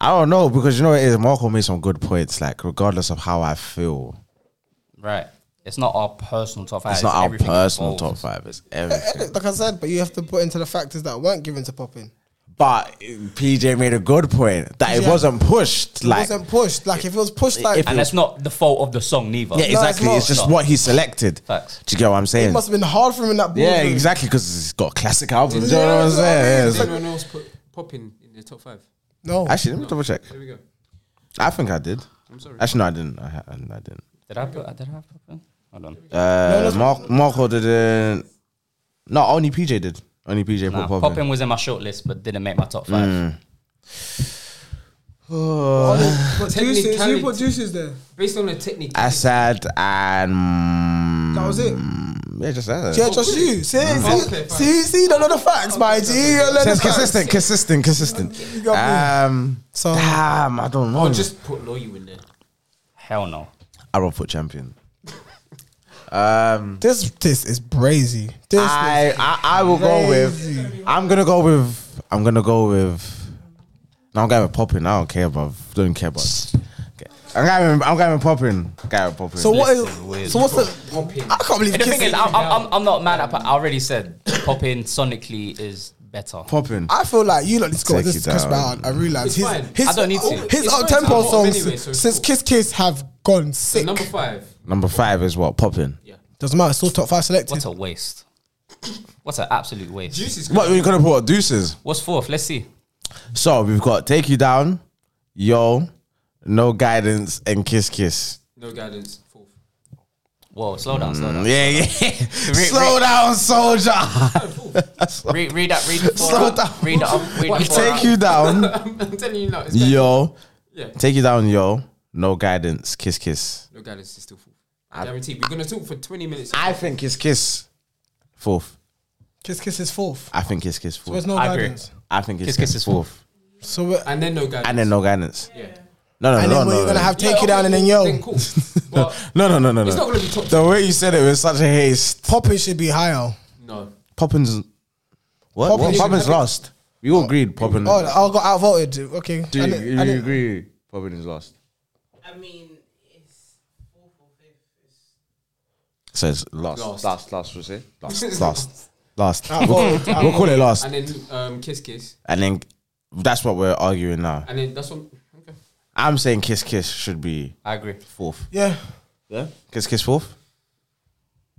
Speaker 1: I don't know because you know what it is. Marco made some good points. Like regardless of how I feel,
Speaker 3: fifth. right. It's not our personal top five.
Speaker 1: it's not our
Speaker 3: everything
Speaker 1: personal
Speaker 3: involved.
Speaker 1: top five. *laughs* It's everything.
Speaker 2: like I said, but you have to put into the factors that weren't given to popping.
Speaker 1: But PJ made a good point that it
Speaker 2: Yeah.
Speaker 1: wasn't pushed.
Speaker 2: It
Speaker 1: Like
Speaker 2: wasn't pushed. Like if it was pushed, like
Speaker 1: If-
Speaker 3: And that's not the fault of the song, neither.
Speaker 1: yeah,
Speaker 2: it's
Speaker 1: exactly.
Speaker 2: not.
Speaker 1: it's just
Speaker 3: It's not.
Speaker 1: what he selected.
Speaker 3: Facts.
Speaker 1: Do you get what I'm
Speaker 2: it
Speaker 1: saying?
Speaker 2: must have been hard for him in that.
Speaker 1: Yeah,
Speaker 2: ballroom.
Speaker 1: exactly. Because it's got a classic album. Do you know what I'm
Speaker 2: Yeah,
Speaker 1: saying?
Speaker 4: Did
Speaker 1: Yeah, it's-
Speaker 4: anyone else put popping in the top five?
Speaker 2: No,
Speaker 1: Actually, let me double check.
Speaker 4: There we go.
Speaker 1: I think I did.
Speaker 4: I'm sorry.
Speaker 1: Actually, no, I didn't. I, ha- I didn't. I didn't.
Speaker 3: Did I put? Did I have popping? Hold on.
Speaker 1: Uh, Mar- Marco didn't. No, only PJ did. Only PJ
Speaker 3: Nah,
Speaker 1: put
Speaker 3: popping
Speaker 1: popping.
Speaker 3: was in my shortlist, but didn't make my top five.
Speaker 1: Hmm.
Speaker 2: but juices. Who put juices there?
Speaker 4: Based on the technique.
Speaker 1: Assad and mm,
Speaker 2: That was it.
Speaker 1: yeah, just that.
Speaker 2: Yeah, just you. See, see,
Speaker 4: Okay, fine.
Speaker 2: see, see, you don't know the facts, my G. You don't know the
Speaker 1: Says
Speaker 2: facts.
Speaker 1: consistent, consistent, consistent.
Speaker 2: got me.
Speaker 1: Um,
Speaker 2: So-
Speaker 1: damn, I don't know.
Speaker 4: Oh, just put Loyu in there.
Speaker 3: Hell no.
Speaker 1: I wrote foot champion.
Speaker 2: This, this is brazy. This, is,
Speaker 1: I, I I will go with. I'm gonna go with. I'm gonna go with. No, I'm going with popping. I don't care about. Don't care about. Okay. I'm going. with- I'm going with popping. Guy with popping.
Speaker 2: so what
Speaker 3: Listen, weird.
Speaker 2: is? So what's the?
Speaker 4: Popping.
Speaker 2: I can't believe
Speaker 3: The thing
Speaker 2: Kiss-
Speaker 3: is, I'm, I'm, I'm, I'm not mad at. Pop- I already said popping sonically is better.
Speaker 1: popping?
Speaker 2: I feel like you lot need to go
Speaker 1: Take
Speaker 2: with this
Speaker 1: you
Speaker 2: is Chris
Speaker 1: down.
Speaker 2: Brown. I realize
Speaker 4: It's
Speaker 2: his
Speaker 4: fine.
Speaker 2: his
Speaker 3: I don't need to.
Speaker 2: his
Speaker 4: It's fine
Speaker 2: up
Speaker 4: to
Speaker 2: tempo
Speaker 4: have one
Speaker 2: songs
Speaker 4: anyway, so it's
Speaker 2: since
Speaker 4: cool.
Speaker 2: Kiss Kiss have gone
Speaker 4: So
Speaker 2: sick.
Speaker 4: number five.
Speaker 1: Number five is what popping.
Speaker 4: Yeah.
Speaker 2: Doesn't matter. Still top five selected.
Speaker 3: What a waste. What an absolute waste.
Speaker 4: Juice is
Speaker 1: What we're gonna put what, deuces.
Speaker 3: What's fourth? Let's see.
Speaker 1: So we've got take you down, yo, no guidance, and kiss kiss.
Speaker 4: No guidance. Fourth.
Speaker 3: Whoa, slow down, slow down.
Speaker 1: *laughs* Yeah, yeah. Slow down, soldier. Hmm.
Speaker 3: Read, read that. Read the
Speaker 1: *laughs*
Speaker 3: four.
Speaker 1: Slow
Speaker 3: out.
Speaker 1: down.
Speaker 3: Read it up. Read the four.
Speaker 1: take
Speaker 3: out.
Speaker 1: you down,
Speaker 4: *laughs* I'm telling you now. It's better.
Speaker 1: yo.
Speaker 4: Yeah.
Speaker 1: Take you down, yo. No guidance, kiss kiss.
Speaker 4: No guidance is still fourth. I guarantee. We're gonna talk for 20 minutes.
Speaker 1: I think kiss kiss. Fourth.
Speaker 2: Kiss Kiss is fourth.
Speaker 1: I think kiss kiss fourth.
Speaker 2: There's no
Speaker 3: I agree.
Speaker 2: guidance.
Speaker 1: I think kiss
Speaker 3: Kiss
Speaker 1: kiss,
Speaker 3: Kiss
Speaker 1: is
Speaker 3: is
Speaker 1: fourth.
Speaker 2: So we're,
Speaker 4: and then no guidance.
Speaker 1: And then no guidance.
Speaker 4: Yeah.
Speaker 1: No, no,
Speaker 2: and
Speaker 1: no,
Speaker 2: then we're
Speaker 1: no.
Speaker 2: gonna
Speaker 1: no.
Speaker 2: have take
Speaker 4: Yeah,
Speaker 2: you
Speaker 4: okay,
Speaker 2: down and then
Speaker 4: Then
Speaker 2: yo.
Speaker 4: cool. But
Speaker 1: no, no, no, no, no.
Speaker 4: it's not gonna be top.
Speaker 1: the way you said it with such a haste.
Speaker 2: Poppin should be higher.
Speaker 4: No.
Speaker 1: Poppins. What? Poppins,
Speaker 2: Poppins-
Speaker 1: Poppins lost. We all agreed Poppins.
Speaker 2: Oh, I got outvoted. Okay.
Speaker 1: Do
Speaker 2: I
Speaker 1: you,
Speaker 2: didn't-
Speaker 1: you
Speaker 2: I didn't-
Speaker 1: agree? Poppins is lost.
Speaker 6: I mean, it's fourth or fifth. It's
Speaker 1: So it's lost.
Speaker 4: Lost.
Speaker 1: Last, last, we'll say. Last,
Speaker 4: It's
Speaker 1: last. Last.
Speaker 2: Ah,
Speaker 1: We'll,
Speaker 2: oh,
Speaker 1: we'll call it last.
Speaker 4: And then um, kiss, kiss,
Speaker 1: And then that's what we're arguing now.
Speaker 4: and then that's what. Okay.
Speaker 1: I'm saying Kiss Kiss should be
Speaker 3: I agree.
Speaker 1: fourth.
Speaker 2: Yeah.
Speaker 1: Yeah? Kiss Kiss fourth?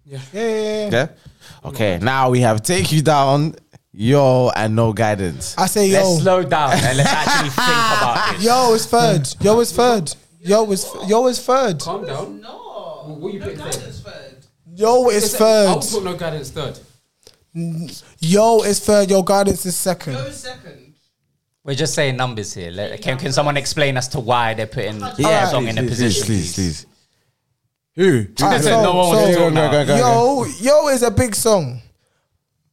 Speaker 2: Yeah, yeah, yeah, yeah.
Speaker 1: Yeah? Okay, now we have Take You Down, Yo, and No Guidance.
Speaker 2: I say
Speaker 3: Let's
Speaker 2: yo.
Speaker 3: slow down and let's actually *laughs* think about this.
Speaker 2: Yo is third. Yo is third. Yo is yo is third.
Speaker 4: Calm down.
Speaker 6: No.
Speaker 4: What you
Speaker 6: no
Speaker 4: picked then?
Speaker 6: guidance third.
Speaker 2: Yo
Speaker 4: It's
Speaker 2: is
Speaker 4: a- I
Speaker 2: third.
Speaker 4: would put no guidance third.
Speaker 2: Yo is third. Yo guidance is second.
Speaker 6: Go second.
Speaker 3: We're just saying numbers here. Let- Can, can someone explain as to why they're putting
Speaker 1: Yeah,
Speaker 3: the song in a
Speaker 1: Ah, please,
Speaker 3: position?
Speaker 1: Please, please, please. Who?
Speaker 2: Alright,
Speaker 3: said no one was
Speaker 1: Go, go, go, go, go.
Speaker 2: Yo, yo is a big song,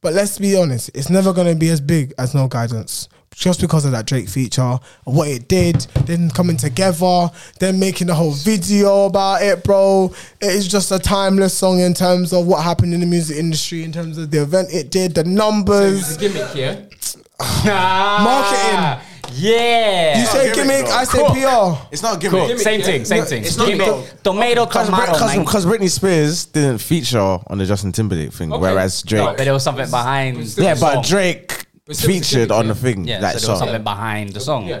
Speaker 2: but let's be honest, it's never gonna be as big as No Guidance. Just because of that Drake feature, and what it did, then coming together, then making the whole video about it, bro. It is just a timeless song in terms of what happened in the music industry, in terms of the event it did, the
Speaker 4: It's
Speaker 2: numbers,
Speaker 4: a gimmick, yeah.
Speaker 3: Ah, Yeah.
Speaker 2: You say gimmick, I say PR.
Speaker 1: It's not a gimmick.
Speaker 4: Cool.
Speaker 3: same
Speaker 4: yeah.
Speaker 3: thing, same
Speaker 2: No,
Speaker 3: thing.
Speaker 4: it's not
Speaker 3: Give it-
Speaker 4: because-
Speaker 3: tomato,
Speaker 1: Because
Speaker 3: tomato, man.
Speaker 1: Britney Spears didn't feature on the Justin Timberlake thing,
Speaker 4: Okay.
Speaker 1: whereas Drake.
Speaker 3: No, but there was something behind.
Speaker 4: it's
Speaker 3: the
Speaker 4: still-
Speaker 1: yeah, but
Speaker 3: song.
Speaker 1: Drake
Speaker 4: But still it's a
Speaker 1: featured
Speaker 4: gimmick,
Speaker 1: on the
Speaker 4: yeah.
Speaker 1: thing.
Speaker 3: Yeah,
Speaker 1: that
Speaker 3: so there was
Speaker 1: song.
Speaker 3: something behind the song.
Speaker 4: Yeah.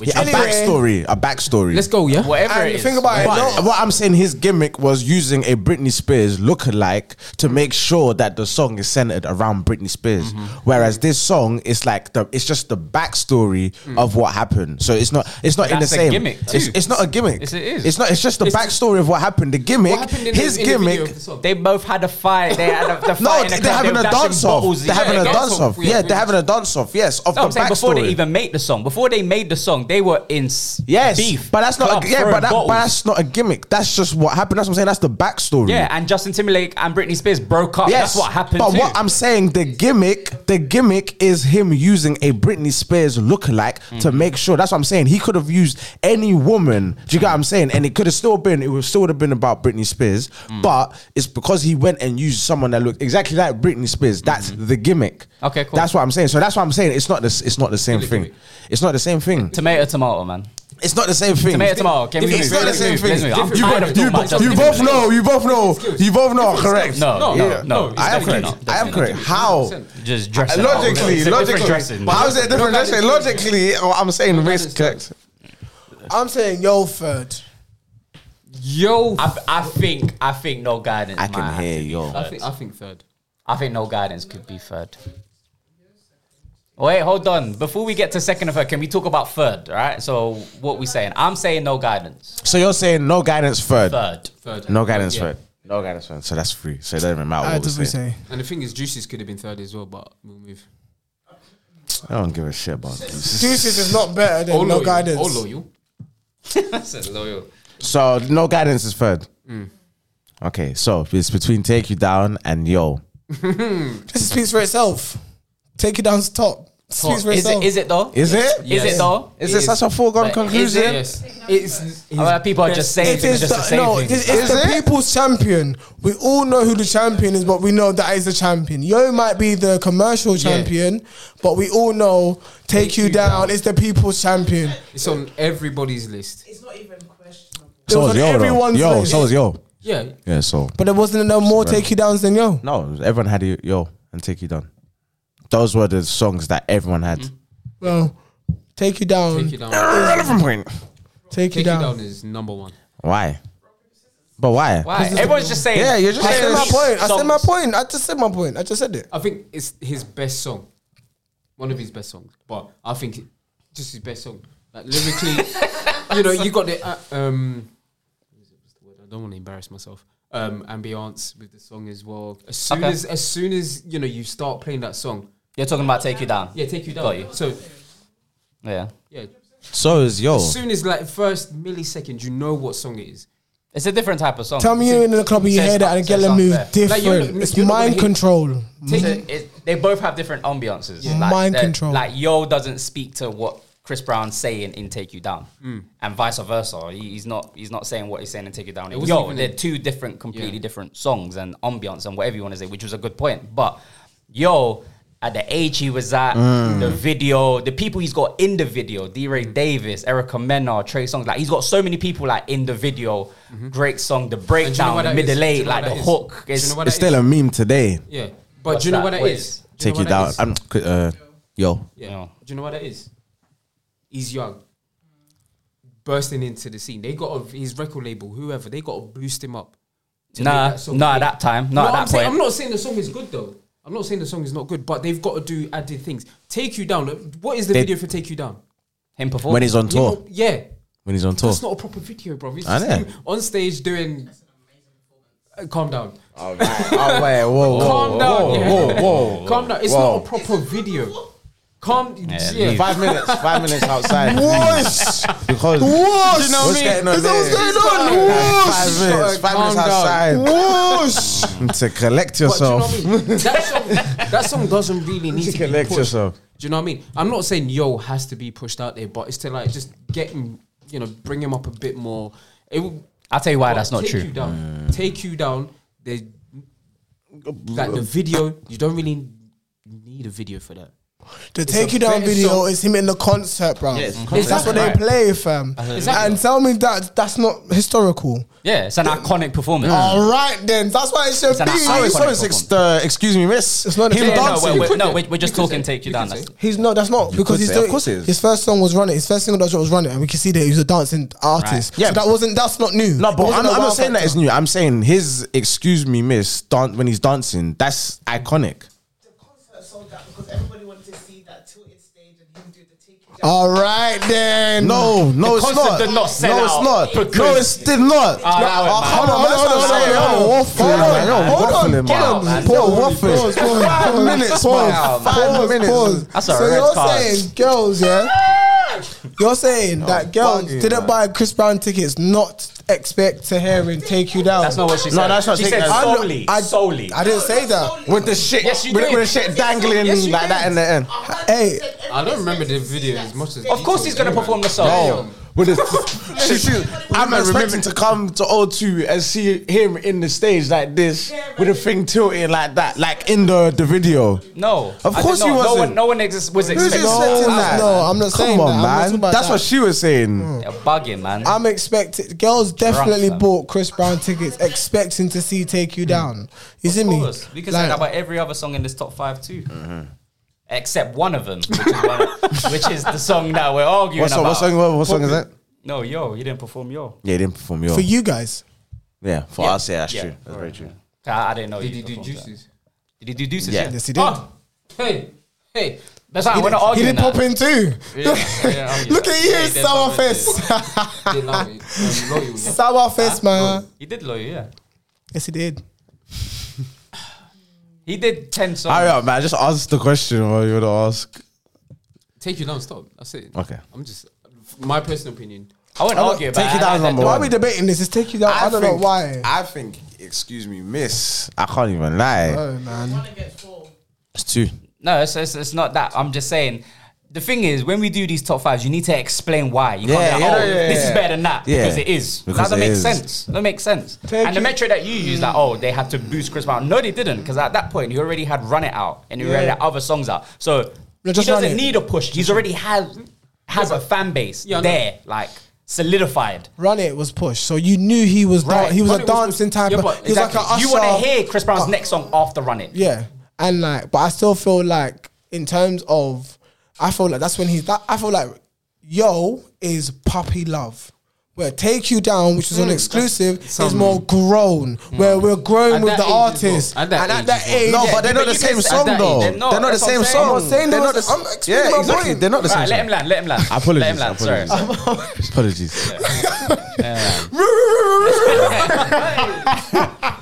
Speaker 3: Which
Speaker 1: Yeah,
Speaker 3: is
Speaker 1: a
Speaker 2: Anyway.
Speaker 1: backstory. A backstory.
Speaker 4: Let's go, yeah.
Speaker 3: whatever
Speaker 2: And
Speaker 3: it
Speaker 2: the
Speaker 3: is.
Speaker 2: thing about it,
Speaker 3: whatever
Speaker 2: no-
Speaker 3: is.
Speaker 1: But what I'm saying, his gimmick was using a Britney Spears lookalike to make sure that the song is centered around Britney Spears.
Speaker 3: Mm-hmm.
Speaker 1: Whereas this song is like the it's just the backstory of what happened. So it's not it's not in the
Speaker 3: Mm. That's a
Speaker 1: same.
Speaker 3: gimmick
Speaker 1: It's,
Speaker 3: too.
Speaker 1: it's not a gimmick.
Speaker 3: Yes, it is.
Speaker 1: It's not. It's just the
Speaker 4: It's-
Speaker 1: backstory of what happened. The gimmick.
Speaker 4: What happened in
Speaker 1: his
Speaker 4: the, in the
Speaker 1: gimmick.
Speaker 4: video of the song?
Speaker 3: They both had a fight. They had a the
Speaker 1: *laughs*
Speaker 3: fight
Speaker 1: no,
Speaker 3: in the
Speaker 1: they're
Speaker 3: club.
Speaker 1: having
Speaker 3: They
Speaker 1: a
Speaker 3: were dashing
Speaker 1: dance off.
Speaker 3: bottles.
Speaker 1: They're
Speaker 3: Yeah,
Speaker 1: having a
Speaker 3: yeah.
Speaker 1: dance off.
Speaker 4: yeah,
Speaker 1: Yeah, they're
Speaker 4: yeah.
Speaker 1: having a dance off. Yes, of
Speaker 3: No, I'm
Speaker 1: the
Speaker 3: saying before they
Speaker 1: backstory.
Speaker 3: even made the song, before they made the song, they were in s-
Speaker 1: Yes,
Speaker 3: beef.
Speaker 1: but that's not.
Speaker 3: club,
Speaker 1: A, yeah,
Speaker 3: throwing
Speaker 1: but, that, but
Speaker 3: bottles.
Speaker 1: that's not a gimmick. That's just what happened. That's what I'm saying. That's the backstory.
Speaker 3: Yeah, and Justin Timberlake and Britney Spears broke up. That's what happened.
Speaker 1: But
Speaker 3: too.
Speaker 1: what I'm saying, the gimmick, the gimmick is him using a Britney Spears lookalike to
Speaker 3: Mm-hmm.
Speaker 1: make sure. That's what I'm saying. He could have used any woman. Do you get what I'm saying? And it could have still been. It would still would have been about Britney Spears.
Speaker 3: Mm.
Speaker 1: But it's because he went and used someone that looked exactly like Britney Spears. That's the gimmick.
Speaker 3: Mm-hmm. Okay, cool.
Speaker 1: That's what I'm saying. So that's what I'm saying. It's not this. It's not the same thing. It's not the same thing.
Speaker 3: tomato, tomato, man.
Speaker 1: It's not the same thing.
Speaker 3: Tomato, tomato. Can we
Speaker 1: It's
Speaker 3: move?
Speaker 1: not the
Speaker 3: Let's
Speaker 1: same
Speaker 3: move.
Speaker 1: thing.
Speaker 3: Let's
Speaker 1: You,
Speaker 3: move. I'm
Speaker 1: you
Speaker 3: tired of
Speaker 1: bo-
Speaker 3: talking about Justin
Speaker 1: you both
Speaker 3: Timberlake.
Speaker 1: know. You both know. You both know. Correct.
Speaker 3: No, no,
Speaker 1: Yeah.
Speaker 3: no. it's
Speaker 1: I am
Speaker 3: definitely
Speaker 1: correct.
Speaker 3: not.
Speaker 1: I am correct. How?
Speaker 3: Just dressing. up.
Speaker 1: Uh, Logically,
Speaker 3: It's a different
Speaker 1: logically.
Speaker 3: dressing.
Speaker 1: but How is it different? dressing? Logically, oh, I'm saying race correct.
Speaker 2: I'm saying yo third.
Speaker 4: Yo,
Speaker 3: I, I think I think no guidance.
Speaker 1: I can
Speaker 3: might have
Speaker 1: hear
Speaker 3: to be
Speaker 1: yo.
Speaker 3: third.
Speaker 4: I think I think third.
Speaker 3: I think no guidance could be third. Wait, hold on. Before we get to second and third, can we talk about third? All right. So what we saying? I'm saying no guidance.
Speaker 1: So you're saying no guidance third.
Speaker 4: *laughs*
Speaker 3: Third.
Speaker 4: Third.
Speaker 1: No guidance
Speaker 4: Yeah.
Speaker 1: third. No guidance third. So that's free. So it doesn't even
Speaker 2: Uh,
Speaker 1: matter what
Speaker 2: does
Speaker 1: we
Speaker 2: we
Speaker 1: say.
Speaker 2: say?
Speaker 4: And the thing is, Juices could have been third as well, but we'll move.
Speaker 1: I don't give a shit about this.
Speaker 2: Deuces is not better than
Speaker 4: All
Speaker 2: Oh, No
Speaker 4: loyal.
Speaker 2: Guidance.
Speaker 4: All loyal.
Speaker 3: That's loyal.
Speaker 1: So no guidance is third.
Speaker 3: Mm.
Speaker 1: Okay, so it's between take you down and yo.
Speaker 2: This speaks for itself. Take it down to top. Speaks for
Speaker 3: Is it?
Speaker 2: itself.
Speaker 3: Is it though?
Speaker 1: Is it?
Speaker 3: Is it though?
Speaker 1: Is it such a foregone
Speaker 3: But is
Speaker 1: conclusion?
Speaker 3: it?
Speaker 4: Yes. It's
Speaker 3: A lot of people are just saying
Speaker 2: It is
Speaker 3: things just to
Speaker 2: the,
Speaker 3: say
Speaker 2: no,
Speaker 3: things.
Speaker 2: it is,
Speaker 1: Is
Speaker 2: it's the
Speaker 1: it?
Speaker 2: people's champion. We all know who the champion is, but we know that is the champion. Yo might be the commercial champion, but we all know Take, You Down is the people's champion.
Speaker 4: it's on everybody's list.
Speaker 6: It's not even questionable.
Speaker 1: So was
Speaker 2: was on
Speaker 1: yo. though.
Speaker 2: everyone's
Speaker 1: Yo,
Speaker 2: list.
Speaker 1: so was yo.
Speaker 4: Yeah.
Speaker 1: Yeah, so
Speaker 2: But there wasn't no more Take You Downs than Yo.
Speaker 1: no, everyone had yo and take you down. Those were the songs that everyone had.
Speaker 2: Well, Take You Down,
Speaker 4: Take
Speaker 2: Take,
Speaker 4: it down.
Speaker 1: Relevant point.
Speaker 2: you,
Speaker 4: Take it
Speaker 2: down.
Speaker 4: down is number one.
Speaker 1: Why? But why?
Speaker 3: Why? Everyone's just saying.
Speaker 1: Yeah, you're just
Speaker 2: I said
Speaker 1: saying
Speaker 2: my point. I said my
Speaker 3: songs.
Speaker 2: point. I just said my point. I just said it.
Speaker 4: I think it's his best song, one of his best songs. But I think it- just his best song, like lyrically.
Speaker 3: *laughs*
Speaker 4: you know, you got the uh, um. what's the word? I don't want to embarrass myself. Um, ambiance with the song as well. As soon
Speaker 3: Okay.
Speaker 4: as, as soon as you know, you start playing that song.
Speaker 3: You're talking about take you down.
Speaker 4: Yeah, take you down.
Speaker 3: Got you.
Speaker 4: So
Speaker 3: Yeah.
Speaker 4: yeah,
Speaker 1: So is yo.
Speaker 4: as soon as like first millisecond, you know what song it is.
Speaker 3: It's a different type of song.
Speaker 2: Tell me you're in the club and you
Speaker 3: Says
Speaker 2: hear that
Speaker 3: not-
Speaker 2: and get
Speaker 3: says
Speaker 2: them
Speaker 3: not
Speaker 2: move
Speaker 3: fair.
Speaker 2: different.
Speaker 4: Like, you're not-
Speaker 2: it's
Speaker 4: you're not gonna
Speaker 2: mind
Speaker 4: hit-
Speaker 2: control.
Speaker 3: Take it, it- they both have different ambiances. Like,
Speaker 2: Mind
Speaker 3: they're-
Speaker 2: control.
Speaker 3: Like Yo doesn't speak to what Chris Brown's saying in Take You Down,
Speaker 4: Hmm.
Speaker 3: and vice versa. He- he's not he's not saying what he's saying in Take You Down.
Speaker 4: wasn't
Speaker 3: Yo,
Speaker 4: even
Speaker 3: they're
Speaker 4: in-
Speaker 3: two different, completely
Speaker 4: Yeah.
Speaker 3: different songs and ambiance and whatever you want to say, which was a good point. But Yo. At the age he was at, the video, the people he's got in the video, D.
Speaker 4: Hmm.
Speaker 3: Ray Davis, Erica Mena, Trey Songz, like he's got so many people like in the video. Great song, the
Speaker 4: Mm-hmm. And do you know
Speaker 3: breakdown,
Speaker 4: why
Speaker 3: the
Speaker 4: that is?
Speaker 3: middle
Speaker 4: Do you
Speaker 3: eight,
Speaker 4: know why
Speaker 3: like the
Speaker 4: that is?
Speaker 3: hook.
Speaker 4: Do you
Speaker 3: It's,
Speaker 4: know why
Speaker 1: it's
Speaker 4: that is?
Speaker 1: still a meme today.
Speaker 4: Yeah. But
Speaker 3: What's
Speaker 4: do you know
Speaker 3: that?
Speaker 4: what that
Speaker 3: What
Speaker 4: is?
Speaker 3: is-
Speaker 4: Do you
Speaker 1: Take
Speaker 4: know
Speaker 1: you
Speaker 4: what that
Speaker 1: down.
Speaker 4: is?
Speaker 1: I'm, uh, yo,
Speaker 4: Yeah.
Speaker 3: No.
Speaker 4: Do you know what that is? He's young, bursting into the scene. They got a, his record label, whoever. They got to boost him up. to
Speaker 3: Nah,
Speaker 4: make that song
Speaker 3: not at
Speaker 4: big.
Speaker 3: that time, not at
Speaker 4: I'm
Speaker 3: that
Speaker 4: saying-
Speaker 3: point.
Speaker 4: I'm not saying the song is good though. I'm not saying the song is not good, but they've got to do added things. Take you down. look, What is the
Speaker 1: They-
Speaker 4: video for Take You Down?
Speaker 3: Him performing.
Speaker 1: when he's on
Speaker 4: You
Speaker 1: tour,
Speaker 4: know- yeah,
Speaker 1: when he's on tour,
Speaker 4: that's not a proper video, bro. It's
Speaker 1: I
Speaker 4: just
Speaker 1: know.
Speaker 4: him on stage doing. Uh, calm down.
Speaker 1: Oh, man. oh wait, whoa, whoa,
Speaker 4: Calm
Speaker 1: whoa,
Speaker 4: down,
Speaker 1: whoa,
Speaker 4: yeah.
Speaker 1: whoa, whoa,
Speaker 4: Calm down. It's
Speaker 1: whoa.
Speaker 4: not a proper video. Calm. Yeah,
Speaker 3: leave.
Speaker 1: Five minutes, five minutes outside.
Speaker 2: Whoosh!
Speaker 1: Because
Speaker 2: Whoosh!
Speaker 1: what's getting on
Speaker 2: Is that
Speaker 1: there?
Speaker 2: what's going on? Whoosh!
Speaker 1: Five minutes, five minutes
Speaker 4: Calm down.
Speaker 1: outside
Speaker 2: Whoosh!
Speaker 1: to collect
Speaker 4: But do you know
Speaker 1: yourself.
Speaker 4: what I mean? That song, that song doesn't really need
Speaker 1: You
Speaker 4: to
Speaker 1: can
Speaker 4: be
Speaker 1: elect
Speaker 4: pushed.
Speaker 1: yourself.
Speaker 4: Do you know what I mean? I'm not saying yo has to be pushed out there, but it's to like just get him, you know, bring him up a bit more. It will
Speaker 3: I'll tell you why that's not
Speaker 4: take You
Speaker 3: true.
Speaker 4: down, Take you down. They, like the video, you don't really need a video for that.
Speaker 2: The
Speaker 4: a
Speaker 2: Take You Down
Speaker 4: better
Speaker 2: video
Speaker 4: song.
Speaker 2: is him in the concert, bro.
Speaker 4: Yes,
Speaker 3: Mm-hmm.
Speaker 2: That's
Speaker 4: concert.
Speaker 2: what they
Speaker 4: Right.
Speaker 2: play, fam.
Speaker 4: Exactly.
Speaker 2: And tell me that that's not historical.
Speaker 3: Yeah, it's an iconic performance.
Speaker 4: Mm.
Speaker 1: Oh,
Speaker 2: All right, then. That's why it should
Speaker 3: It's an
Speaker 2: be.
Speaker 3: iconic
Speaker 2: It's not-
Speaker 1: Sorry, six, uh, excuse me, miss.
Speaker 2: It's not a
Speaker 1: him
Speaker 2: fair-
Speaker 3: Yeah, no,
Speaker 1: dancing.
Speaker 3: we're, we're, no,
Speaker 4: say-
Speaker 3: we're, we're just
Speaker 4: you could
Speaker 3: talking
Speaker 4: say-
Speaker 3: take you
Speaker 4: you
Speaker 3: down.
Speaker 4: could
Speaker 3: That's,
Speaker 4: say.
Speaker 2: He's not. That's not because
Speaker 1: could
Speaker 2: he's
Speaker 1: say, of
Speaker 2: doing,
Speaker 1: course it is.
Speaker 2: his first song was running. His first single that was running, and we can see that he was a dancing artist.
Speaker 1: Yeah,
Speaker 2: so
Speaker 1: but-
Speaker 2: that wasn't. That's not new.
Speaker 1: No,
Speaker 2: It
Speaker 1: but
Speaker 2: wasn't
Speaker 1: I'm,
Speaker 2: a
Speaker 1: I'm
Speaker 2: wow
Speaker 1: not saying that
Speaker 2: factor.
Speaker 1: it's new. I'm saying his excuse me, miss, dan- when he's dancing, that's iconic.
Speaker 6: The concert sold out because everybody wanted to see that tilted stage and him do the take you down.
Speaker 2: All right, then.
Speaker 1: No, no, it's
Speaker 3: concert
Speaker 1: not.
Speaker 3: did not sell
Speaker 1: no, it's
Speaker 3: out
Speaker 1: not. No,
Speaker 3: because-
Speaker 1: it's did not.
Speaker 3: Ah,
Speaker 1: No,
Speaker 3: that one,
Speaker 1: oh,
Speaker 3: man.
Speaker 1: Hold on,
Speaker 2: Hold on, hold on, hold on.
Speaker 1: that's what
Speaker 2: Hold on,
Speaker 1: I'm
Speaker 2: hold
Speaker 1: saying. You're waffling, man. You're waffling,
Speaker 2: on,
Speaker 3: hold
Speaker 1: man. You're
Speaker 2: Pause,
Speaker 3: on.
Speaker 2: pause,
Speaker 1: waffling.
Speaker 2: pause,
Speaker 1: Five
Speaker 2: pause,
Speaker 1: minutes,
Speaker 2: pause,
Speaker 1: man.
Speaker 2: pause,
Speaker 1: Five minutes.
Speaker 2: pause.
Speaker 3: That's a
Speaker 2: So
Speaker 3: red
Speaker 2: you're
Speaker 3: card.
Speaker 2: saying girls, yeah? You're saying that girls
Speaker 1: bugging,
Speaker 2: didn't
Speaker 1: man.
Speaker 2: buy Chris Brown tickets, not expect to hear him take you down.
Speaker 3: that's not what she
Speaker 1: No,
Speaker 3: said.
Speaker 1: that's not
Speaker 3: she
Speaker 1: taking
Speaker 3: said
Speaker 1: that-
Speaker 2: I'm-
Speaker 3: solely.
Speaker 2: I,
Speaker 3: solely.
Speaker 2: I didn't say that.
Speaker 1: With the shit,
Speaker 3: Yes, you
Speaker 1: with,
Speaker 3: did.
Speaker 1: with the shit dangling
Speaker 4: Yes, you
Speaker 1: like that
Speaker 4: did.
Speaker 1: in the end.
Speaker 2: Hey,
Speaker 4: I don't remember the video as much as.
Speaker 3: of course he's going to
Speaker 4: anyway.
Speaker 3: perform the song.
Speaker 1: Oh, with the, *laughs* she, she, I'm expecting to come to O2 and see him in the stage like this with a thing tilting like that, like in the the video.
Speaker 3: No. I did
Speaker 1: course
Speaker 3: not.
Speaker 1: he
Speaker 3: No
Speaker 1: wasn't.
Speaker 3: one, no one ex- was
Speaker 1: Who's
Speaker 3: expecting
Speaker 1: expecting
Speaker 2: no,
Speaker 1: that?
Speaker 2: no, I'm not
Speaker 1: Come
Speaker 2: saying
Speaker 1: on,
Speaker 2: that. I'm not
Speaker 1: man.
Speaker 2: talking about
Speaker 1: That's
Speaker 2: that. Mm.
Speaker 1: what she was saying.
Speaker 3: You're bugging, man.
Speaker 2: I'm expecting girls definitely
Speaker 3: fam.
Speaker 2: bought Chris Brown tickets expecting to see take you down. You see
Speaker 3: of
Speaker 2: me?
Speaker 3: course. We can say
Speaker 2: Like-
Speaker 3: that about every other song in this top five, too.
Speaker 1: Mm-hmm.
Speaker 3: Except one of them, which is, one
Speaker 1: *laughs*
Speaker 3: which is the song that we're arguing
Speaker 1: What song?
Speaker 3: about.
Speaker 1: What song? What, what song is that?
Speaker 3: No, yo, you didn't perform yo.
Speaker 1: Yeah, it didn't perform your.
Speaker 2: for you guys.
Speaker 1: Yeah, for us. Yeah, that's
Speaker 3: Yeah.
Speaker 1: true. That's very true.
Speaker 3: I, I didn't know
Speaker 4: Did
Speaker 3: you
Speaker 4: he do
Speaker 3: performed that.
Speaker 4: juices?
Speaker 3: Did he do deuces?
Speaker 1: Yeah.
Speaker 3: Yeah.
Speaker 2: Yes, he did.
Speaker 4: Oh, hey, hey.
Speaker 3: That's right.
Speaker 2: he
Speaker 3: We're
Speaker 2: did,
Speaker 3: not
Speaker 2: he
Speaker 3: arguing
Speaker 2: did pop
Speaker 3: *laughs* that.
Speaker 2: in too. *laughs* Look at you, sour face. *laughs*
Speaker 4: They love it. I'm loyal, yeah.
Speaker 2: sour face, man.
Speaker 3: He did lawyer, yeah.
Speaker 2: Yes, he did.
Speaker 3: He did 10 songs.
Speaker 1: Hurry up, man. Just ask the question. What you want to ask?
Speaker 4: Take you down. Stop. That's it.
Speaker 1: Okay.
Speaker 4: I'm just my personal opinion.
Speaker 3: I won't
Speaker 1: I'm not-
Speaker 3: argue about
Speaker 1: Take
Speaker 3: it.
Speaker 1: it down,
Speaker 3: I like
Speaker 1: number
Speaker 3: that.
Speaker 2: Why
Speaker 1: one.
Speaker 2: are we debating this? It's take you down. I, don't know why.
Speaker 1: I think. Excuse me, miss. I can't even lie.
Speaker 2: oh man.
Speaker 6: One against four.
Speaker 1: It's two.
Speaker 3: No, it's, it's, it's not that. I'm just saying. The thing is, when we do these top fives, you need to explain why. You
Speaker 1: Yeah,
Speaker 3: can't be like,
Speaker 1: yeah,
Speaker 3: oh,
Speaker 1: yeah, yeah,
Speaker 3: this is
Speaker 1: yeah.
Speaker 3: better than that.
Speaker 1: Yeah.
Speaker 3: Because it is.
Speaker 1: Because
Speaker 3: that
Speaker 1: it
Speaker 3: makes
Speaker 1: is.
Speaker 3: sense. That makes sense.
Speaker 2: Take
Speaker 3: and the
Speaker 2: it-
Speaker 3: metric that you use, like, oh, they had to boost Chris Brown. No, they didn't. Because at that point, he already had Run It Out and he already
Speaker 2: Yeah.
Speaker 3: had other songs out. So
Speaker 2: No, just
Speaker 3: he
Speaker 2: Run
Speaker 3: doesn't
Speaker 2: It.
Speaker 3: need a push. He's already has, has a fan base
Speaker 4: Yeah, I know.
Speaker 3: there, like, solidified.
Speaker 2: Run it was pushed, so you knew he was
Speaker 3: Right.
Speaker 2: dan- he was
Speaker 4: Run
Speaker 2: a
Speaker 4: It was
Speaker 2: dancing
Speaker 4: pushed.
Speaker 2: type.
Speaker 4: Yeah,
Speaker 2: of,
Speaker 4: but
Speaker 2: he was like an
Speaker 3: You
Speaker 2: Usher. Ah.
Speaker 3: want to hear Chris Brown's next song after Run It.
Speaker 2: Yeah, and like, but I still feel like in terms of, I feel like that's when he's. That, I feel like Yo is puppy love. Where Take You Down, which is an exclusive, is more grown. Where we're grown
Speaker 4: At
Speaker 2: with the
Speaker 4: that age as well.
Speaker 2: artist,
Speaker 4: At that
Speaker 2: and
Speaker 4: age
Speaker 2: at that
Speaker 4: as well.
Speaker 2: age,
Speaker 1: No,
Speaker 3: Yeah,
Speaker 1: but they're not
Speaker 3: but
Speaker 1: the
Speaker 3: you can
Speaker 1: same
Speaker 3: say
Speaker 1: song
Speaker 3: that,
Speaker 1: though.
Speaker 3: they're
Speaker 1: They're
Speaker 3: not.
Speaker 1: not the
Speaker 3: That's what
Speaker 1: same
Speaker 3: I'm saying.
Speaker 1: song.
Speaker 3: I'm
Speaker 2: not saying
Speaker 1: They're
Speaker 2: they're
Speaker 1: not the
Speaker 2: not- I'm
Speaker 1: same.
Speaker 2: explaining
Speaker 1: Yeah,
Speaker 2: my
Speaker 1: exactly.
Speaker 2: point.
Speaker 1: They're not the same.
Speaker 3: Right, let
Speaker 1: song.
Speaker 3: him land, let him land.
Speaker 1: Apologies.
Speaker 3: Let him land, sorry.
Speaker 1: apologies. *laughs* Apologies.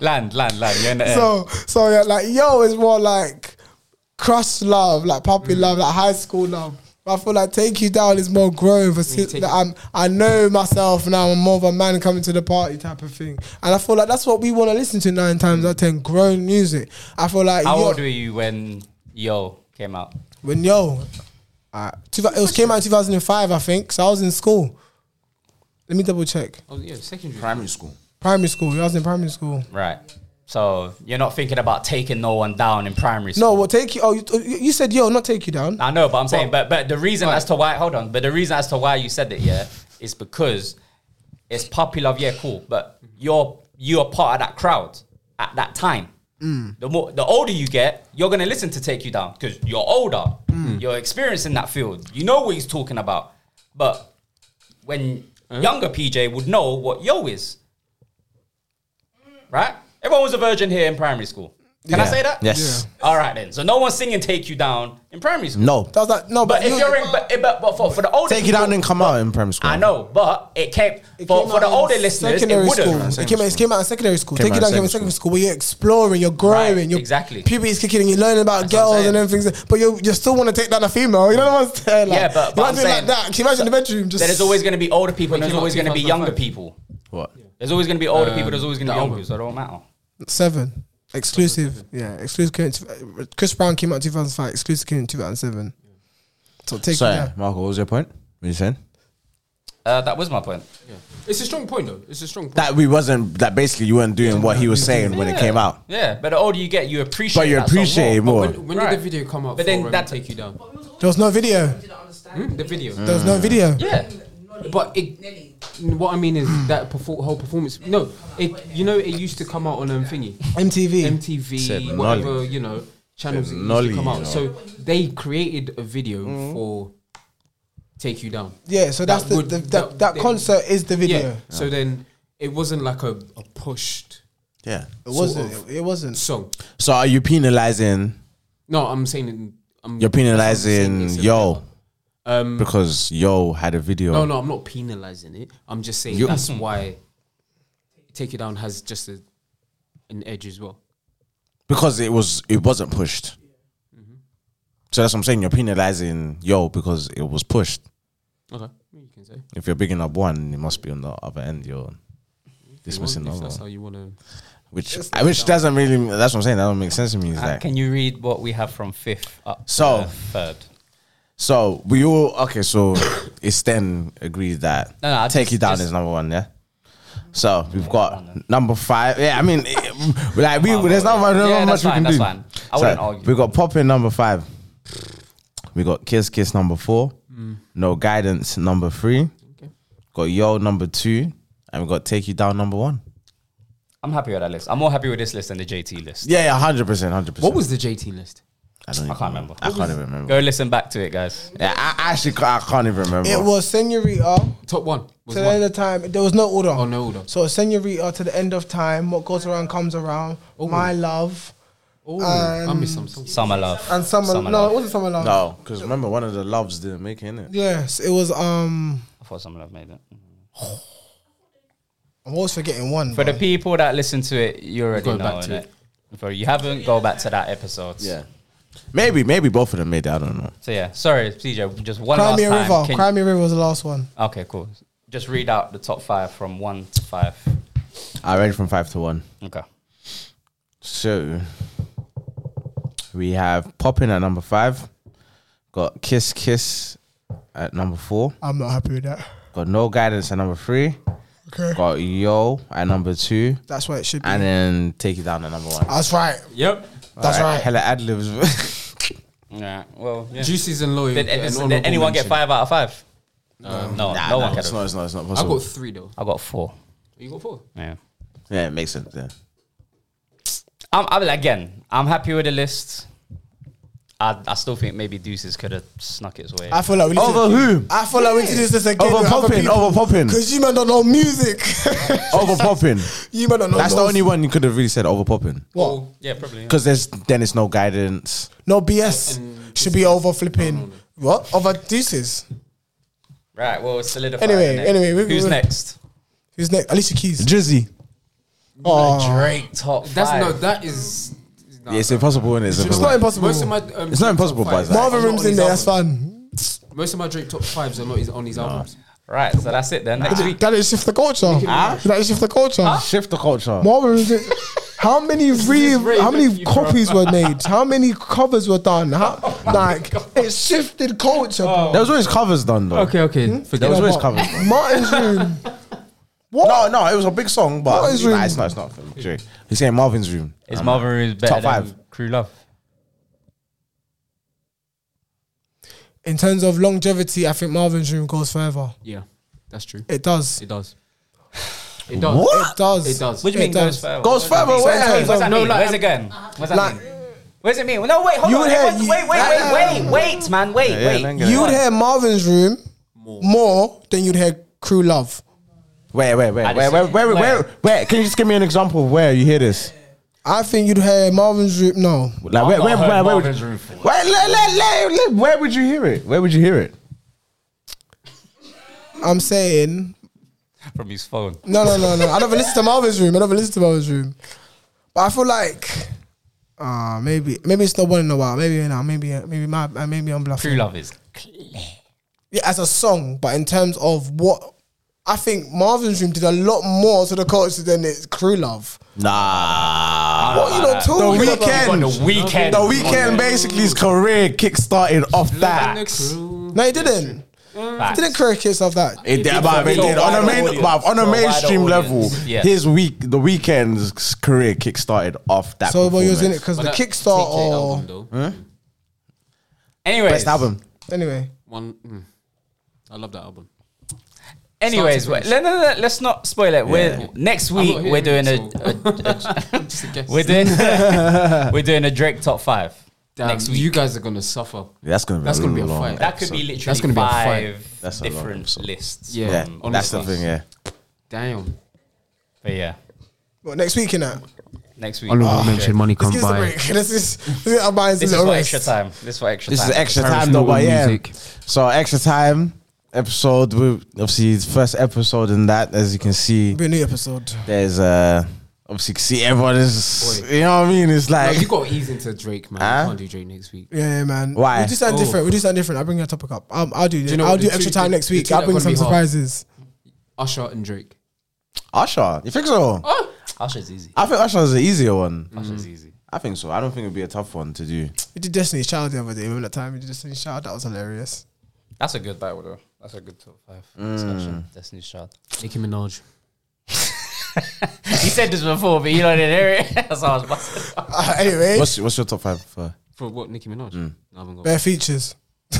Speaker 3: Land, land, land. You're eh, in the air.
Speaker 2: so so yeah, like yo is more like crush love, like
Speaker 3: Mm.
Speaker 2: puppy love, like high school love. But I feel like take you down is more grown for si-
Speaker 4: take
Speaker 2: that
Speaker 4: it-
Speaker 2: I'm I know myself now. I'm more of a man coming to the party type of thing, and I feel like that's what we want to listen to nine times out of ten. Grown music. I feel like
Speaker 3: How
Speaker 2: yo,
Speaker 3: old were you when Yo came out?
Speaker 2: when yo, uh, two, it was came out in 2005, I think. So I was in school. Let me double check.
Speaker 4: Oh yeah, secondary.
Speaker 1: Primary school.
Speaker 2: Primary school. I was in primary school.
Speaker 3: Right. So you're not thinking about taking no one down in primary school.
Speaker 2: No, well, take you. Oh, you, you said yo, not take you down.
Speaker 3: I know, but I'm saying, but but the reason as to why, hold on, but the reason as to why you said it, yeah, is because it's puppy love. Yeah, cool, but you're you're part of that crowd at that time.
Speaker 1: Mm.
Speaker 3: The more, the older you get, you're gonna listen to Take You Down because you're older.
Speaker 1: Mm.
Speaker 3: You're experiencing that field. You know what he's talking about. But when younger PJ would know what yo is, right? Everyone was a virgin here in primary school. Can I
Speaker 1: Yeah.
Speaker 3: say that?
Speaker 1: Yes.
Speaker 3: All right then. So no one's singing "Take You Down" in primary school.
Speaker 1: No.
Speaker 2: That was like no,
Speaker 3: But
Speaker 2: but,
Speaker 3: if you're in, but, but, but for, for the older
Speaker 1: Take you down
Speaker 3: people-
Speaker 1: and come out in primary school.
Speaker 3: I know, but it came,
Speaker 2: It
Speaker 3: for,
Speaker 2: came
Speaker 3: for
Speaker 2: out
Speaker 3: the
Speaker 2: in
Speaker 3: older listeners. It
Speaker 2: secondary
Speaker 3: wouldn't.
Speaker 2: School. It came, out, it came out in secondary school.
Speaker 1: Came
Speaker 2: Take
Speaker 1: out
Speaker 2: it
Speaker 1: in
Speaker 2: down, came out in
Speaker 1: secondary
Speaker 2: secondary school where you're exploring, you're growing,
Speaker 3: Right,
Speaker 2: you're
Speaker 3: exactly.
Speaker 2: Puberty's kicking in, you're learning about
Speaker 3: what I'm
Speaker 2: girls and
Speaker 3: saying.
Speaker 2: everything. But you you still want to take down a female. You know what I'm saying? Like,
Speaker 3: Yeah, but- but
Speaker 2: you
Speaker 3: I'm
Speaker 2: want to do it like
Speaker 3: saying-
Speaker 2: that. Can you imagine the bedroom? Just
Speaker 3: Then there's always going to be older people, and there's
Speaker 4: came out
Speaker 3: always going to be younger
Speaker 4: 2005.
Speaker 3: people.
Speaker 1: What?
Speaker 3: There's always going to be older
Speaker 4: Um,
Speaker 3: people. There's always going to
Speaker 4: the
Speaker 3: be younger
Speaker 4: album.
Speaker 3: people. So it don't matter.
Speaker 2: seven exclusive. Yeah, exclusive. came in- Chris Brown came out in 2005. Exclusive came in 2007. So take it
Speaker 1: Sorry,
Speaker 2: down.
Speaker 1: Marco, what was your point? What you saying?
Speaker 3: Uh, that was my point.
Speaker 4: Yeah. It's a strong point, though. It's a strong point.
Speaker 1: That we wasn't that basically you weren't doing what he was saying when it came out.
Speaker 3: Yeah, but the older you get, you appreciate.
Speaker 1: But you
Speaker 3: that song
Speaker 1: appreciate it
Speaker 3: more.
Speaker 1: more.
Speaker 4: when when
Speaker 3: Right.
Speaker 4: did the video come out?
Speaker 3: But then
Speaker 4: for, um,
Speaker 3: that-
Speaker 4: take you down.
Speaker 2: There was no video.
Speaker 6: Didn't understand.
Speaker 4: Hmm? The video.
Speaker 2: There
Speaker 3: Mm.
Speaker 2: was no video.
Speaker 3: Yeah,
Speaker 4: But it,
Speaker 6: Nelly.
Speaker 4: what I mean is that perfor- whole performance. No, it, you know, it used to come out on
Speaker 1: *laughs*
Speaker 4: um, thingy,
Speaker 2: MTV.
Speaker 1: Said
Speaker 4: MTV,
Speaker 1: Nolly.
Speaker 4: whatever you know channels it
Speaker 1: Said
Speaker 4: used
Speaker 1: Nolly,
Speaker 4: to come
Speaker 1: you
Speaker 4: out.
Speaker 1: know. Mm-hmm.
Speaker 4: So they created a video for "Take You Down."
Speaker 2: Yeah, so
Speaker 4: That
Speaker 2: that's the,
Speaker 4: would-
Speaker 2: the, that,
Speaker 4: that-
Speaker 2: that,
Speaker 4: they-
Speaker 2: concert is the video.
Speaker 4: Yeah. So then it wasn't like a, a pushed
Speaker 1: Yeah.
Speaker 2: It wasn't.
Speaker 4: Sort
Speaker 2: It wasn't.
Speaker 4: song.
Speaker 1: So are you penalizing?
Speaker 4: No, I'm saying it- I'm.
Speaker 1: You're
Speaker 4: penalizing
Speaker 1: penalizing yo Um, because yo had a video.
Speaker 4: No, no, I'm not penalizing it. I'm just saying
Speaker 1: You-
Speaker 4: that's why "Take You Down" has just a, an edge as well.
Speaker 1: because it was it wasn't pushed. So that's what I'm saying. You're penalizing yo because it was pushed.
Speaker 4: Okay, you can say.
Speaker 1: If you're bigging up one, it must be on the other end. You're dismissing the
Speaker 4: If
Speaker 1: other,
Speaker 4: that's
Speaker 1: one.
Speaker 4: how you want to.
Speaker 1: which which doesn't really. That's what I'm saying. That don't make sense to me. It's
Speaker 3: Uh,
Speaker 1: like,
Speaker 3: can you read what we have from fifth up to
Speaker 1: So-
Speaker 3: third?
Speaker 1: So we all okay. So *coughs* it's then agreed that
Speaker 3: No, no, I
Speaker 1: take
Speaker 3: just-
Speaker 1: you down
Speaker 3: just-
Speaker 1: is number one. Yeah. So we've got number five. Yeah, I mean, *laughs* it- like we there's not, much-
Speaker 3: Yeah,
Speaker 1: not much
Speaker 3: that's fine,
Speaker 1: we can do.
Speaker 3: that's fine. I wouldn't argue.
Speaker 1: We got popping number five. We got kiss kiss number four.
Speaker 3: Mm.
Speaker 1: No guidance number three. Got yo number two, and we got take you down number one.
Speaker 3: I'm happy with that list. I'm more happy with this list than the JT list.
Speaker 1: Yeah, yeah, hundred percent, hundred percent.
Speaker 4: What was the JT list?
Speaker 1: I, don't even
Speaker 3: I can't remember.
Speaker 1: I can't even remember.
Speaker 3: Go listen back to it, guys.
Speaker 1: Yeah, I I actually ca- I can't even remember.
Speaker 2: It was Senorita
Speaker 4: Top one was
Speaker 2: to the end
Speaker 4: one.
Speaker 2: of time. There was no order.
Speaker 4: Oh no, order.
Speaker 2: So Senorita to the end of time. What goes around comes around. My love
Speaker 4: Oh, I missed some songs.
Speaker 3: Summer love
Speaker 2: and summer.
Speaker 3: Summer
Speaker 2: no,
Speaker 3: Love.
Speaker 2: it wasn't summer love.
Speaker 1: no, because remember one of the loves didn't make it. Innit?
Speaker 2: Yes, it was. Um,
Speaker 3: I thought summer love made it.
Speaker 2: I'm always forgetting one.
Speaker 3: For the
Speaker 2: but-
Speaker 3: people that listen to it, you already
Speaker 4: Go
Speaker 3: know
Speaker 4: back to
Speaker 3: innit?
Speaker 4: it.
Speaker 3: If you haven't, go back to that episode.
Speaker 1: Maybe, maybe both of them made it. I don't know.
Speaker 3: So yeah, sorry, CJ. Just one
Speaker 2: Crimea
Speaker 3: last time.
Speaker 2: River.
Speaker 3: Can-
Speaker 2: Crimea River was the last one.
Speaker 3: okay, cool. Just read out the top five from one to five.
Speaker 1: I read from five to one.
Speaker 3: Okay.
Speaker 1: So we have Poppin at number five. Got Kiss Kiss at number four.
Speaker 2: I'm not happy with that.
Speaker 1: Got No Guidance at number three.
Speaker 2: Okay,
Speaker 1: Got Yo at number two.
Speaker 2: that's where it should be.
Speaker 1: And then Take It Down at number one.
Speaker 2: that's right.
Speaker 4: Yep.
Speaker 2: That's
Speaker 1: Alright,
Speaker 2: right.
Speaker 1: Hella ad libs. *laughs*
Speaker 3: Yeah. Well. Yeah.
Speaker 4: Juices and loyal.
Speaker 3: Did,
Speaker 4: an
Speaker 3: did
Speaker 4: honorable
Speaker 3: anyone get
Speaker 4: mention.
Speaker 3: five out of five? no, no one
Speaker 1: it's
Speaker 3: can.
Speaker 1: not, it's not, it's not
Speaker 4: I
Speaker 1: possible.
Speaker 4: got three though.
Speaker 3: I got four.
Speaker 4: You got four.
Speaker 3: Yeah.
Speaker 1: Yeah, it makes sense. Yeah.
Speaker 3: I'm, I'm again. I'm happy with the list. I, I still think maybe Deuces could have snuck its way.
Speaker 2: I feel like we need
Speaker 1: Over
Speaker 2: to,
Speaker 1: who?
Speaker 2: I feel like we need to do this again.
Speaker 1: Over Poppin, over Poppin,
Speaker 2: Because you man don't know music. *laughs*
Speaker 1: over Poppin.
Speaker 2: you man don't know.
Speaker 1: That's the
Speaker 2: no-
Speaker 1: only one you could have really said over Poppin.
Speaker 2: What?
Speaker 3: yeah, probably.
Speaker 1: Because there's then it's no guidance.
Speaker 2: No BS. Should be over flipping. What? Over deuces.
Speaker 3: Right. Well, it's solidified.
Speaker 2: Anyway,
Speaker 3: innit?
Speaker 2: anyway, we-
Speaker 3: who's
Speaker 2: we-
Speaker 3: next?
Speaker 2: Who's next? Alicia Keys.
Speaker 1: Drizzy.
Speaker 2: Oh,
Speaker 3: Drake top
Speaker 4: That's
Speaker 3: five.
Speaker 4: no. That is. nah.
Speaker 1: Yeah, it's impossible, isn't it?
Speaker 2: it's not impossible.
Speaker 4: Most of my. Um,
Speaker 1: It's not
Speaker 4: Drake
Speaker 1: impossible,
Speaker 4: top
Speaker 1: but
Speaker 4: fives
Speaker 1: it's
Speaker 4: are
Speaker 2: Marvin
Speaker 4: not
Speaker 2: Room's
Speaker 4: on
Speaker 2: in
Speaker 4: his
Speaker 2: there. That's
Speaker 4: album.
Speaker 2: fun.
Speaker 4: Most of my Drake top fives are not his, on his albums.
Speaker 3: Right. So that's it then. Next
Speaker 2: *laughs*
Speaker 3: week.
Speaker 2: That is shift the culture. That is shift the culture.
Speaker 1: Shift the culture.
Speaker 2: Marvin Room's. in- How many re-
Speaker 4: rave
Speaker 2: how many
Speaker 4: you, bro.
Speaker 2: copies were made? How many covers were done? How, like it shifted culture. bro.
Speaker 1: There was always covers done though.
Speaker 4: okay.
Speaker 1: There was
Speaker 2: No,
Speaker 1: always
Speaker 2: Mar-
Speaker 1: covers. done.
Speaker 2: Martin's room. What?
Speaker 1: No, no, it was a big song, but
Speaker 2: Marvin's
Speaker 1: nah,
Speaker 2: Room.
Speaker 1: it's not. It's not. For Drake. He's saying Marvin's room.
Speaker 3: Is
Speaker 1: Um,
Speaker 3: Marvin Room better
Speaker 1: Top
Speaker 3: than
Speaker 1: five.
Speaker 3: Crew Love?
Speaker 2: In terms of longevity, I think Marvin's room goes further.
Speaker 4: Yeah, that's true.
Speaker 2: It does.
Speaker 4: It does. It does.
Speaker 1: What?
Speaker 2: It does.
Speaker 4: It does.
Speaker 3: What do you
Speaker 2: It
Speaker 3: mean goes
Speaker 2: does.
Speaker 3: further?
Speaker 1: Goes further,
Speaker 3: Where's
Speaker 1: where?
Speaker 3: that mean?
Speaker 2: No,
Speaker 3: Where's, that
Speaker 4: like-
Speaker 3: mean? Where's it going? Where's that
Speaker 2: Like-
Speaker 3: mean? Where's it mean? No, wait, hold
Speaker 2: You
Speaker 3: on.
Speaker 2: would hear-
Speaker 3: Wait, wait, wait,
Speaker 2: Yeah,
Speaker 3: wait, wait, wait, man, wait,
Speaker 1: Yeah,
Speaker 3: wait.
Speaker 1: then go.
Speaker 2: You would hear Marvin's room more.
Speaker 4: More.
Speaker 2: than you'd hear Crew Love.
Speaker 1: Wait, wait, wait,
Speaker 3: I
Speaker 1: wait,
Speaker 3: just
Speaker 1: wait,
Speaker 3: said-
Speaker 1: wait, wait,
Speaker 3: where?
Speaker 1: wait. Can you just give me an example of where you hear this?
Speaker 2: I think you'd hear Marvin's room. No,
Speaker 1: Like, where,
Speaker 3: not
Speaker 1: where,
Speaker 3: heard
Speaker 1: where, where, would,
Speaker 3: Marvin's Room for-
Speaker 1: wait, let, let, let, let- where would you hear it? Where would you hear it?
Speaker 2: I'm saying
Speaker 3: From his phone.
Speaker 2: no, no, no, no. I never listened to Marvin's room. I never listened to Marvin's room. But I feel like uh maybe maybe it's not one in a while. Maybe you know, maybe maybe my uh, maybe I'm
Speaker 3: True
Speaker 2: bluffing.
Speaker 3: love is.
Speaker 2: Yeah, as a song, but in terms of what I think Marvin's room did a lot more to the culture than it's Crew Love.
Speaker 1: Nah.
Speaker 2: What you not
Speaker 1: The
Speaker 2: talking about?
Speaker 1: weekend.
Speaker 3: On the weekend.
Speaker 1: The weekend, basically, his career kickstarted off that.
Speaker 2: No, he didn't.
Speaker 3: Facts.
Speaker 2: Didn't Crew kiss off that?
Speaker 1: It
Speaker 3: did
Speaker 1: did, but
Speaker 3: for
Speaker 1: it
Speaker 3: a
Speaker 1: did. on a
Speaker 3: wider
Speaker 1: main,
Speaker 3: audience.
Speaker 1: but on
Speaker 3: For
Speaker 1: a
Speaker 3: a wider
Speaker 1: mainstream level.
Speaker 3: audience, yes.
Speaker 1: His week, the weekend's career kickstarted off that.
Speaker 2: So, but you was in it
Speaker 1: performance.
Speaker 2: because the Kickstarter or
Speaker 3: Anyways,
Speaker 1: best album.
Speaker 2: anyway.
Speaker 4: One. mm. I love that album.
Speaker 3: Anyways,
Speaker 4: Start
Speaker 3: wait,
Speaker 4: to
Speaker 3: no, no, no, let's not spoil it. We're next week.
Speaker 4: not here,
Speaker 3: We're doing a,
Speaker 4: so-
Speaker 3: a- a-
Speaker 4: Just a guess.
Speaker 3: we're doing we're doing a Drake top five
Speaker 4: Damn,
Speaker 3: next week.
Speaker 4: You guys are gonna suffer.
Speaker 1: That's gonna be
Speaker 4: That's
Speaker 1: a
Speaker 4: gonna be a
Speaker 1: long
Speaker 4: fight.
Speaker 3: that could be
Speaker 1: episode.
Speaker 3: literally
Speaker 4: That's gonna be a fight.
Speaker 3: five
Speaker 1: That's a long
Speaker 3: different
Speaker 1: episode.
Speaker 3: lists.
Speaker 4: Yeah,
Speaker 1: Yeah,
Speaker 4: on
Speaker 1: that's
Speaker 4: the
Speaker 1: the
Speaker 4: stuff.
Speaker 1: thing. Yeah.
Speaker 4: Damn.
Speaker 3: But yeah,
Speaker 2: Well, next week, innit?
Speaker 3: next week.
Speaker 4: Honorable
Speaker 3: Oh,
Speaker 4: mention.
Speaker 3: shit.
Speaker 4: Money
Speaker 2: Let's
Speaker 4: come
Speaker 2: give us a
Speaker 4: by.
Speaker 2: Ah, break. *laughs* This is, this is our minds a
Speaker 3: This is
Speaker 2: little
Speaker 3: for
Speaker 2: rest.
Speaker 3: extra time. This is for extra
Speaker 1: This
Speaker 3: time.
Speaker 1: is extra
Speaker 4: Paris
Speaker 1: time though, but
Speaker 4: Norton
Speaker 1: yeah.
Speaker 4: music.
Speaker 1: So extra time episode. We obviously it's first episode in that, as you can see,
Speaker 2: It'll be a new episode.
Speaker 1: there's uh obviously you can see everyone is. You know what I mean? It's
Speaker 4: No,
Speaker 1: like
Speaker 4: you got to ease into Drake, man.
Speaker 1: Huh?
Speaker 4: You can't do Drake next week.
Speaker 2: Yeah, yeah, man.
Speaker 1: Why?
Speaker 2: We do something
Speaker 4: Oh.
Speaker 2: different. We do something different. I'll bring a topic up. Um, I'll do.
Speaker 4: you know
Speaker 2: I'll
Speaker 4: what
Speaker 2: do
Speaker 4: the
Speaker 2: extra
Speaker 4: two-
Speaker 2: time
Speaker 4: the-
Speaker 2: next
Speaker 4: the
Speaker 2: week.
Speaker 4: two
Speaker 2: I'll
Speaker 4: that
Speaker 2: bring
Speaker 4: are
Speaker 2: some
Speaker 4: gonna be hard.
Speaker 2: surprises.
Speaker 4: Usher and Drake.
Speaker 1: Usher. You think so?
Speaker 3: Usher's easy.
Speaker 1: I think Usher's the easier one.
Speaker 3: Usher's easy.
Speaker 1: I think so. I don't think it'd be a tough one to do.
Speaker 2: We did Destiny's Child the other day. Remember that time we did Destiny's Child? That was hilarious. *laughs*
Speaker 3: That's a good battle though. That's a good top five discussion. Destiny's Child.
Speaker 4: Nicki Minaj.
Speaker 3: He said this before, but you don't hear it. *laughs* That's how I was busting.
Speaker 1: *laughs*
Speaker 2: Uh, anyway,
Speaker 1: What's what's your top five for?
Speaker 4: For what? Nicki Minaj.
Speaker 2: Mm.
Speaker 4: No, I haven't got.
Speaker 2: bare features.
Speaker 3: *laughs*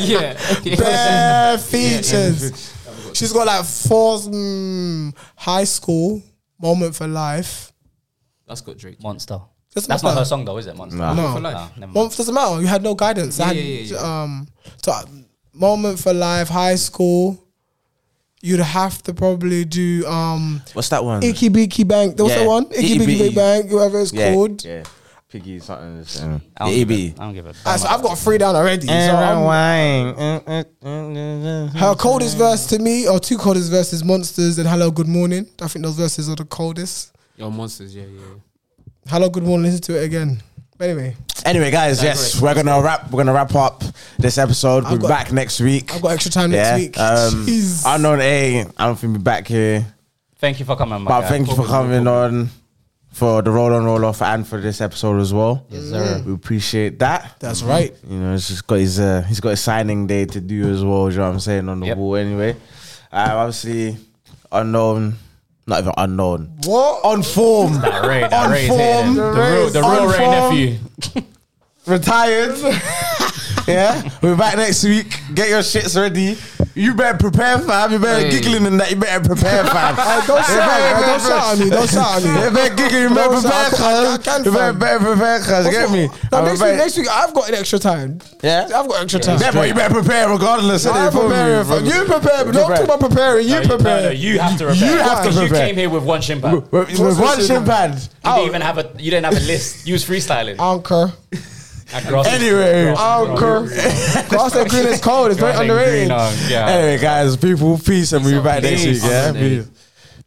Speaker 4: yeah.
Speaker 2: Bare features. She's got like four mm, high school moment for life.
Speaker 4: That's got Drake.
Speaker 3: Monster.
Speaker 2: Doesn't
Speaker 3: That's not
Speaker 2: matter.
Speaker 3: her song though, is it? Monster.
Speaker 1: Nah.
Speaker 2: No.
Speaker 4: For life.
Speaker 3: Nah, never mind.
Speaker 2: Month doesn't matter. You had no guidance. I
Speaker 4: Yeah,
Speaker 2: had,
Speaker 4: yeah, yeah,
Speaker 2: Um, so uh, moment for life, high school. You'd have to probably do um
Speaker 1: What's that one?
Speaker 2: Icky Beaky Bank. There was
Speaker 1: Yeah.
Speaker 2: that one, Icky
Speaker 1: Icky
Speaker 2: Beaky
Speaker 1: Beaky.
Speaker 2: Big Bang, whatever it's
Speaker 1: yeah,
Speaker 2: called.
Speaker 1: yeah. Piggy something. uh,
Speaker 3: I don't give
Speaker 1: EB.
Speaker 3: a- I don't give a.
Speaker 2: Alright, Ah, so I've got three down already. So I'm-
Speaker 1: Uh,
Speaker 2: her coldest verse to me, or two coldest verses, Monsters and Hello Good Morning. I think those verses are the coldest.
Speaker 4: Yo, monsters. Yeah, yeah.
Speaker 2: Hello Good Morning. Listen to it again. But anyway,
Speaker 1: Anyway, guys, yes, we're gonna wrap. We're gonna wrap up this episode. We'll be
Speaker 2: got-
Speaker 1: back next week.
Speaker 2: I've got extra time next
Speaker 1: yeah.
Speaker 2: week.
Speaker 1: Um,
Speaker 2: Jeez.
Speaker 1: unknown A. I don't think we'll be back here,
Speaker 3: Thank you for coming, my
Speaker 1: but
Speaker 3: guy.
Speaker 1: thank you for coming on for the roll on roll off and for this episode as well. Yes, sir. We appreciate that.
Speaker 2: That's right.
Speaker 1: You know, he's just got his uh, he's got his signing day to do as well. do you know what I'm saying on the
Speaker 3: Yep.
Speaker 1: wall anyway. Um, obviously, unknown, not even unknown.
Speaker 2: What?
Speaker 1: On form,
Speaker 3: That Ray, that
Speaker 1: on
Speaker 3: Ray's
Speaker 1: form,
Speaker 3: hitting it.
Speaker 1: the real
Speaker 4: Ray nephew.
Speaker 1: retired. *laughs* yeah, we're back next week. Get your shits ready. You better prepare, fam. You better
Speaker 4: Hey.
Speaker 1: giggling and that. You better prepare,
Speaker 2: *laughs*
Speaker 1: fam.
Speaker 2: Don't shout at me. Don't shout at me. Don't shout at me.
Speaker 1: You better giggle. You better
Speaker 2: Don't
Speaker 1: prepare,
Speaker 2: shout. I can't- I
Speaker 1: cuz.
Speaker 2: can't,
Speaker 1: You better
Speaker 2: fam.
Speaker 1: better prepare, cuz. You Get me?
Speaker 2: No,
Speaker 1: I'm
Speaker 2: next
Speaker 1: prepared.
Speaker 2: week, next week, I've got an extra time.
Speaker 1: Yeah?
Speaker 2: I've got extra time.
Speaker 1: Yeah, but you better prepare regardless. innit?
Speaker 2: I'm
Speaker 1: Feel me?
Speaker 2: preparing for you. Prepare, but don't
Speaker 1: Prepare.
Speaker 2: talk about preparing. You
Speaker 3: No, you- no,
Speaker 2: prepare.
Speaker 3: no, you have to prepare.
Speaker 1: You have to
Speaker 3: 'Cause
Speaker 1: prepare.
Speaker 3: You came here with one shin pad.
Speaker 1: With,
Speaker 3: You
Speaker 1: with,
Speaker 2: What's
Speaker 1: one
Speaker 2: this
Speaker 1: shin
Speaker 2: in-
Speaker 1: pad.
Speaker 3: didn't even have a. You didn't have a list. You was freestyling.
Speaker 1: *laughs*
Speaker 2: Anchor.
Speaker 3: At Gross-
Speaker 1: Anyway. *laughs*
Speaker 2: Anchor. Grass and
Speaker 1: Oh,
Speaker 2: green is cold. It's very
Speaker 3: Gross and
Speaker 2: underrated.
Speaker 3: Green, um, Yeah.
Speaker 1: Anyway, guys, people, peace, and we'll be back next
Speaker 3: Peace.
Speaker 1: week. Yeah, peace.